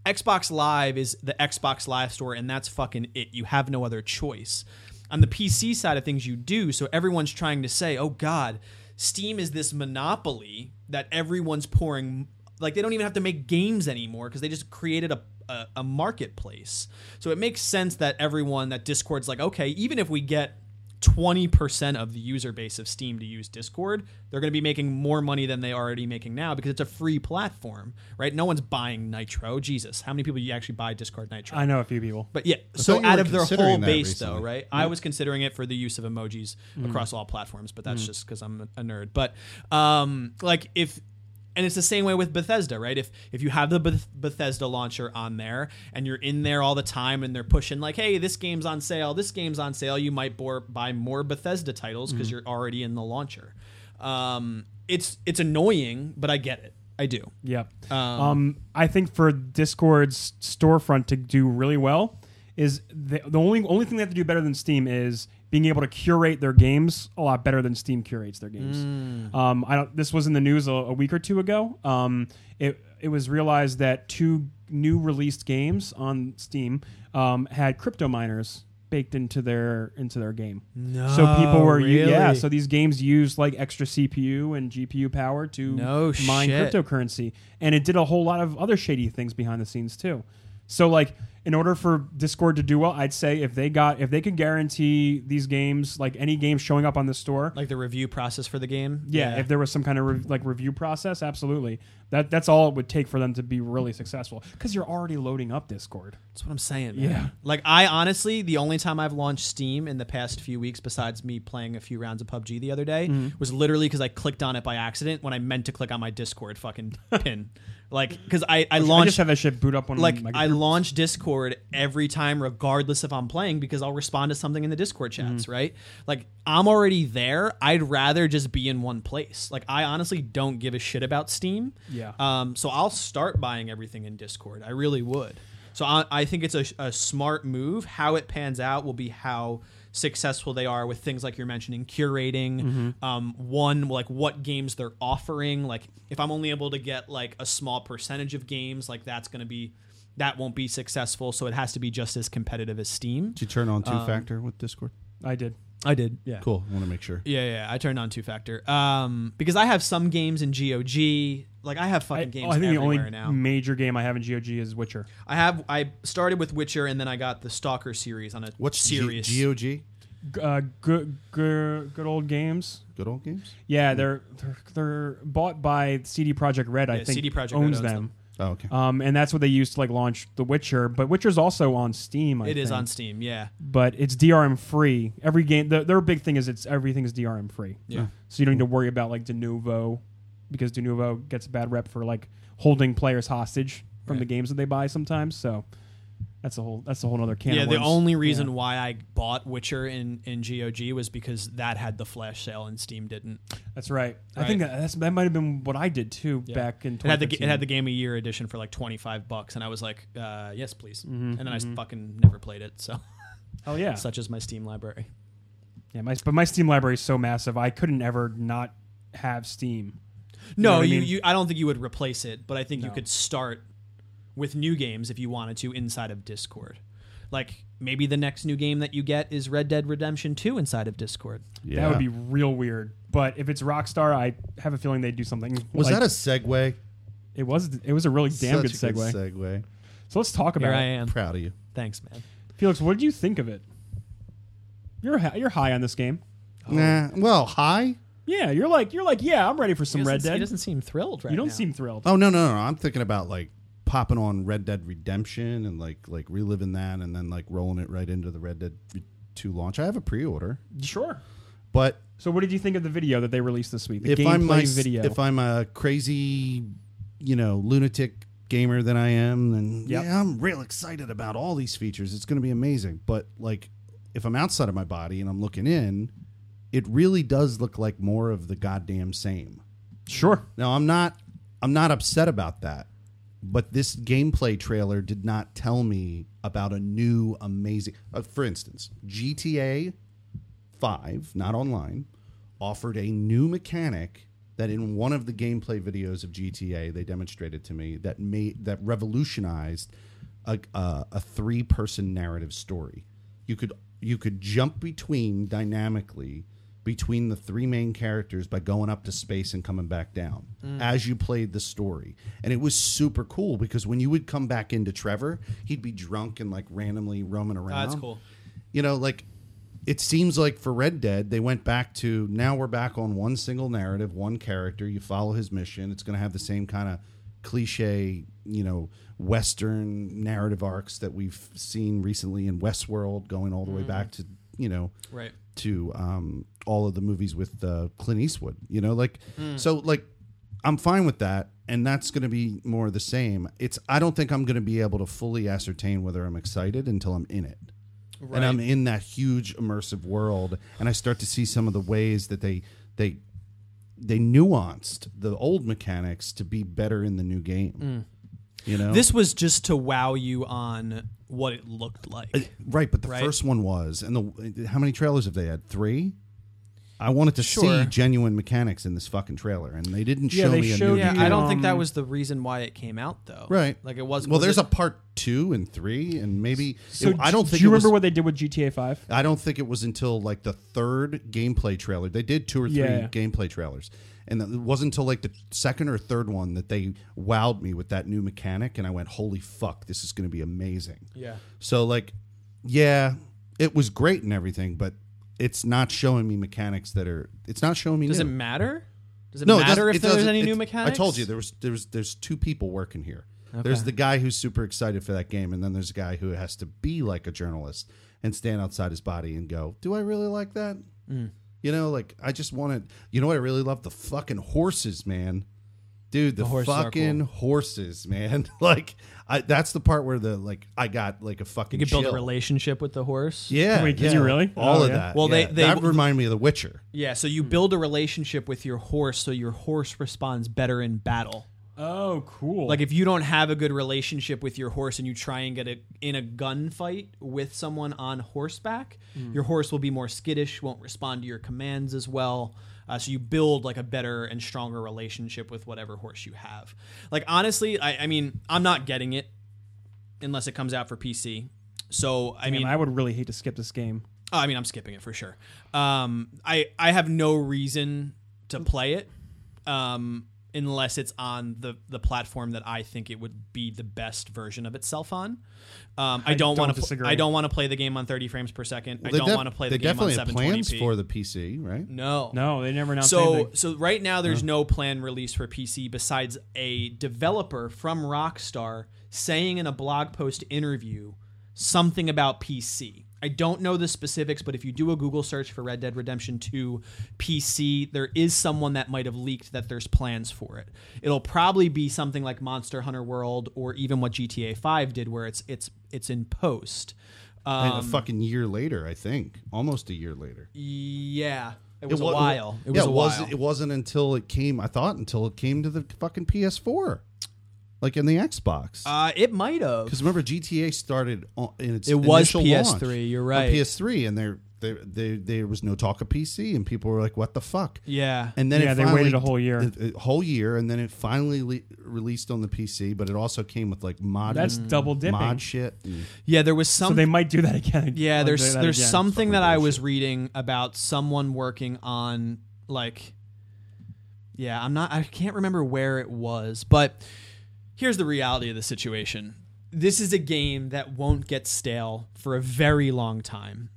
Speaker 3: Xbox Live is the Xbox Live store, and that's fucking it. You have no other choice. On the PC side of things, you do. So everyone's trying to say, oh God, Steam is this monopoly that everyone's pouring. Like, they don't even have to make games anymore because they just created a, a, a marketplace. So it makes sense that everyone, that Discord's like, okay, even if we get 20% of the user base of Steam to use Discord, they're going to be making more money than they are already making now because it's a free platform, right? No one's buying Nitro. Jesus, how many people you actually buy Discord Nitro?
Speaker 2: I know a few people.
Speaker 3: but yeah,
Speaker 1: thought
Speaker 3: so
Speaker 1: you
Speaker 3: out
Speaker 1: were
Speaker 3: of their
Speaker 1: considering
Speaker 3: whole
Speaker 1: that
Speaker 3: base, though,
Speaker 1: recently. Mm-hmm.
Speaker 3: right? I was considering it for the use of emojis across all platforms, but that's just because I'm a nerd. But um, like if, and it's the same way with Bethesda, right? If if you have the Beth- Bethesda launcher on there and you're in there all the time, and they're pushing like, hey, this game's on sale, this game's on sale, you might bore, buy more Bethesda titles
Speaker 1: Mm-hmm.
Speaker 3: because you're already in the launcher. Um, it's it's annoying, but I get it. I do.
Speaker 2: Yeah.
Speaker 3: Um,
Speaker 2: Um, I think for Discord's storefront to do really well is the, the only only thing they have to do better than Steam is being able to curate their games a lot better than Steam curates their games.
Speaker 3: Mm.
Speaker 2: Um, I don't, this was in the news a, a week or two ago. Um, it it was realized that two new released games on Steam um, had crypto miners baked into their into their game. No, so people were u- yeah.
Speaker 3: really?
Speaker 2: So these games used like extra CPU and GPU power to
Speaker 3: No
Speaker 2: mine
Speaker 3: shit.
Speaker 2: cryptocurrency and it did a whole lot of other shady things behind the scenes too so like in order for discord to do well i'd say if they got if they could guarantee these games like any game showing up on the store
Speaker 3: Like the review process for the game.
Speaker 2: yeah, if there was some kind of re- like review process absolutely that that's all it would take for them to be really successful because you're already loading up discord
Speaker 3: That's what I'm saying. Man.
Speaker 2: Yeah.
Speaker 3: Like I honestly, the only time I've launched Steam in the past few weeks, besides me playing a few rounds of PUBG the other day,
Speaker 2: Mm-hmm.
Speaker 3: was literally because I clicked on it by accident when I meant to click on my Discord fucking pin. Like, because I, I
Speaker 2: i just
Speaker 3: launched
Speaker 2: have that shit boot up on
Speaker 3: like
Speaker 2: my
Speaker 3: I
Speaker 2: computer.
Speaker 3: launch Discord every time, regardless if I'm playing, because I'll respond to something in the Discord chats,
Speaker 2: Mm-hmm.
Speaker 3: right? Like I'm already there. I'd rather just be in one place. Like I honestly don't give a shit about Steam.
Speaker 2: Yeah.
Speaker 3: Um. So I'll start buying everything in Discord. I really would. So I, I think it's a, a smart move. How it pans out will be how successful they are with things like you're mentioning curating
Speaker 2: Mm-hmm.
Speaker 3: um, one like what games they're offering like if i'm only able to get like a small percentage of games like that's going to be that won't be successful so it has to be just as competitive as steam
Speaker 1: Did you turn on two
Speaker 2: Um,
Speaker 1: factor with Discord?
Speaker 2: i did
Speaker 3: i did yeah
Speaker 1: Cool. I want to make sure.
Speaker 3: yeah, yeah, I turned on two factor um, because I have some games in GOG. Like I have
Speaker 2: I, oh,
Speaker 3: fucking games
Speaker 2: I think the
Speaker 3: everywhere
Speaker 2: only
Speaker 3: now.
Speaker 2: major game i have in gog is witcher
Speaker 3: I have I started with Witcher and then I got the Stalker series on a
Speaker 1: What's G-
Speaker 3: serious
Speaker 1: GOG?
Speaker 2: G- uh, good, good, good old games.
Speaker 1: Good old games.
Speaker 2: Yeah,
Speaker 3: Hmm.
Speaker 2: they're they're, they're bought by CD Projekt Red. I
Speaker 3: Yeah,
Speaker 2: think
Speaker 3: CD Projekt Red
Speaker 2: owns
Speaker 3: owns
Speaker 2: them,
Speaker 1: Oh, okay.
Speaker 2: Um, and that's what they used to like launch The Witcher. But Witcher's also on Steam. I
Speaker 3: It is
Speaker 2: think.
Speaker 3: on Steam. Yeah.
Speaker 2: but it's DRM free. Every game, the, their big thing is it's everything is DRM free.
Speaker 3: Yeah.
Speaker 2: So you don't need to worry about like Denuvo, because Denuvo gets a bad rep for like holding players hostage from
Speaker 3: Right.
Speaker 2: the games that they buy sometimes. So that's a whole that's a whole other can.
Speaker 3: Yeah,
Speaker 2: of
Speaker 3: the
Speaker 2: worms.
Speaker 3: only reason
Speaker 2: Yeah.
Speaker 3: why I bought Witcher in, in GOG was because that had the flash sale and Steam didn't.
Speaker 2: that's right. I
Speaker 3: Right.
Speaker 2: think that, that's, that might have been what I did too
Speaker 3: Yeah.
Speaker 2: back in.
Speaker 3: It had the it
Speaker 2: 2015.
Speaker 3: had the Game of Year edition for like twenty five bucks, and I was like, uh, yes, please. and then I fucking never played it. So
Speaker 2: oh Mm-hmm, yeah,
Speaker 3: such is my Steam library.
Speaker 2: yeah. My, but my Steam library is so massive, I couldn't ever not have Steam. know
Speaker 3: No,
Speaker 2: what I
Speaker 3: you,
Speaker 2: mean?
Speaker 3: you I don't think you would replace it, but I think you
Speaker 2: No.
Speaker 3: could start with new games if you wanted to inside of Discord. Like maybe the next new game that you get is Red Dead Redemption Two inside of Discord.
Speaker 1: yeah.
Speaker 2: That would be real weird. But if it's Rockstar, I have a feeling they'd do something.
Speaker 1: Was
Speaker 2: like-
Speaker 1: that a segue?
Speaker 2: It was it was a really
Speaker 1: Such
Speaker 2: damn good
Speaker 1: a
Speaker 2: segue.
Speaker 1: segue.
Speaker 2: so let's talk
Speaker 3: Here
Speaker 2: about
Speaker 3: I
Speaker 2: it.
Speaker 3: am.
Speaker 1: Proud of you.
Speaker 3: Thanks, man.
Speaker 2: Felix, what did you think of it? You're hi- you're high on this game.
Speaker 1: Nah. Well, hi.
Speaker 2: Yeah, you're like you're like yeah, I'm ready for
Speaker 3: He
Speaker 2: some
Speaker 3: doesn't-
Speaker 2: Red
Speaker 3: He
Speaker 2: Dead.
Speaker 3: doesn't seem thrilled right
Speaker 2: You don't
Speaker 3: now.
Speaker 2: seem thrilled.
Speaker 1: Oh no, no, no. I'm thinking about like popping on Red Dead Redemption and like like reliving that and then like rolling it right into the Red Dead Re- 2 launch. I have a pre-order,
Speaker 2: Sure.
Speaker 1: but
Speaker 2: So what did you think of the video that they released this week? The
Speaker 1: if
Speaker 2: gameplay
Speaker 1: I'm my,
Speaker 2: video.
Speaker 1: if I'm a crazy, you know, lunatic gamer that I am, then
Speaker 2: Yep.
Speaker 1: yeah, I'm real excited about all these features. It's going to be amazing. But like, if I'm outside of my body and I'm looking in, it really does look like more of the goddamn same.
Speaker 2: sure.
Speaker 1: Now I'm not I'm not upset about that, but this gameplay trailer did not tell me about a new amazing. Uh, for instance, GTA Five, not online, offered a new mechanic that in one of the gameplay videos of GTA they demonstrated to me that made that revolutionized a, a, a three person narrative story. You could you could jump between dynamically between the three main characters by going up to space and coming back down
Speaker 3: Mm.
Speaker 1: as you played the story. And it was super cool because when you would come back into Trevor, he'd be drunk and like randomly roaming around
Speaker 3: Oh, That's cool.
Speaker 1: you know, like it seems like for Red Dead, they went back to now we're back on one single narrative, one character. You follow his mission. It's going to have the same kind of cliche, you know, Western narrative arcs that we've seen recently in Westworld, going all the way back to, you know,
Speaker 3: Right.
Speaker 1: to um, all of the movies with uh, Clint Eastwood. You know, like so, like I'm fine with that, and that's going to be more of the same. It's I don't think I'm going to be able to fully ascertain whether I'm excited until I'm in it,
Speaker 3: Right.
Speaker 1: and I'm in that huge immersive world, and I start to see some of the ways that they they they nuanced the old mechanics to be better in the new game. You know,
Speaker 3: This was just to wow you on what it looked like.
Speaker 1: Right, but the
Speaker 3: Right?
Speaker 1: first one was, and the how many trailers have they had? Three. I wanted to
Speaker 3: Sure.
Speaker 1: see genuine mechanics in this fucking trailer, and they didn't
Speaker 2: Yeah,
Speaker 1: show
Speaker 2: they
Speaker 1: me a
Speaker 2: showed
Speaker 1: new.
Speaker 2: you-
Speaker 3: yeah,
Speaker 1: mechanic.
Speaker 3: I don't think that
Speaker 2: Um,
Speaker 3: was the reason why it came out though.
Speaker 1: Right,
Speaker 3: Like it was.
Speaker 1: Well,
Speaker 3: was
Speaker 1: there's
Speaker 3: it-
Speaker 1: a part two and three, and maybe.
Speaker 2: So
Speaker 1: I don't think.
Speaker 2: do you
Speaker 1: it was-
Speaker 2: remember what they did with GTA Five?
Speaker 1: I don't think it was until like the third gameplay trailer. They did two or three
Speaker 2: Yeah.
Speaker 1: gameplay trailers, and it wasn't until like the second or third one that they wowed me with that new mechanic, and I went, "Holy fuck, this is going to be amazing."
Speaker 3: Yeah.
Speaker 1: So like, yeah, it was great and everything, but it's not showing me mechanics that are. It's not showing me.
Speaker 3: Does it
Speaker 1: new.
Speaker 3: matter? Does it
Speaker 1: no, it
Speaker 3: matter
Speaker 1: doesn't-
Speaker 3: if
Speaker 1: it
Speaker 3: there's
Speaker 1: doesn't-
Speaker 3: any
Speaker 1: it-
Speaker 3: new mechanics?
Speaker 1: I told you there was there was there's two people working here. There's the guy who's super excited for that game, and then there's a guy who has to be like a journalist and stand outside his body and go, "Do I really like that?"
Speaker 3: Mm.
Speaker 1: You know, like I just wanted. You know what I really love? The fucking horses, man. Dude, the,
Speaker 3: horses are
Speaker 1: fucking horses, man. like I, that's the part where the like I got like a fucking
Speaker 3: You could build a
Speaker 1: chill.
Speaker 3: relationship with the horse.
Speaker 1: Yeah.
Speaker 2: Wait, can
Speaker 1: yeah.
Speaker 2: you really?
Speaker 1: All
Speaker 2: Oh,
Speaker 1: of
Speaker 2: yeah.
Speaker 1: that. Well,
Speaker 3: Well, they-
Speaker 1: they,
Speaker 3: they-
Speaker 1: that remind me of The Witcher.
Speaker 3: Yeah, so you build a relationship with your horse so your horse responds better in battle.
Speaker 2: Oh, cool.
Speaker 3: Like if you don't have a good relationship with your horse and you try and get a, in a gunfight with someone on horseback, your horse will be more skittish, won't respond to your commands as well. Uh, so you build like a better and stronger relationship with whatever horse you have. Like honestly, I, I mean, I'm not getting it unless it comes out for PC. So I mean,
Speaker 2: I would really hate to skip this game.
Speaker 3: Oh, I mean, I'm skipping it for sure. Um, I I have no reason to play it. Um, unless it's on the the platform that I think it would be the best version of itself on. Um, I,
Speaker 2: I
Speaker 3: don't,
Speaker 2: don't
Speaker 3: want to.
Speaker 2: disagree.
Speaker 3: I don't want to play the game on 30 frames per second.
Speaker 1: Well,
Speaker 3: I
Speaker 1: they
Speaker 3: don't
Speaker 1: def-
Speaker 3: want to play
Speaker 1: They
Speaker 3: the game on
Speaker 1: definitely have
Speaker 3: 720p.
Speaker 1: plans for the PC, right?
Speaker 3: no,
Speaker 2: No, they never announced
Speaker 3: so
Speaker 2: anything.
Speaker 3: so right now there's
Speaker 1: Uh-huh.
Speaker 3: no plan release for PC besides a developer from Rockstar saying in a blog post interview something about PC. I don't know the specifics, but if you do a Google search for Red Dead Redemption 2 PC, there is someone that might have leaked that there's plans for it. It'll probably be something like Monster Hunter World or even what GTA 5 did where it's it's it's in post. Um,
Speaker 1: and a fucking year later, I think, almost a year later.
Speaker 3: yeah, it was a
Speaker 1: wa-
Speaker 3: while. It was
Speaker 1: yeah,
Speaker 3: a
Speaker 1: was-
Speaker 3: while.
Speaker 1: It wasn't until it came. I thought until it came to the fucking PS4, like in the Xbox.
Speaker 3: uh, it might have.
Speaker 1: Because remember, GTA started on, in its
Speaker 3: It was
Speaker 1: initial
Speaker 3: PS3,
Speaker 1: launch
Speaker 3: you're
Speaker 1: on
Speaker 3: right.
Speaker 1: PS3, and there, there, there, there was no talk of PC, and people were like, "What the fuck?"
Speaker 3: Yeah.
Speaker 1: And then
Speaker 2: Yeah,
Speaker 1: it
Speaker 2: they
Speaker 1: finally-
Speaker 2: waited a whole year.
Speaker 1: a- a whole year, and then it finally le- released on the PC. But it also came with like mod,
Speaker 2: That's double dipping.
Speaker 1: Hmm, mod shit. and-
Speaker 3: Yeah, there was some.
Speaker 2: so they might do that again.
Speaker 3: yeah,
Speaker 2: Like,
Speaker 3: there's
Speaker 2: do that
Speaker 3: there's
Speaker 2: again.
Speaker 3: something
Speaker 1: Fucking
Speaker 3: that I was reading about someone working on like. Yeah, I'm not. I can't remember where it was, but here's the reality of the situation. This is a game that won't get stale for a very long time.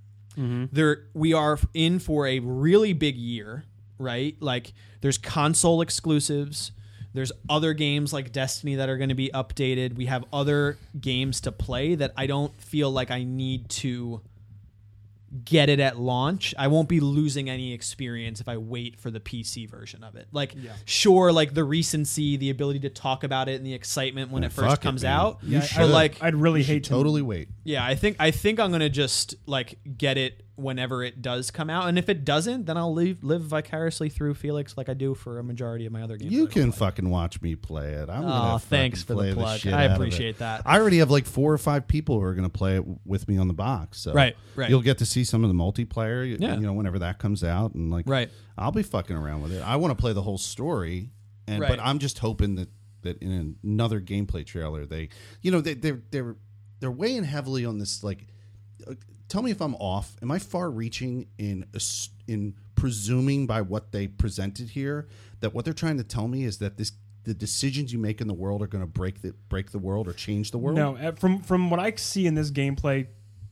Speaker 3: There, we are in for a really big year, right? Like, there's console exclusives. There's other games like Destiny that are going to be updated. We have other games to play that I don't feel like I need to get it at launch, I won't be losing any experience if I wait for the PC version of it. Like, sure, like the recency, the ability to talk about it, and the excitement when
Speaker 1: Yeah,
Speaker 3: it first
Speaker 1: fuck it,
Speaker 3: comes
Speaker 1: man.
Speaker 3: out.
Speaker 1: You
Speaker 3: but
Speaker 1: should.
Speaker 3: like,
Speaker 2: I'd really hate to
Speaker 1: Totally wait.
Speaker 3: yeah, I think I think I'm gonna just like get it whenever it does come out, and if it doesn't, then I'll live live vicariously through Felix, like I do for a majority of my other games.
Speaker 1: You
Speaker 3: that I
Speaker 1: can fucking watch me play it. I'm
Speaker 3: Aw,
Speaker 1: gonna
Speaker 3: thanks
Speaker 1: fucking
Speaker 3: for the
Speaker 1: play the
Speaker 3: plug.
Speaker 1: shit
Speaker 3: I
Speaker 1: out of it.
Speaker 3: appreciate that.
Speaker 1: I already have like four or five people who are gonna play it w- with me on the box. So
Speaker 3: Right, right.
Speaker 1: You'll get to see some of the multiplayer. y-
Speaker 3: Yeah.
Speaker 1: You know, whenever that comes out, and like,
Speaker 3: Right.
Speaker 1: I'll be fucking around with it. I want to play the whole story, and
Speaker 3: Right.
Speaker 1: but I'm just hoping that that in another gameplay trailer they, you know, they, they're they're they're weighing heavily on this like tell me if I'm off. Am I far reaching in ass- in presuming by what they presented here that what they're trying to tell me is that this the decisions you make in the world are going to break the break the world or change the world?
Speaker 2: No, uh, from from what I see in this gameplay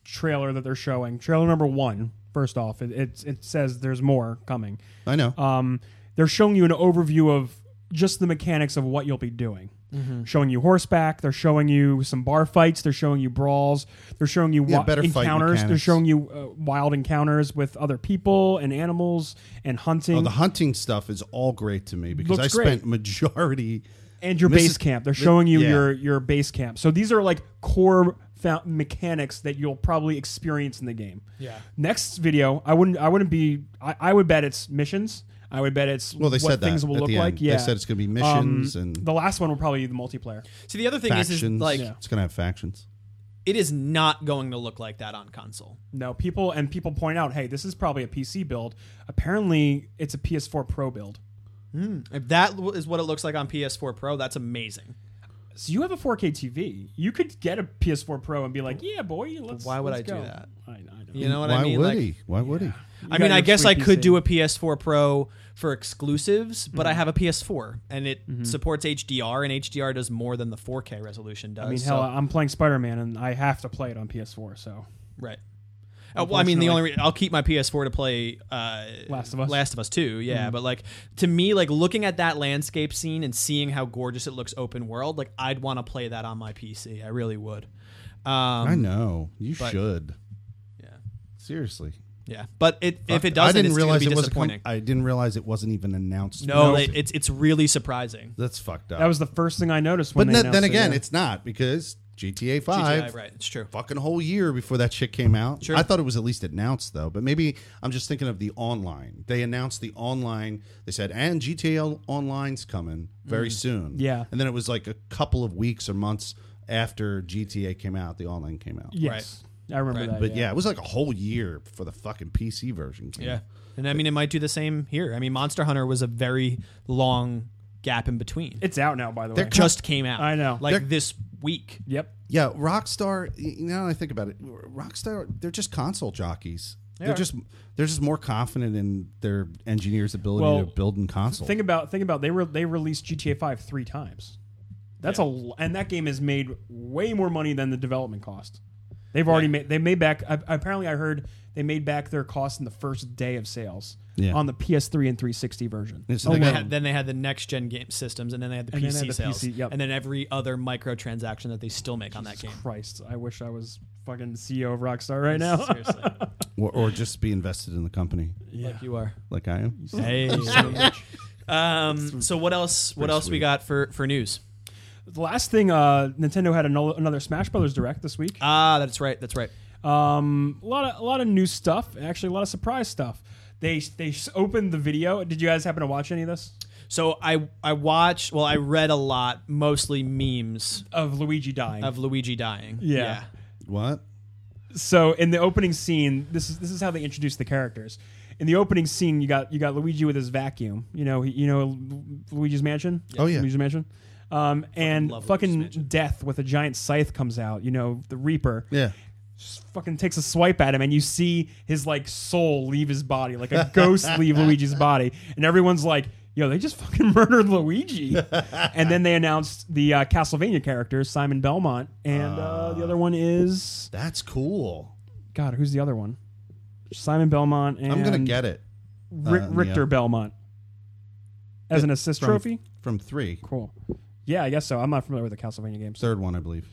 Speaker 2: trailer that they're showing, trailer number one, first off, it it, it says there's more coming.
Speaker 1: I know.
Speaker 2: Um, they're showing you an overview of just the mechanics of what you'll be doing.
Speaker 3: Mm-hmm.
Speaker 2: Showing you horseback, they're showing you some bar fights, they're showing you brawls, they're showing you
Speaker 1: Yeah,
Speaker 2: wi-
Speaker 1: better fight
Speaker 2: encounters, they're
Speaker 1: mechanics.
Speaker 2: showing you uh, wild encounters with other people and animals and hunting
Speaker 1: the hunting stuff is all great to me because
Speaker 2: Looks
Speaker 1: I
Speaker 2: great.
Speaker 1: spent majority
Speaker 2: and your
Speaker 1: This
Speaker 2: base
Speaker 1: is-
Speaker 2: camp. They're
Speaker 1: thi-
Speaker 2: showing you
Speaker 1: yeah.
Speaker 2: your your base camp. So these are like core fa- mechanics that you'll probably experience in the game.
Speaker 3: Yeah.
Speaker 2: Next video, I wouldn't I wouldn't be I, I would bet it's missions. I would bet it's
Speaker 1: Well, they
Speaker 2: what
Speaker 1: said that
Speaker 2: things will
Speaker 1: at
Speaker 2: look
Speaker 1: the end.
Speaker 2: like. Yeah.
Speaker 1: They said it's going to be missions
Speaker 2: Um,
Speaker 1: and
Speaker 2: the last one will probably be the multiplayer.
Speaker 3: See, the other thing is,
Speaker 1: factions.
Speaker 3: is like
Speaker 1: it's going to have factions.
Speaker 3: it is not going to look like that on console.
Speaker 2: No, people and people point out, hey, this is probably a PC build. Apparently, it's a PS4 Pro build.
Speaker 3: If that w- is what it looks like on PS4 Pro, that's amazing.
Speaker 2: So you have a 4K TV. You could get a PS4 Pro and be like, yeah, boy, let's.
Speaker 3: Why would
Speaker 2: let's
Speaker 3: I do
Speaker 2: go.
Speaker 3: that?
Speaker 2: I, I don't
Speaker 3: You know what
Speaker 1: Why
Speaker 3: I mean?
Speaker 1: would
Speaker 3: Like,
Speaker 1: he? Why would he?
Speaker 3: I
Speaker 2: got
Speaker 3: mean, I
Speaker 2: your
Speaker 3: guess
Speaker 2: free
Speaker 3: I could
Speaker 2: PC.
Speaker 3: do a PS4 Pro for exclusives, but
Speaker 2: Mm-hmm.
Speaker 3: I have a PS4 and it supports HDR, and HDR does more than the 4K resolution does.
Speaker 2: I mean, hell,
Speaker 3: so-
Speaker 2: I'm playing Spider Man and I have to play it on PS4. So
Speaker 3: right. Uh, well, I mean, the
Speaker 2: Unfortunately.
Speaker 3: only re- I'll keep my PS4 to play uh,
Speaker 2: Last of Us.
Speaker 3: Last of Us Two, yeah.
Speaker 1: Mm-hmm.
Speaker 3: But like to me, like looking at that landscape scene and seeing how gorgeous it looks, open world, like I'd want to play that on my PC. I really would. Um,
Speaker 1: I know. You
Speaker 3: but-
Speaker 1: should.
Speaker 3: Yeah.
Speaker 1: Seriously.
Speaker 3: Yeah, but it, if it
Speaker 1: Fuck.
Speaker 3: doesn't,
Speaker 1: I didn't
Speaker 3: it's
Speaker 1: realize
Speaker 3: gonna be
Speaker 1: it was a com-
Speaker 3: disappointing.
Speaker 1: I didn't realize it wasn't even announced.
Speaker 3: no,
Speaker 1: Really.
Speaker 3: it- it's it's really surprising.
Speaker 1: That's fucked up.
Speaker 2: that was the first thing I noticed when
Speaker 1: but
Speaker 2: they
Speaker 1: then, then
Speaker 2: announced it,
Speaker 1: again,
Speaker 2: yeah.
Speaker 1: it's not because GTA
Speaker 3: GTI,
Speaker 1: Five
Speaker 3: right? It's true.
Speaker 1: fucking whole year before that shit came out.
Speaker 3: Sure.
Speaker 1: I thought it was at least announced though, but maybe I'm just thinking of the online. They announced the online. They said and GTA L- Online's coming very soon.
Speaker 2: Mm. Yeah.
Speaker 1: and then it was like a couple of weeks or months after GTA came out, the online came out.
Speaker 2: yes, I remember
Speaker 3: Right.
Speaker 2: that.
Speaker 1: But
Speaker 2: yeah.
Speaker 1: yeah. it was like a whole year for the fucking PC version. Came
Speaker 3: Yeah,
Speaker 1: out.
Speaker 3: and I mean it might do the same here. I mean, Monster Hunter was a very long gap in between. It
Speaker 2: it's out now. By the way,
Speaker 3: just came out.
Speaker 2: I know.
Speaker 3: like
Speaker 1: They're-
Speaker 3: this week.
Speaker 2: yep.
Speaker 1: yeah. Rockstar. y- Now that I think about it, Rockstar. They're just console jockeys. They're just they're just more confident in their engineers' ability
Speaker 2: Well,
Speaker 1: to build in console.
Speaker 2: Think about think about they were they released GTA 5 three times. That's a l and that game has made way more money than the development cost. They've already made they made back I, apparently I heard they made back their cost in the first day of sales
Speaker 1: Yeah.
Speaker 2: on the PS3 and 360 version. Oh
Speaker 1: And so they
Speaker 3: Then they,
Speaker 1: got-
Speaker 3: had, then they had the next gen game systems, and then they had the
Speaker 2: And then they
Speaker 3: PC
Speaker 2: had the
Speaker 3: sales,
Speaker 2: PC, yep.
Speaker 3: and then every other microtransaction that they still make on that game.
Speaker 2: Christ, I wish I was fucking CEO of Rockstar right now.
Speaker 3: Seriously,
Speaker 1: or, or just be invested in the company,
Speaker 3: like you are.
Speaker 1: like I am.
Speaker 3: Hey. um, so what else? What
Speaker 1: pretty
Speaker 3: else we
Speaker 1: sweet.
Speaker 3: got for for news?
Speaker 2: the last thing uh, Nintendo had another, another Smash Brothers direct this week.
Speaker 3: Ah, that's right. That's right.
Speaker 2: Um, a lot of a lot of new stuff. Actually, a lot of surprise stuff. They they s- opened the video. Did you guys happen to watch any of this
Speaker 3: So I I watched. Well, I read a lot, mostly memes
Speaker 2: of Luigi dying?
Speaker 3: of Luigi dying.
Speaker 2: Yeah.
Speaker 1: What?
Speaker 2: so in the opening scene, this is this is how they introduced the characters. In the opening scene, you got you got Luigi with his vacuum. You know he, you know Lu- Luigi's Mansion.
Speaker 1: Oh, yeah.
Speaker 2: Luigi's Mansion. Um, and
Speaker 3: love Luigi's
Speaker 2: fucking
Speaker 3: Mansion.
Speaker 2: Death with a giant scythe comes out. You know the Reaper.
Speaker 1: Yeah.
Speaker 2: just fucking takes a swipe at him and you see his like soul leave his body like a ghost leave luigi's body and everyone's like yo they just fucking murdered luigi and then they announced the uh, castlevania characters simon belmont and uh, the other one is
Speaker 1: That's cool.
Speaker 2: god who's the other one simon belmont and
Speaker 1: I'm gonna get it
Speaker 2: Ri-
Speaker 1: uh, yeah.
Speaker 2: richter belmont as an assist
Speaker 1: From-
Speaker 2: trophy
Speaker 1: from three,
Speaker 2: cool yeah i guess so i'm not familiar with the castlevania games
Speaker 1: third one, I believe.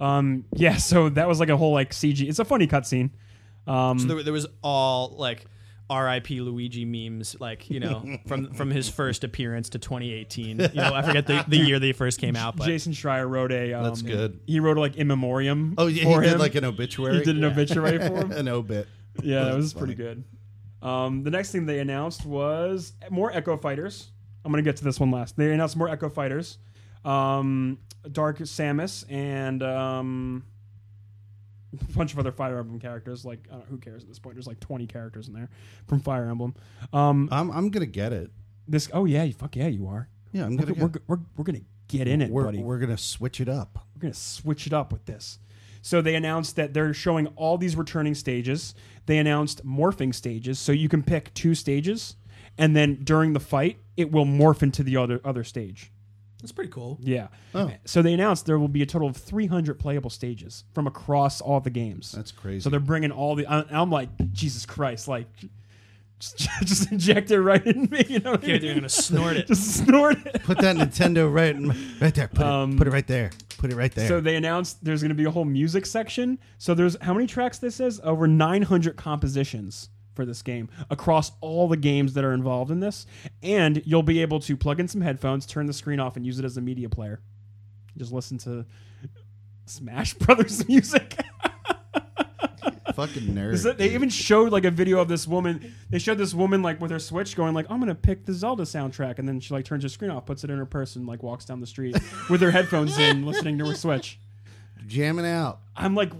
Speaker 2: um yeah so that was like a whole like cg it's a funny cutscene um
Speaker 3: So there, there was all like R.I.P. Luigi memes, like you know, from from his first appearance to 2018. You know, I forget the, the year they first came out, but
Speaker 2: Jason Schreier wrote a. Um,
Speaker 1: That's good.
Speaker 2: He wrote like in memoriam.
Speaker 1: Oh, yeah,
Speaker 2: for
Speaker 1: he
Speaker 2: him.
Speaker 1: did like an obituary.
Speaker 2: he did an obituary for him.
Speaker 1: an obit.
Speaker 2: Yeah, that
Speaker 1: That's
Speaker 2: was pretty good. Um, the next thing they announced was more Echo Fighters. I'm gonna get to this one last. They announced more Echo Fighters, um, Dark Samus, and um, a bunch of other Fire Emblem characters. Like, I don't know, who cares at this point? There's like 20 characters in there from Fire Emblem. Um,
Speaker 1: I'm I'm gonna get it.
Speaker 2: this. Oh yeah, you fuck yeah, you are.
Speaker 1: Yeah, I'm
Speaker 2: We're,
Speaker 1: gonna.
Speaker 2: we're,
Speaker 1: get,
Speaker 2: we're, we're gonna get in it,
Speaker 1: we're,
Speaker 2: buddy.
Speaker 1: we're gonna switch it up.
Speaker 2: we're going to switch it up with this. So they announced that they're showing all these returning stages. They announced morphing stages, so you can pick two stages, and then during the fight, it will morph into the other other stage.
Speaker 3: that's pretty cool.
Speaker 2: Yeah.
Speaker 1: Oh.
Speaker 2: So they announced there will be a total of 300 playable stages from across all the games.
Speaker 1: That's crazy.
Speaker 2: So they're bringing all the. I- I'm like, Jesus Christ! Like, just, just inject it right in me. You know what I
Speaker 3: They're
Speaker 2: mean?
Speaker 3: gonna snort it.
Speaker 2: Just snort it.
Speaker 1: put that Nintendo right in, right there. Put,
Speaker 2: Um,
Speaker 1: it, put it right there. Put it right there.
Speaker 2: So they announced there's going to be a whole music section. So there's how many tracks this is? Over 900 compositions for this game across all the games that are involved in this. And you'll be able to plug in some headphones, turn the screen off, and use it as a media player. Just listen to Smash Brothers music.
Speaker 1: Fucking nerd.
Speaker 2: Is that- they even showed like a video of this woman. They showed this woman like with her Switch going like, "I'm gonna pick the Zelda soundtrack," and then she like turns her screen off, puts it in her purse, and like walks down the street with her headphones in, listening to her Switch.
Speaker 1: jamming out.
Speaker 2: I'm like,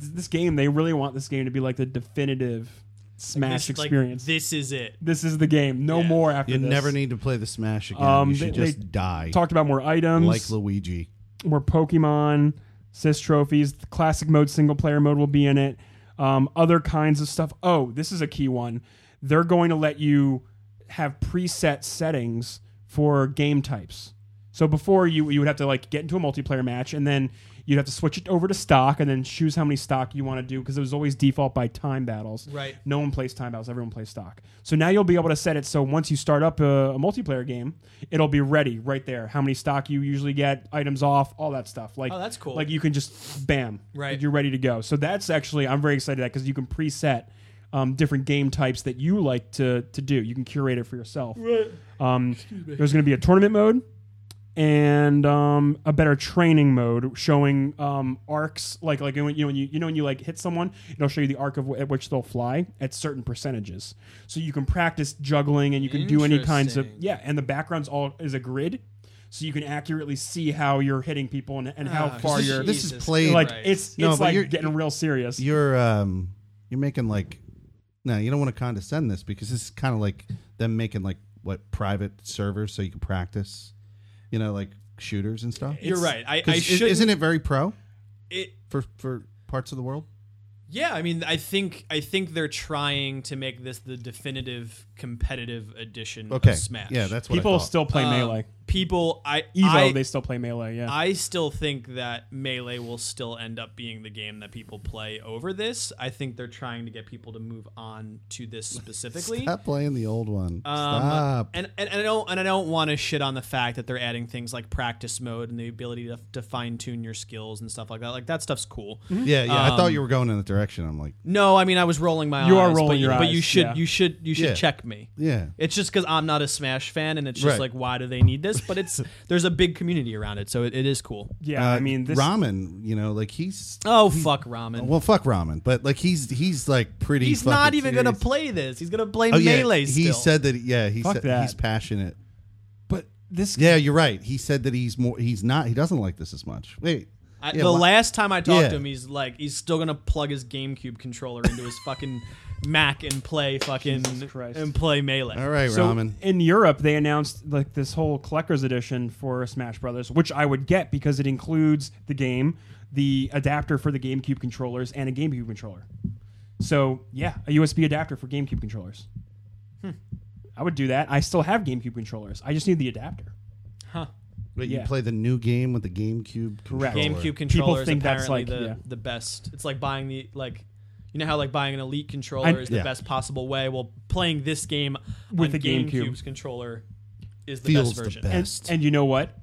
Speaker 2: this game. They really want this game to be like the definitive Smash
Speaker 3: It's like,
Speaker 2: experience.
Speaker 3: this is it.
Speaker 2: this is the game. No
Speaker 3: Yeah.
Speaker 2: more after
Speaker 1: You
Speaker 2: this.
Speaker 1: never need to play the Smash again.
Speaker 2: Um,
Speaker 1: you should
Speaker 2: they-
Speaker 1: just die.
Speaker 2: talked about more items,
Speaker 1: like Luigi.
Speaker 2: more Pokemon, Sis trophies, the classic mode, single player mode will be in it. Um, other kinds of stuff. Oh, this is a key one. They're going to let you have preset settings for game types. So before you you would have to like get into a multiplayer match and then you'd have to switch it over to stock and then choose how many stock you want to do because it was always default by time battles.
Speaker 3: Right.
Speaker 2: No one plays time battles, everyone plays stock. So now you'll be able to set it so once you start up a, a multiplayer game, it'll be ready right there. How many stock you usually get, items off, all that stuff. Like
Speaker 3: Oh, that's cool.
Speaker 2: Like you can just bam,
Speaker 3: Right.
Speaker 2: like you're ready to go. So that's actually I'm very excited that because you can preset um, different game types that you like to to do. You can curate it for yourself. Right. Um, there's going to be a tournament mode and um, a better training mode showing um, arcs like like when you when you you know when you like hit someone it'll show you the arc of w- at which they'll fly at certain percentages so you can practice juggling and you can do any kinds of
Speaker 3: Interesting.
Speaker 2: yeah and the background's all is a grid so you can accurately see how you're hitting people and, and how
Speaker 3: Ah,
Speaker 2: far you're
Speaker 1: This is
Speaker 3: Jesus
Speaker 1: played
Speaker 2: like
Speaker 3: Christ.
Speaker 2: it's it's
Speaker 1: No, but
Speaker 2: like
Speaker 1: you're-
Speaker 2: getting real serious
Speaker 1: You're um you're making like no, you don't want to condescend this because this is kind of like them making like what private servers so you can practice, you know, like shooters and stuff.
Speaker 3: You're right. I,
Speaker 1: 'Cause
Speaker 3: I
Speaker 1: is-
Speaker 3: should.
Speaker 1: isn't it very pro
Speaker 3: It,
Speaker 1: for for parts of the world?
Speaker 3: Yeah, I mean, I think I think they're trying to make this the definitive competitive edition
Speaker 1: Okay.
Speaker 3: of Smash.
Speaker 1: Yeah, that's what I
Speaker 2: People
Speaker 1: thought.
Speaker 2: still play
Speaker 3: Um,
Speaker 2: melee.
Speaker 3: People, I
Speaker 2: Evo,
Speaker 3: I,
Speaker 2: they still play melee. Yeah,
Speaker 3: I still think that melee will still end up being the game that people play over this. I think they're trying to get people to move on to this specifically.
Speaker 1: Stop playing the old one.
Speaker 3: Um,
Speaker 1: Stop.
Speaker 3: And, and and I don't and I don't want to shit on the fact that they're adding things like practice mode and the ability to, to fine tune your skills and stuff like that. Like that stuff's cool.
Speaker 1: yeah, yeah.
Speaker 2: um,
Speaker 1: I thought you were going in that direction. I'm like,
Speaker 3: No, I mean I was rolling my
Speaker 2: You
Speaker 3: eyes.
Speaker 2: are rolling
Speaker 3: but,
Speaker 2: your
Speaker 3: but you
Speaker 2: eyes,
Speaker 3: should
Speaker 2: yeah.
Speaker 3: you should you should
Speaker 1: Yeah.
Speaker 3: check me.
Speaker 1: yeah.
Speaker 3: It's just because I'm not a Smash fan, and it's just
Speaker 1: Right.
Speaker 3: like, why do they need this? But it's there's a big community around it, so it, it is cool.
Speaker 2: yeah. I
Speaker 1: Uh,
Speaker 2: mean, this
Speaker 1: ramen. You know, like he's
Speaker 3: Oh fuck, ramen.
Speaker 1: well, fuck ramen, but like he's he's like pretty.
Speaker 3: He's not
Speaker 1: fucking
Speaker 3: even gonna
Speaker 1: serious.
Speaker 3: play this. He's gonna play
Speaker 1: Oh, yeah,
Speaker 3: melee.
Speaker 1: He
Speaker 3: still.
Speaker 1: said that. Yeah, he
Speaker 2: Fuck
Speaker 1: said
Speaker 2: that.
Speaker 1: he's passionate.
Speaker 2: but this
Speaker 1: Yeah, you're right. He said that he's more. He's not. He doesn't like this as much. Wait.
Speaker 3: I,
Speaker 1: Yeah,
Speaker 3: the
Speaker 1: why-
Speaker 3: last time I talked
Speaker 1: Yeah.
Speaker 3: to him, he's like, he's still gonna plug his GameCube controller into his fucking Mac and play fucking
Speaker 2: Jesus Christ.
Speaker 3: and play melee.
Speaker 1: All right,
Speaker 2: So
Speaker 1: ramen.
Speaker 2: in Europe, they announced like this whole collector's edition for Smash Brothers, which I would get because it includes the game, the adapter for the GameCube controllers, and a GameCube controller. So yeah, a USB adapter for GameCube controllers. I would do that. I still have GameCube controllers. I just need the adapter.
Speaker 3: Huh.
Speaker 1: Wait,
Speaker 2: yeah.
Speaker 1: you play the new game with the GameCube
Speaker 2: Correct.
Speaker 1: controller.
Speaker 3: GameCube controller is
Speaker 2: think that's
Speaker 3: apparently
Speaker 2: like-
Speaker 3: the,
Speaker 2: yeah.
Speaker 3: the best. It's like buying the like, you know how like buying an Elite controller
Speaker 2: I-
Speaker 3: is the
Speaker 1: Yeah.
Speaker 3: best possible way. Well, playing this game
Speaker 2: With
Speaker 3: on
Speaker 2: the GameCube.
Speaker 3: GameCube's controller is the
Speaker 1: Feels
Speaker 3: best version.
Speaker 1: the
Speaker 2: And,
Speaker 1: best.
Speaker 2: and you know what?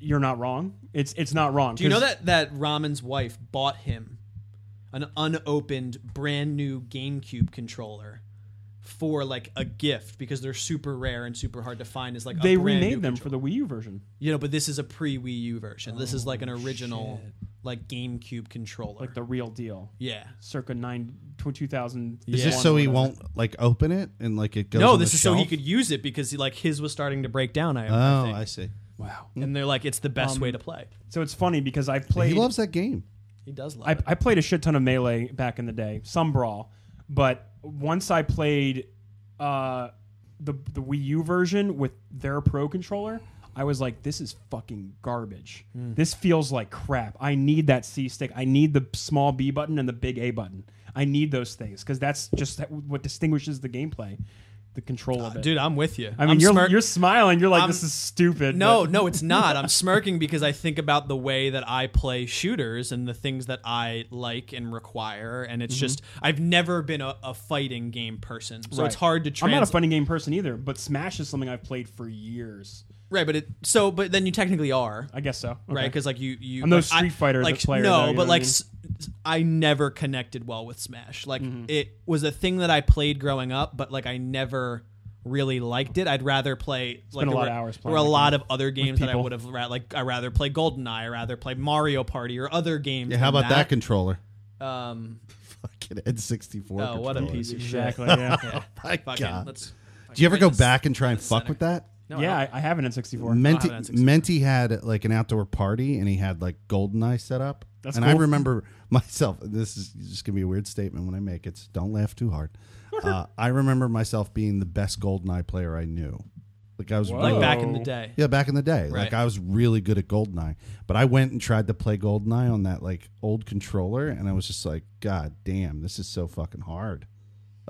Speaker 2: You're not wrong. It's it's not wrong.
Speaker 3: Do you know
Speaker 2: 'cause-
Speaker 3: that that Ramen's wife bought him an unopened, brand new GameCube controller for like a gift because they're super rare and super hard to find. Is like
Speaker 2: they
Speaker 3: a brand new
Speaker 2: remade them for
Speaker 3: controller.
Speaker 2: the Wii U version,
Speaker 3: you know, but this is a pre Wii U version. this is like an original like GameCube controller.
Speaker 2: Oh, like the real deal,
Speaker 3: yeah.
Speaker 2: circa nine tw- 2000.
Speaker 1: Is this so he won't like open it and like it goes?
Speaker 3: No,
Speaker 1: on
Speaker 3: this
Speaker 1: the
Speaker 3: is so he
Speaker 1: shelf?
Speaker 3: could use it because he, like his was starting to break down. I, I
Speaker 1: Oh,
Speaker 3: think.
Speaker 1: I see.
Speaker 2: Wow.
Speaker 3: and they're like, it's the best
Speaker 2: Um,
Speaker 3: way to play.
Speaker 2: So it's funny because I've played.
Speaker 1: He loves that game.
Speaker 3: He does love
Speaker 2: I,
Speaker 3: it.
Speaker 2: I played a shit ton of melee back in the day, some brawl, but once I played uh, the the Wii U version with their Pro controller, I was like, this is fucking garbage.
Speaker 3: Hmm.
Speaker 2: This feels like crap. I need that C stick. I need the small B button and the big A button. I need those things because that's just what distinguishes the gameplay, the control of it.
Speaker 3: Uh, Dude, I'm with you.
Speaker 2: I mean,
Speaker 3: I'm
Speaker 2: you're
Speaker 3: smart-
Speaker 2: you're smiling. You're like,
Speaker 3: I'm-
Speaker 2: this is stupid.
Speaker 3: No,
Speaker 2: but-
Speaker 3: no, it's not. I'm smirking because I think about the way that I play shooters and the things that I like and require. And
Speaker 2: Mm-hmm.
Speaker 3: it's just, I've never been a, a fighting game person. So
Speaker 2: Right.
Speaker 3: it's hard to
Speaker 2: I'm not a
Speaker 3: translate.
Speaker 2: fighting game person either, but Smash is something I've played for years.
Speaker 3: right, but it, so, but then you technically are.
Speaker 2: I guess so. Okay.
Speaker 3: Right, because like you, you.
Speaker 2: I'm no
Speaker 3: like, I-
Speaker 2: Street Fighter
Speaker 3: like
Speaker 2: player, though,
Speaker 3: No,
Speaker 2: you know what
Speaker 3: but like
Speaker 2: I mean?
Speaker 3: s- I never connected well with Smash. Like
Speaker 2: Mm-hmm.
Speaker 3: it was a thing that I played growing up, but like I never really liked it. I'd rather play. like
Speaker 2: a
Speaker 3: there
Speaker 2: lot
Speaker 3: were,
Speaker 2: of hours
Speaker 3: There were a
Speaker 2: playing that
Speaker 3: lot of other games that I
Speaker 2: people.
Speaker 3: would have ra- like. I rather play GoldenEye. I rather play Mario Party or other games.
Speaker 1: Yeah, how
Speaker 3: than
Speaker 1: about that controller?
Speaker 3: that? Um,
Speaker 1: Fucking N64.
Speaker 3: oh, what a
Speaker 1: controller.
Speaker 3: piece of
Speaker 2: Exactly. Yeah.
Speaker 3: shit! Yeah,
Speaker 1: My
Speaker 3: fucking.
Speaker 1: God.
Speaker 3: Let's.
Speaker 1: Do you ever
Speaker 3: play
Speaker 1: go
Speaker 3: this.
Speaker 1: back and try and fuck
Speaker 3: center.
Speaker 1: with that?
Speaker 3: No,
Speaker 2: yeah,
Speaker 3: I
Speaker 2: I, I have an N64.
Speaker 1: Menti,
Speaker 3: I don't have an N64.
Speaker 1: Menti had like an outdoor party and he had like GoldenEye set up.
Speaker 2: That's
Speaker 1: and
Speaker 2: cool.
Speaker 1: I remember myself, this is just going to be a weird statement when I make it. so Don't laugh too hard. uh, I remember myself being the best GoldenEye player I knew. Like I was
Speaker 2: Whoa.
Speaker 3: don't-
Speaker 1: really-
Speaker 3: like back in the
Speaker 2: Oh.
Speaker 3: day.
Speaker 1: Yeah, back in the day.
Speaker 3: Right.
Speaker 1: Like I was really good at GoldenEye, but I went and tried to play GoldenEye on that like old controller and I was just like, God damn, this is so fucking hard.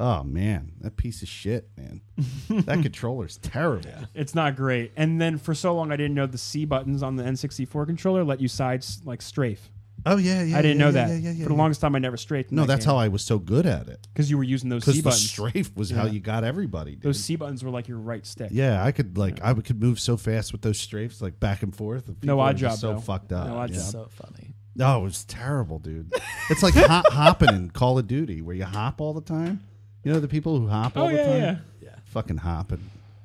Speaker 1: Oh man, that piece of shit, man. that controller's terrible.
Speaker 2: It's not great. And then for so long, I didn't know the C buttons on the N64 controller let you sides like strafe.
Speaker 1: Oh yeah, yeah.
Speaker 2: I didn't
Speaker 1: yeah,
Speaker 2: know
Speaker 1: yeah,
Speaker 2: that.
Speaker 1: Yeah, yeah, yeah,
Speaker 2: for the longest time, I never strafed.
Speaker 1: No, that's how I was so good at it.
Speaker 2: because you were using those C
Speaker 1: Because the
Speaker 2: buttons.
Speaker 1: strafe was how you got everybody. Dude.
Speaker 2: those C buttons were like your right stick.
Speaker 1: yeah, I could like I could move so fast with those strafes, like back and forth. and
Speaker 2: No
Speaker 1: people
Speaker 2: odd
Speaker 1: were just
Speaker 2: job,
Speaker 1: So
Speaker 2: though.
Speaker 1: fucked up.
Speaker 2: No odd
Speaker 1: yeah.
Speaker 2: job.
Speaker 3: So funny.
Speaker 1: No, it was terrible, dude. It's like hop, hopping in Call of Duty, where you hop all the time. You know the people who hop all
Speaker 2: Oh
Speaker 1: the
Speaker 2: yeah,
Speaker 1: time.
Speaker 2: yeah. Uh,
Speaker 1: Fucking hopping,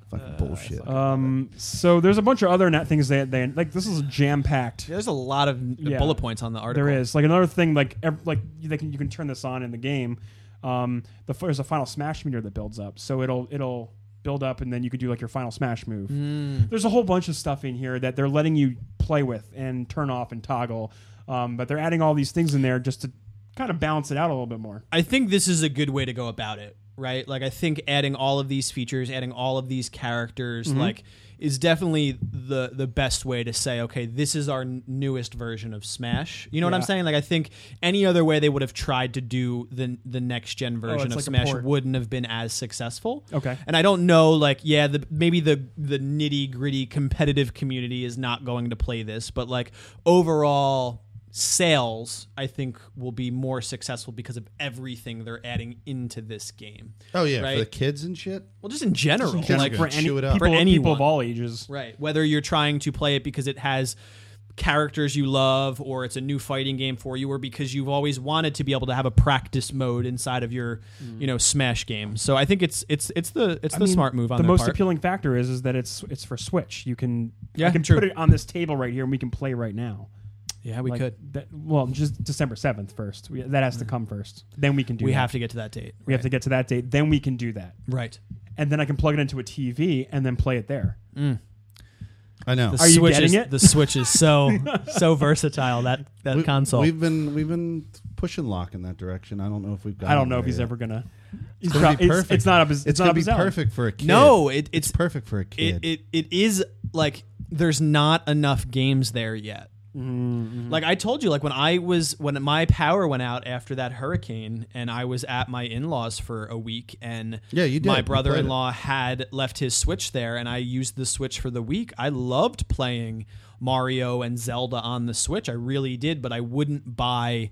Speaker 1: fucking bullshit.
Speaker 2: Um, so there's a bunch of other net things that they like. This is jam packed.
Speaker 3: There's a lot of n-
Speaker 2: Yeah.
Speaker 3: bullet points on the article.
Speaker 2: There is like another thing like ev- like you- they can, you can turn this on in the game. Um, the f- there's a final smash meter that builds up, so it'll it'll build up, and then you could do like your final smash move.
Speaker 3: Mm.
Speaker 2: There's a whole bunch of stuff in here that they're letting you play with and turn off and toggle, um, but they're adding all these things in there just to kind of balance it out a little bit more.
Speaker 3: I think this is a good way to go about it. right? Like I think adding all of these features, adding all of these characters,
Speaker 2: Mm-hmm.
Speaker 3: like is definitely the the best way to say, okay, this is our n- newest version of Smash. You know what I'm
Speaker 2: Yeah.
Speaker 3: saying? Like I think any other way they would have tried to do the the next gen version
Speaker 2: Oh, it's
Speaker 3: of
Speaker 2: like a
Speaker 3: Smash
Speaker 2: port.
Speaker 3: wouldn't have been as successful.
Speaker 2: Okay.
Speaker 3: And I don't know, like, yeah, the maybe the the nitty gritty competitive community is not going to play this, but like overall sales, I think will be more successful because of everything they're adding into this game.
Speaker 1: Oh yeah,
Speaker 3: Right.
Speaker 1: for the kids and shit.
Speaker 3: Well, just in general,
Speaker 1: general,
Speaker 3: like
Speaker 2: for any
Speaker 1: chew it
Speaker 2: people,
Speaker 1: up.
Speaker 3: For
Speaker 2: people
Speaker 3: anyone.
Speaker 2: of all ages.
Speaker 3: right, whether you're trying to play it because it has characters you love or it's a new fighting game for you or because you've always wanted to be able to have a practice mode inside of your you know smash game so i think it's it's it's the it's the
Speaker 2: Mm. mean,
Speaker 3: smart move on
Speaker 2: the
Speaker 3: their
Speaker 2: most
Speaker 3: part.
Speaker 2: appealing factor is is that it's it's for Switch. You can
Speaker 3: Yeah,
Speaker 2: I can
Speaker 3: true.
Speaker 2: put it on this table right here and we can play right now.
Speaker 3: yeah we
Speaker 2: Like,
Speaker 3: could
Speaker 2: That, well, just December seventh first. We, that has to come first. Then we can do.
Speaker 3: we
Speaker 2: that.
Speaker 3: have to get to that date
Speaker 2: We have to get to that date. Then we can do that,
Speaker 3: right
Speaker 2: and then I can plug it into a TV and then play it there.
Speaker 1: I know.
Speaker 3: the
Speaker 2: Are you
Speaker 3: switch is,
Speaker 2: getting it?
Speaker 3: the switch is so so versatile that that
Speaker 1: We-
Speaker 3: console
Speaker 1: We've been we've been pushing lock in that direction. I don't know if we've got.
Speaker 2: I don't know if he's ever gonna. He's
Speaker 1: Oh, gonna
Speaker 2: prob-
Speaker 1: be
Speaker 2: it's,
Speaker 1: perfect.
Speaker 2: it's not up his. It's,
Speaker 1: It's
Speaker 2: not
Speaker 1: gonna
Speaker 2: up
Speaker 1: be
Speaker 2: his alley.
Speaker 1: perfect for a kid.
Speaker 3: no it, it's
Speaker 1: it's perfect for a
Speaker 3: it,
Speaker 1: kid.
Speaker 3: it it is like there's not enough games there yet.
Speaker 1: Mm-hmm.
Speaker 3: Like I told you, like when I was when my power went out after that hurricane, and I was at my in laws for a week, and
Speaker 1: Yeah, you did.
Speaker 3: My
Speaker 1: You
Speaker 3: brother in law had left his Switch there, and I used the Switch for the week. I loved playing Mario and Zelda on the Switch. I really did, but I wouldn't buy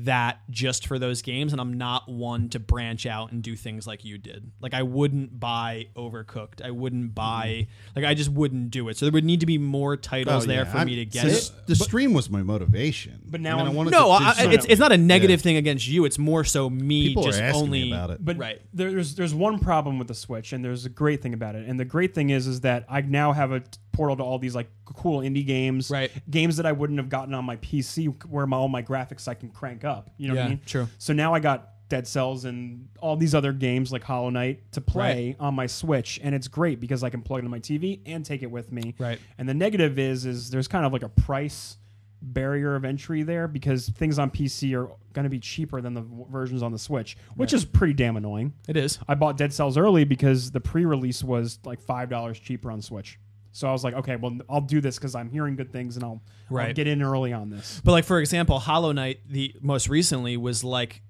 Speaker 3: that just for those games and I'm not one to branch out and do things like you did. Like I wouldn't buy Overcooked. I wouldn't buy like I just wouldn't do it. So there would need to be more titles there for
Speaker 1: Mm-hmm. Oh, I'm-
Speaker 3: me to get
Speaker 1: the-
Speaker 3: it.
Speaker 1: The stream was my motivation.
Speaker 2: But now
Speaker 1: I mean, I
Speaker 2: I'm-
Speaker 1: wanted
Speaker 3: No,
Speaker 1: to,
Speaker 3: I, I-
Speaker 1: to-
Speaker 3: it's it's not a negative thing against you. It's more so me
Speaker 1: people
Speaker 3: just
Speaker 1: are asking
Speaker 3: only
Speaker 1: me about it.
Speaker 2: But
Speaker 3: Right.
Speaker 2: there's there's one problem with the Switch, and there's a great thing about it. And the great thing is is that I now have a t- portal to all these like cool indie games,
Speaker 3: Right.
Speaker 2: Games that I wouldn't have gotten on my PC, where my all my graphics I can crank up. You know what
Speaker 3: Yeah,
Speaker 2: I mean?
Speaker 3: true.
Speaker 2: So now I got Dead Cells and all these other games like Hollow Knight to play on my Switch, and it's great because I can plug it into my TV and take it with me.
Speaker 3: Right.
Speaker 2: And the negative is is there's kind of like a price barrier of entry there because things on PC are going to be cheaper than the w- versions on the Switch, which is pretty damn annoying.
Speaker 3: It is.
Speaker 2: I bought Dead Cells early because the pre-release was like five dollars cheaper on Switch. So I was like, okay, well, I'll do this because I'm hearing good things and I'll, I'll
Speaker 3: Right.
Speaker 2: get in early on this.
Speaker 3: But like for example, Hollow Knight the most recently was like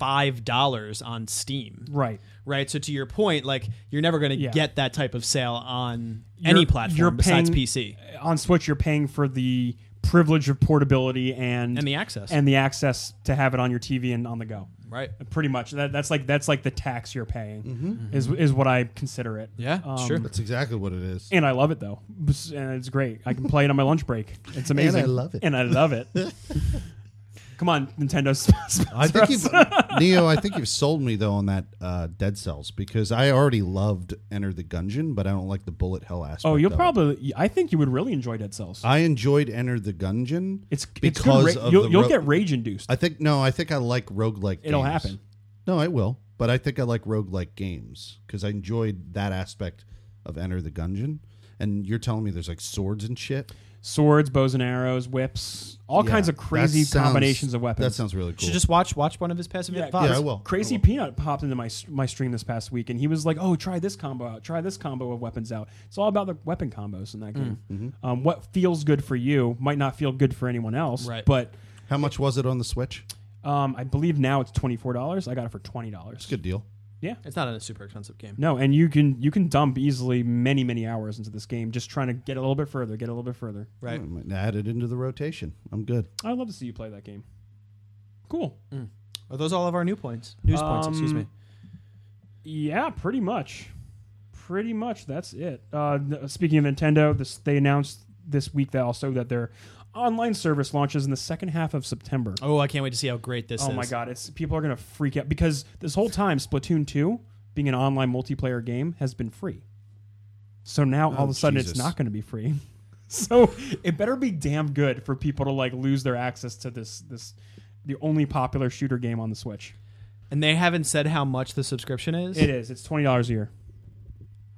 Speaker 3: $5 on Steam.
Speaker 2: Right.
Speaker 3: right? So to your point, like you're never going to
Speaker 2: Yeah.
Speaker 3: get that type of sale on
Speaker 2: You're-
Speaker 3: any platform
Speaker 2: you're
Speaker 3: besides
Speaker 2: paying-
Speaker 3: PC
Speaker 2: On Switch, you're paying for the privilege of portability and
Speaker 3: and the access,
Speaker 2: and the access to have it on your TV and on the go.
Speaker 3: right?
Speaker 2: Pretty much. That, that's like that's like the tax you're paying
Speaker 1: Mm-hmm.
Speaker 2: is is what I consider it.
Speaker 3: Yeah, sure.
Speaker 2: um,
Speaker 1: That's exactly what it is.
Speaker 2: And I love it though, and it's great. I can play it on my lunch break. It's amazing.
Speaker 1: I love it.
Speaker 2: And I love it. Come on, Nintendo. sponsor
Speaker 1: I think
Speaker 2: us.
Speaker 1: you've, Neo. I think you've sold me though on that uh, Dead Cells because I already loved Enter the Gungeon, but I don't like the bullet hell aspect.
Speaker 2: Oh,
Speaker 1: of
Speaker 2: you'll
Speaker 1: it.
Speaker 2: probably. I think you would really enjoy Dead Cells.
Speaker 1: I enjoyed Enter the Gungeon.
Speaker 2: it's it's
Speaker 1: because
Speaker 2: good ra-
Speaker 1: of
Speaker 2: you'll,
Speaker 1: the
Speaker 2: you'll
Speaker 1: ro-
Speaker 2: get rage induced.
Speaker 1: I think no. I think I like roguelike.
Speaker 2: It'll
Speaker 1: games.
Speaker 2: happen.
Speaker 1: No, I will. But I think I like roguelike games because I enjoyed that aspect of Enter the Gungeon. And you're telling me there's like swords and shit,
Speaker 2: Swords, bows and arrows, whips, all
Speaker 1: Yeah,
Speaker 2: kinds of
Speaker 1: that
Speaker 2: crazy
Speaker 1: sounds-
Speaker 2: combinations of
Speaker 1: That
Speaker 2: weapons.
Speaker 1: sounds really cool.
Speaker 3: Should just watch watch one of his passive
Speaker 2: Yeah,
Speaker 3: VODs.
Speaker 1: yeah, I will.
Speaker 2: Crazy
Speaker 1: I will.
Speaker 2: Peanut popped into my s- my stream this past week, and he was like, "Oh, try this combo out. Try this combo of weapons out. It's all about the weapon combos in that game. Um, what feels good for you might not feel good for anyone else,
Speaker 3: Right.
Speaker 2: but
Speaker 1: How much was it on the Switch?
Speaker 2: um, I believe now it's twenty four dollars. I got it for twenty dollars.
Speaker 1: It's a good deal.
Speaker 3: It's not a super expensive game.
Speaker 2: No, and you can you can dump easily many many hours into this game just trying to get a little bit further, get a little bit further.
Speaker 3: Right.
Speaker 1: I might Add it into the rotation. I'm good.
Speaker 2: I'd love to see you play that game. Cool.
Speaker 3: Are those all of our new points? News points, excuse
Speaker 2: Um,
Speaker 3: me.
Speaker 2: Yeah, pretty much. Pretty much that's it. Uh, n- speaking of Nintendo, this they announced this week that also that their online service launches in the second half of September.
Speaker 3: Oh, I can't wait to see how great this
Speaker 2: Oh
Speaker 3: is.
Speaker 2: my god, it's people are gonna freak out because this whole time Splatoon two being an online multiplayer game has been free. So now all of
Speaker 3: Oh,
Speaker 2: a sudden it's
Speaker 1: Jesus.
Speaker 2: not gonna be free. so it better be damn good for people to like lose their access to this this the only popular shooter game on the Switch.
Speaker 3: And they haven't said how much the subscription is.
Speaker 2: It is. It's twenty dollars a year.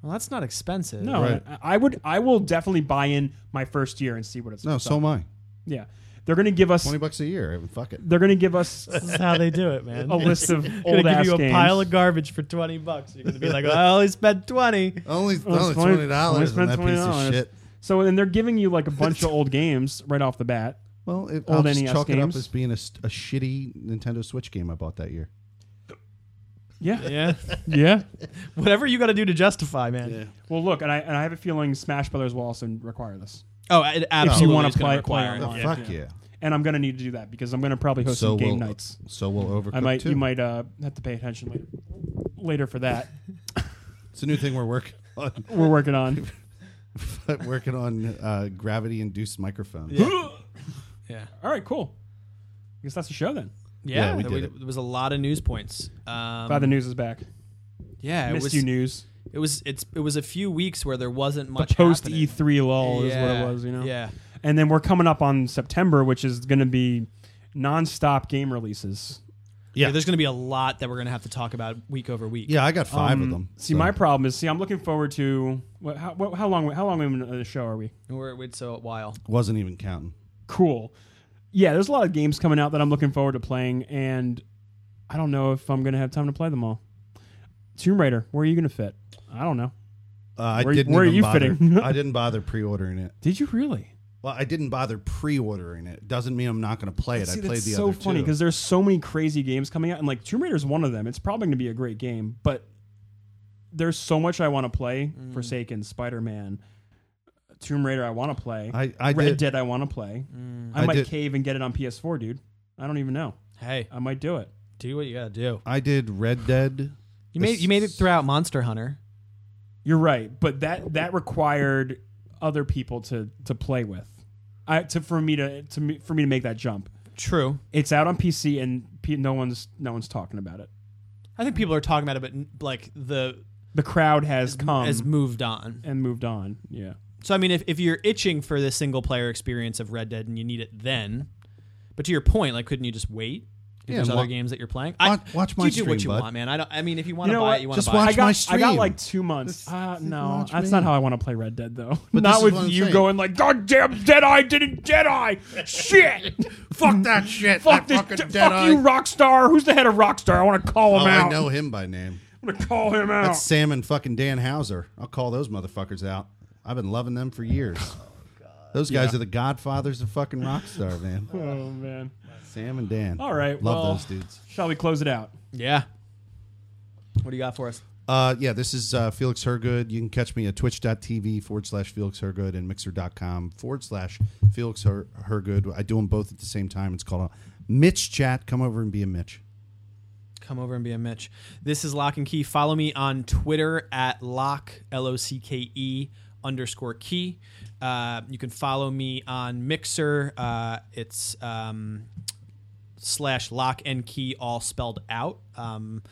Speaker 3: Well, that's not expensive.
Speaker 2: No,
Speaker 1: Right.
Speaker 2: I, I would I will definitely buy in my first year and see what it's
Speaker 1: No,
Speaker 2: about.
Speaker 1: so am I.
Speaker 2: Yeah. They're going to give us.
Speaker 1: Twenty bucks a year. Fuck it.
Speaker 2: They're going to give us
Speaker 4: This is how they do it, man.
Speaker 2: a list of
Speaker 4: Gonna
Speaker 2: old
Speaker 4: give
Speaker 2: ass
Speaker 4: you a
Speaker 2: games.
Speaker 4: pile of garbage for twenty bucks. You're gonna be like, I only spent twenty.
Speaker 1: Only,
Speaker 2: Well,
Speaker 1: only
Speaker 2: it's only-
Speaker 1: twenty
Speaker 2: only
Speaker 1: dollars on
Speaker 2: spent
Speaker 1: that piece
Speaker 2: $20.
Speaker 1: of shit.
Speaker 2: So and they're giving you like a bunch of old games right off the bat.
Speaker 1: Well, it,
Speaker 2: Old
Speaker 1: I'll just
Speaker 2: NES
Speaker 1: chalk it up
Speaker 2: games.
Speaker 1: as being a, st- a shitty Nintendo Switch game I bought that year.
Speaker 2: Yeah,
Speaker 4: Yeah,
Speaker 2: yeah.
Speaker 4: whatever you got to do to justify, man.
Speaker 2: Well, look, and I and I have a feeling Smash Brothers will also require this,
Speaker 3: Oh, it absolutely.
Speaker 2: wanna
Speaker 3: is gonna
Speaker 2: play-
Speaker 3: require
Speaker 2: play
Speaker 3: it.
Speaker 1: Oh,
Speaker 2: online. Yeah.
Speaker 1: fuck yeah.
Speaker 2: and I'm going to need to do that because I'm going to probably host
Speaker 1: So
Speaker 2: some game
Speaker 1: will-
Speaker 2: nights.
Speaker 1: So we'll overcook
Speaker 2: I might.
Speaker 1: too.
Speaker 2: You might uh, have to pay attention later, later for that.
Speaker 1: It's a new thing we're working on.
Speaker 2: We're working on.
Speaker 1: working on uh, gravity induced microphones.
Speaker 3: Yeah.
Speaker 2: All right, cool. I guess that's the show then.
Speaker 3: Yeah,
Speaker 1: Yeah, we
Speaker 3: there,
Speaker 1: did
Speaker 3: we-
Speaker 1: it.
Speaker 3: there was a lot of news points. Um,
Speaker 2: By the news is back.
Speaker 3: yeah, it
Speaker 2: Missed
Speaker 3: was,
Speaker 2: you news.
Speaker 3: it was it's it was a few weeks where there wasn't
Speaker 2: The
Speaker 3: much
Speaker 2: post
Speaker 3: happening.
Speaker 2: E3 lull is
Speaker 3: Yeah,
Speaker 2: what it was, you know.
Speaker 3: Yeah,
Speaker 2: And then we're coming up on September, which is going to be nonstop game releases.
Speaker 1: Yeah.
Speaker 3: yeah. There's going to be a lot that we're going to have to talk about week over week.
Speaker 1: Yeah, I got five of
Speaker 2: Um,
Speaker 1: them.
Speaker 2: See,
Speaker 1: so.
Speaker 2: my problem is, see, I'm looking forward to what, how, what, how long how long into the show are we?
Speaker 3: We're, it's a while.
Speaker 1: wasn't even counting.
Speaker 2: Cool. Yeah, there's a lot of games coming out that I'm looking forward to playing, and I don't know if I'm gonna have time to play them all. Tomb Raider, where are you gonna fit? I don't know.
Speaker 1: Uh, I
Speaker 2: Where-
Speaker 1: didn't.
Speaker 2: where are
Speaker 1: even
Speaker 2: you
Speaker 1: bother-
Speaker 2: fitting?
Speaker 1: I didn't bother pre-ordering it.
Speaker 2: Did you really?
Speaker 1: Well, I didn't bother pre-ordering it. Doesn't mean I'm not going to play it.
Speaker 2: See,
Speaker 1: I played
Speaker 2: that's
Speaker 1: the
Speaker 2: so
Speaker 1: other
Speaker 2: funny
Speaker 1: two.
Speaker 2: because there's so many crazy games coming out, and like Tomb Raider's one of them. It's probably gonna be a great game, but there's so much I want to play.
Speaker 1: Mm.
Speaker 2: Forsaken, Spider Man, Tomb Raider, I want to play.
Speaker 1: I, I
Speaker 2: Red
Speaker 1: did. Mm.
Speaker 2: Dead, I want to play. I,
Speaker 1: I
Speaker 2: might
Speaker 1: did-
Speaker 2: cave and get it on PS4, dude. I don't even know.
Speaker 3: Hey,
Speaker 2: I might do it.
Speaker 3: do what you got to do.
Speaker 1: I did Red Dead.
Speaker 3: You made you made it throughout Monster Hunter.
Speaker 2: You're right, but that that required other people to to play with. I to for me to to me, for me to make that jump.
Speaker 3: True.
Speaker 2: It's out on PC and P, no one's no one's talking about it.
Speaker 3: I think people are talking about it, but n- like the
Speaker 2: The crowd has come
Speaker 3: has moved on.
Speaker 2: and moved on. Yeah.
Speaker 3: So I mean, if if you're itching for the single player experience of Red Dead and you need it then, but to your point, like, couldn't you just wait? If
Speaker 1: Yeah,
Speaker 3: there's
Speaker 1: and
Speaker 3: other
Speaker 1: wa-
Speaker 3: games that you're playing.
Speaker 1: watch- watch my
Speaker 3: you do what
Speaker 1: stream,
Speaker 3: you
Speaker 1: bud.
Speaker 3: want, man. I don't. I mean, if you want to
Speaker 2: know
Speaker 3: buy
Speaker 2: what?
Speaker 3: it, you want to
Speaker 1: Just
Speaker 3: buy
Speaker 1: watch
Speaker 2: I
Speaker 3: it.
Speaker 2: got
Speaker 1: my
Speaker 2: I got
Speaker 1: stream.
Speaker 2: like two months.
Speaker 1: This-
Speaker 2: Uh,
Speaker 1: this
Speaker 2: no,
Speaker 1: watch
Speaker 2: that's
Speaker 1: me.
Speaker 2: not how I want to play Red Dead though.
Speaker 1: But this
Speaker 2: not
Speaker 1: is
Speaker 2: with
Speaker 1: what I'm
Speaker 2: you
Speaker 1: saying.
Speaker 2: going like, God damn Deadeye didn't Deadeye, shit.
Speaker 1: Fuck that shit.
Speaker 2: Mm-hmm. fuck
Speaker 1: that
Speaker 2: this,
Speaker 1: fucking
Speaker 2: fuck
Speaker 1: Deadeye.
Speaker 2: you, Rockstar. Who's the head of Rockstar? I want to call
Speaker 1: Oh,
Speaker 2: him out.
Speaker 1: I know him by name.
Speaker 2: I'm gonna call him out.
Speaker 1: That's Sam and fucking Dan Hauser. I'll call those motherfuckers out. I've been loving them for years.
Speaker 2: Oh,
Speaker 1: Those guys are the godfathers of fucking Rockstar, man.
Speaker 2: oh man.
Speaker 1: Sam and Dan.
Speaker 2: All right,
Speaker 1: Love
Speaker 2: well-
Speaker 1: those dudes.
Speaker 2: Shall we close it out?
Speaker 3: Yeah. What do you got for us?
Speaker 1: Uh, yeah, this is uh, Felix Hergood. You can catch me at twitch.tv forward slash Felix Hergood and mixer.com forward slash Felix Her- Hergood. I do them both at the same time. It's called a Mitch Chat. Come over and be a Mitch.
Speaker 3: Come over and be a Mitch. This is Lock and Key. Follow me on Twitter at Lock, L O C K E underscore key. Uh, you can follow me on Mixer. Uh, it's um, slash lock and key, all spelled out. Um,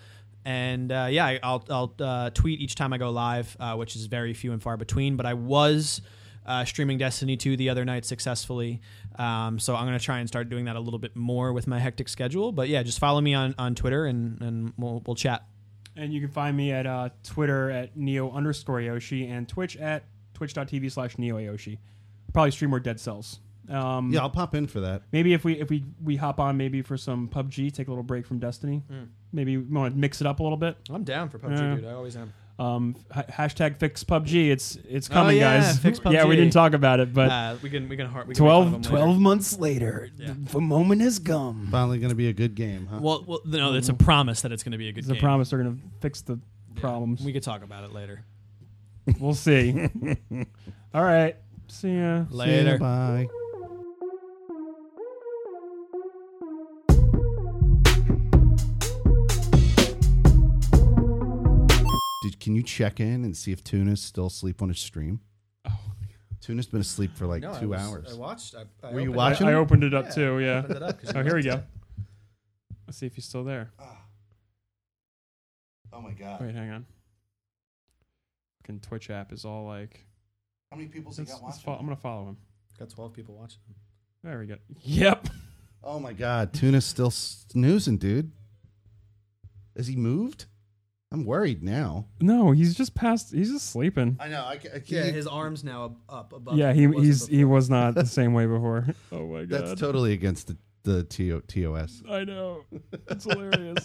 Speaker 3: and uh, yeah, I- I'll, I'll uh, tweet each time I go live, uh, which is very few and far between. But I was uh, streaming Destiny 2 the other night successfully. Um, so I'm going to try and start doing that a little bit more with my hectic schedule. But yeah, just follow me on, on Twitter and, and we'll, we'll chat.
Speaker 2: And you can find me at uh, Twitter at Neo underscore Yoshi and Twitch at twitch.tv slash Neo Yoshi. Probably stream more Dead Cells. Um,
Speaker 1: Yeah, I'll pop in for that.
Speaker 2: Maybe if we if we, we hop on maybe for some PUBG, take a little break from Destiny. Maybe we want to mix it up a little bit.
Speaker 3: Mm. I'm down for PUBG,
Speaker 2: Yeah. dude.
Speaker 3: I always am.
Speaker 2: Um, ha- hashtag fix PUBG. It's it's
Speaker 3: Oh,
Speaker 2: coming,
Speaker 3: yeah,
Speaker 2: guys.
Speaker 3: fix
Speaker 2: Yeah, we
Speaker 3: PUBG.
Speaker 2: didn't talk about it, but
Speaker 3: Uh, we can we can heart we can make fun
Speaker 2: 12,
Speaker 3: of them later.
Speaker 2: 12 months later,
Speaker 3: Yeah.
Speaker 2: the moment has come.
Speaker 1: Finally going to be a good game, huh?
Speaker 3: Well, well, no, it's a promise that it's going to be a good
Speaker 2: Mm-hmm. It's
Speaker 3: game.
Speaker 2: a promise they're gonna fix the
Speaker 3: Yeah.
Speaker 2: problems.
Speaker 3: We could talk about it later.
Speaker 2: We'll see. All right. See ya.
Speaker 1: Yeah,
Speaker 3: Later.
Speaker 1: Bye. Dude, can you check in and see if Tuna's still asleep on his stream? Oh, Tuna's been asleep for like two hours.
Speaker 3: watched. I,
Speaker 1: Were you
Speaker 2: I,
Speaker 1: watching?
Speaker 2: I
Speaker 1: him?
Speaker 2: opened it up too. Yeah. Oh, here we go. Let's see if he's still there.
Speaker 1: oh my god!
Speaker 2: Wait, hang on. Fucking Twitch app is all like.
Speaker 1: How many people's
Speaker 2: Let's, let's fo- I'm gonna follow him.
Speaker 3: Got 12 people watching.
Speaker 2: There we go. Yep.
Speaker 1: Oh my god! Tuna's still snoozing, dude. Has he moved? I'm worried now.
Speaker 2: No, he's just past. He's just sleeping.
Speaker 1: I know. I, ca- I can't.
Speaker 3: Yeah, his arms now up, up above.
Speaker 2: Yeah,
Speaker 3: him.
Speaker 2: he
Speaker 3: It wasn't
Speaker 2: he's
Speaker 3: before.
Speaker 2: he was not the same way before. Oh my god.
Speaker 1: that's totally against the the TO, TOS.
Speaker 2: I know. It's hilarious.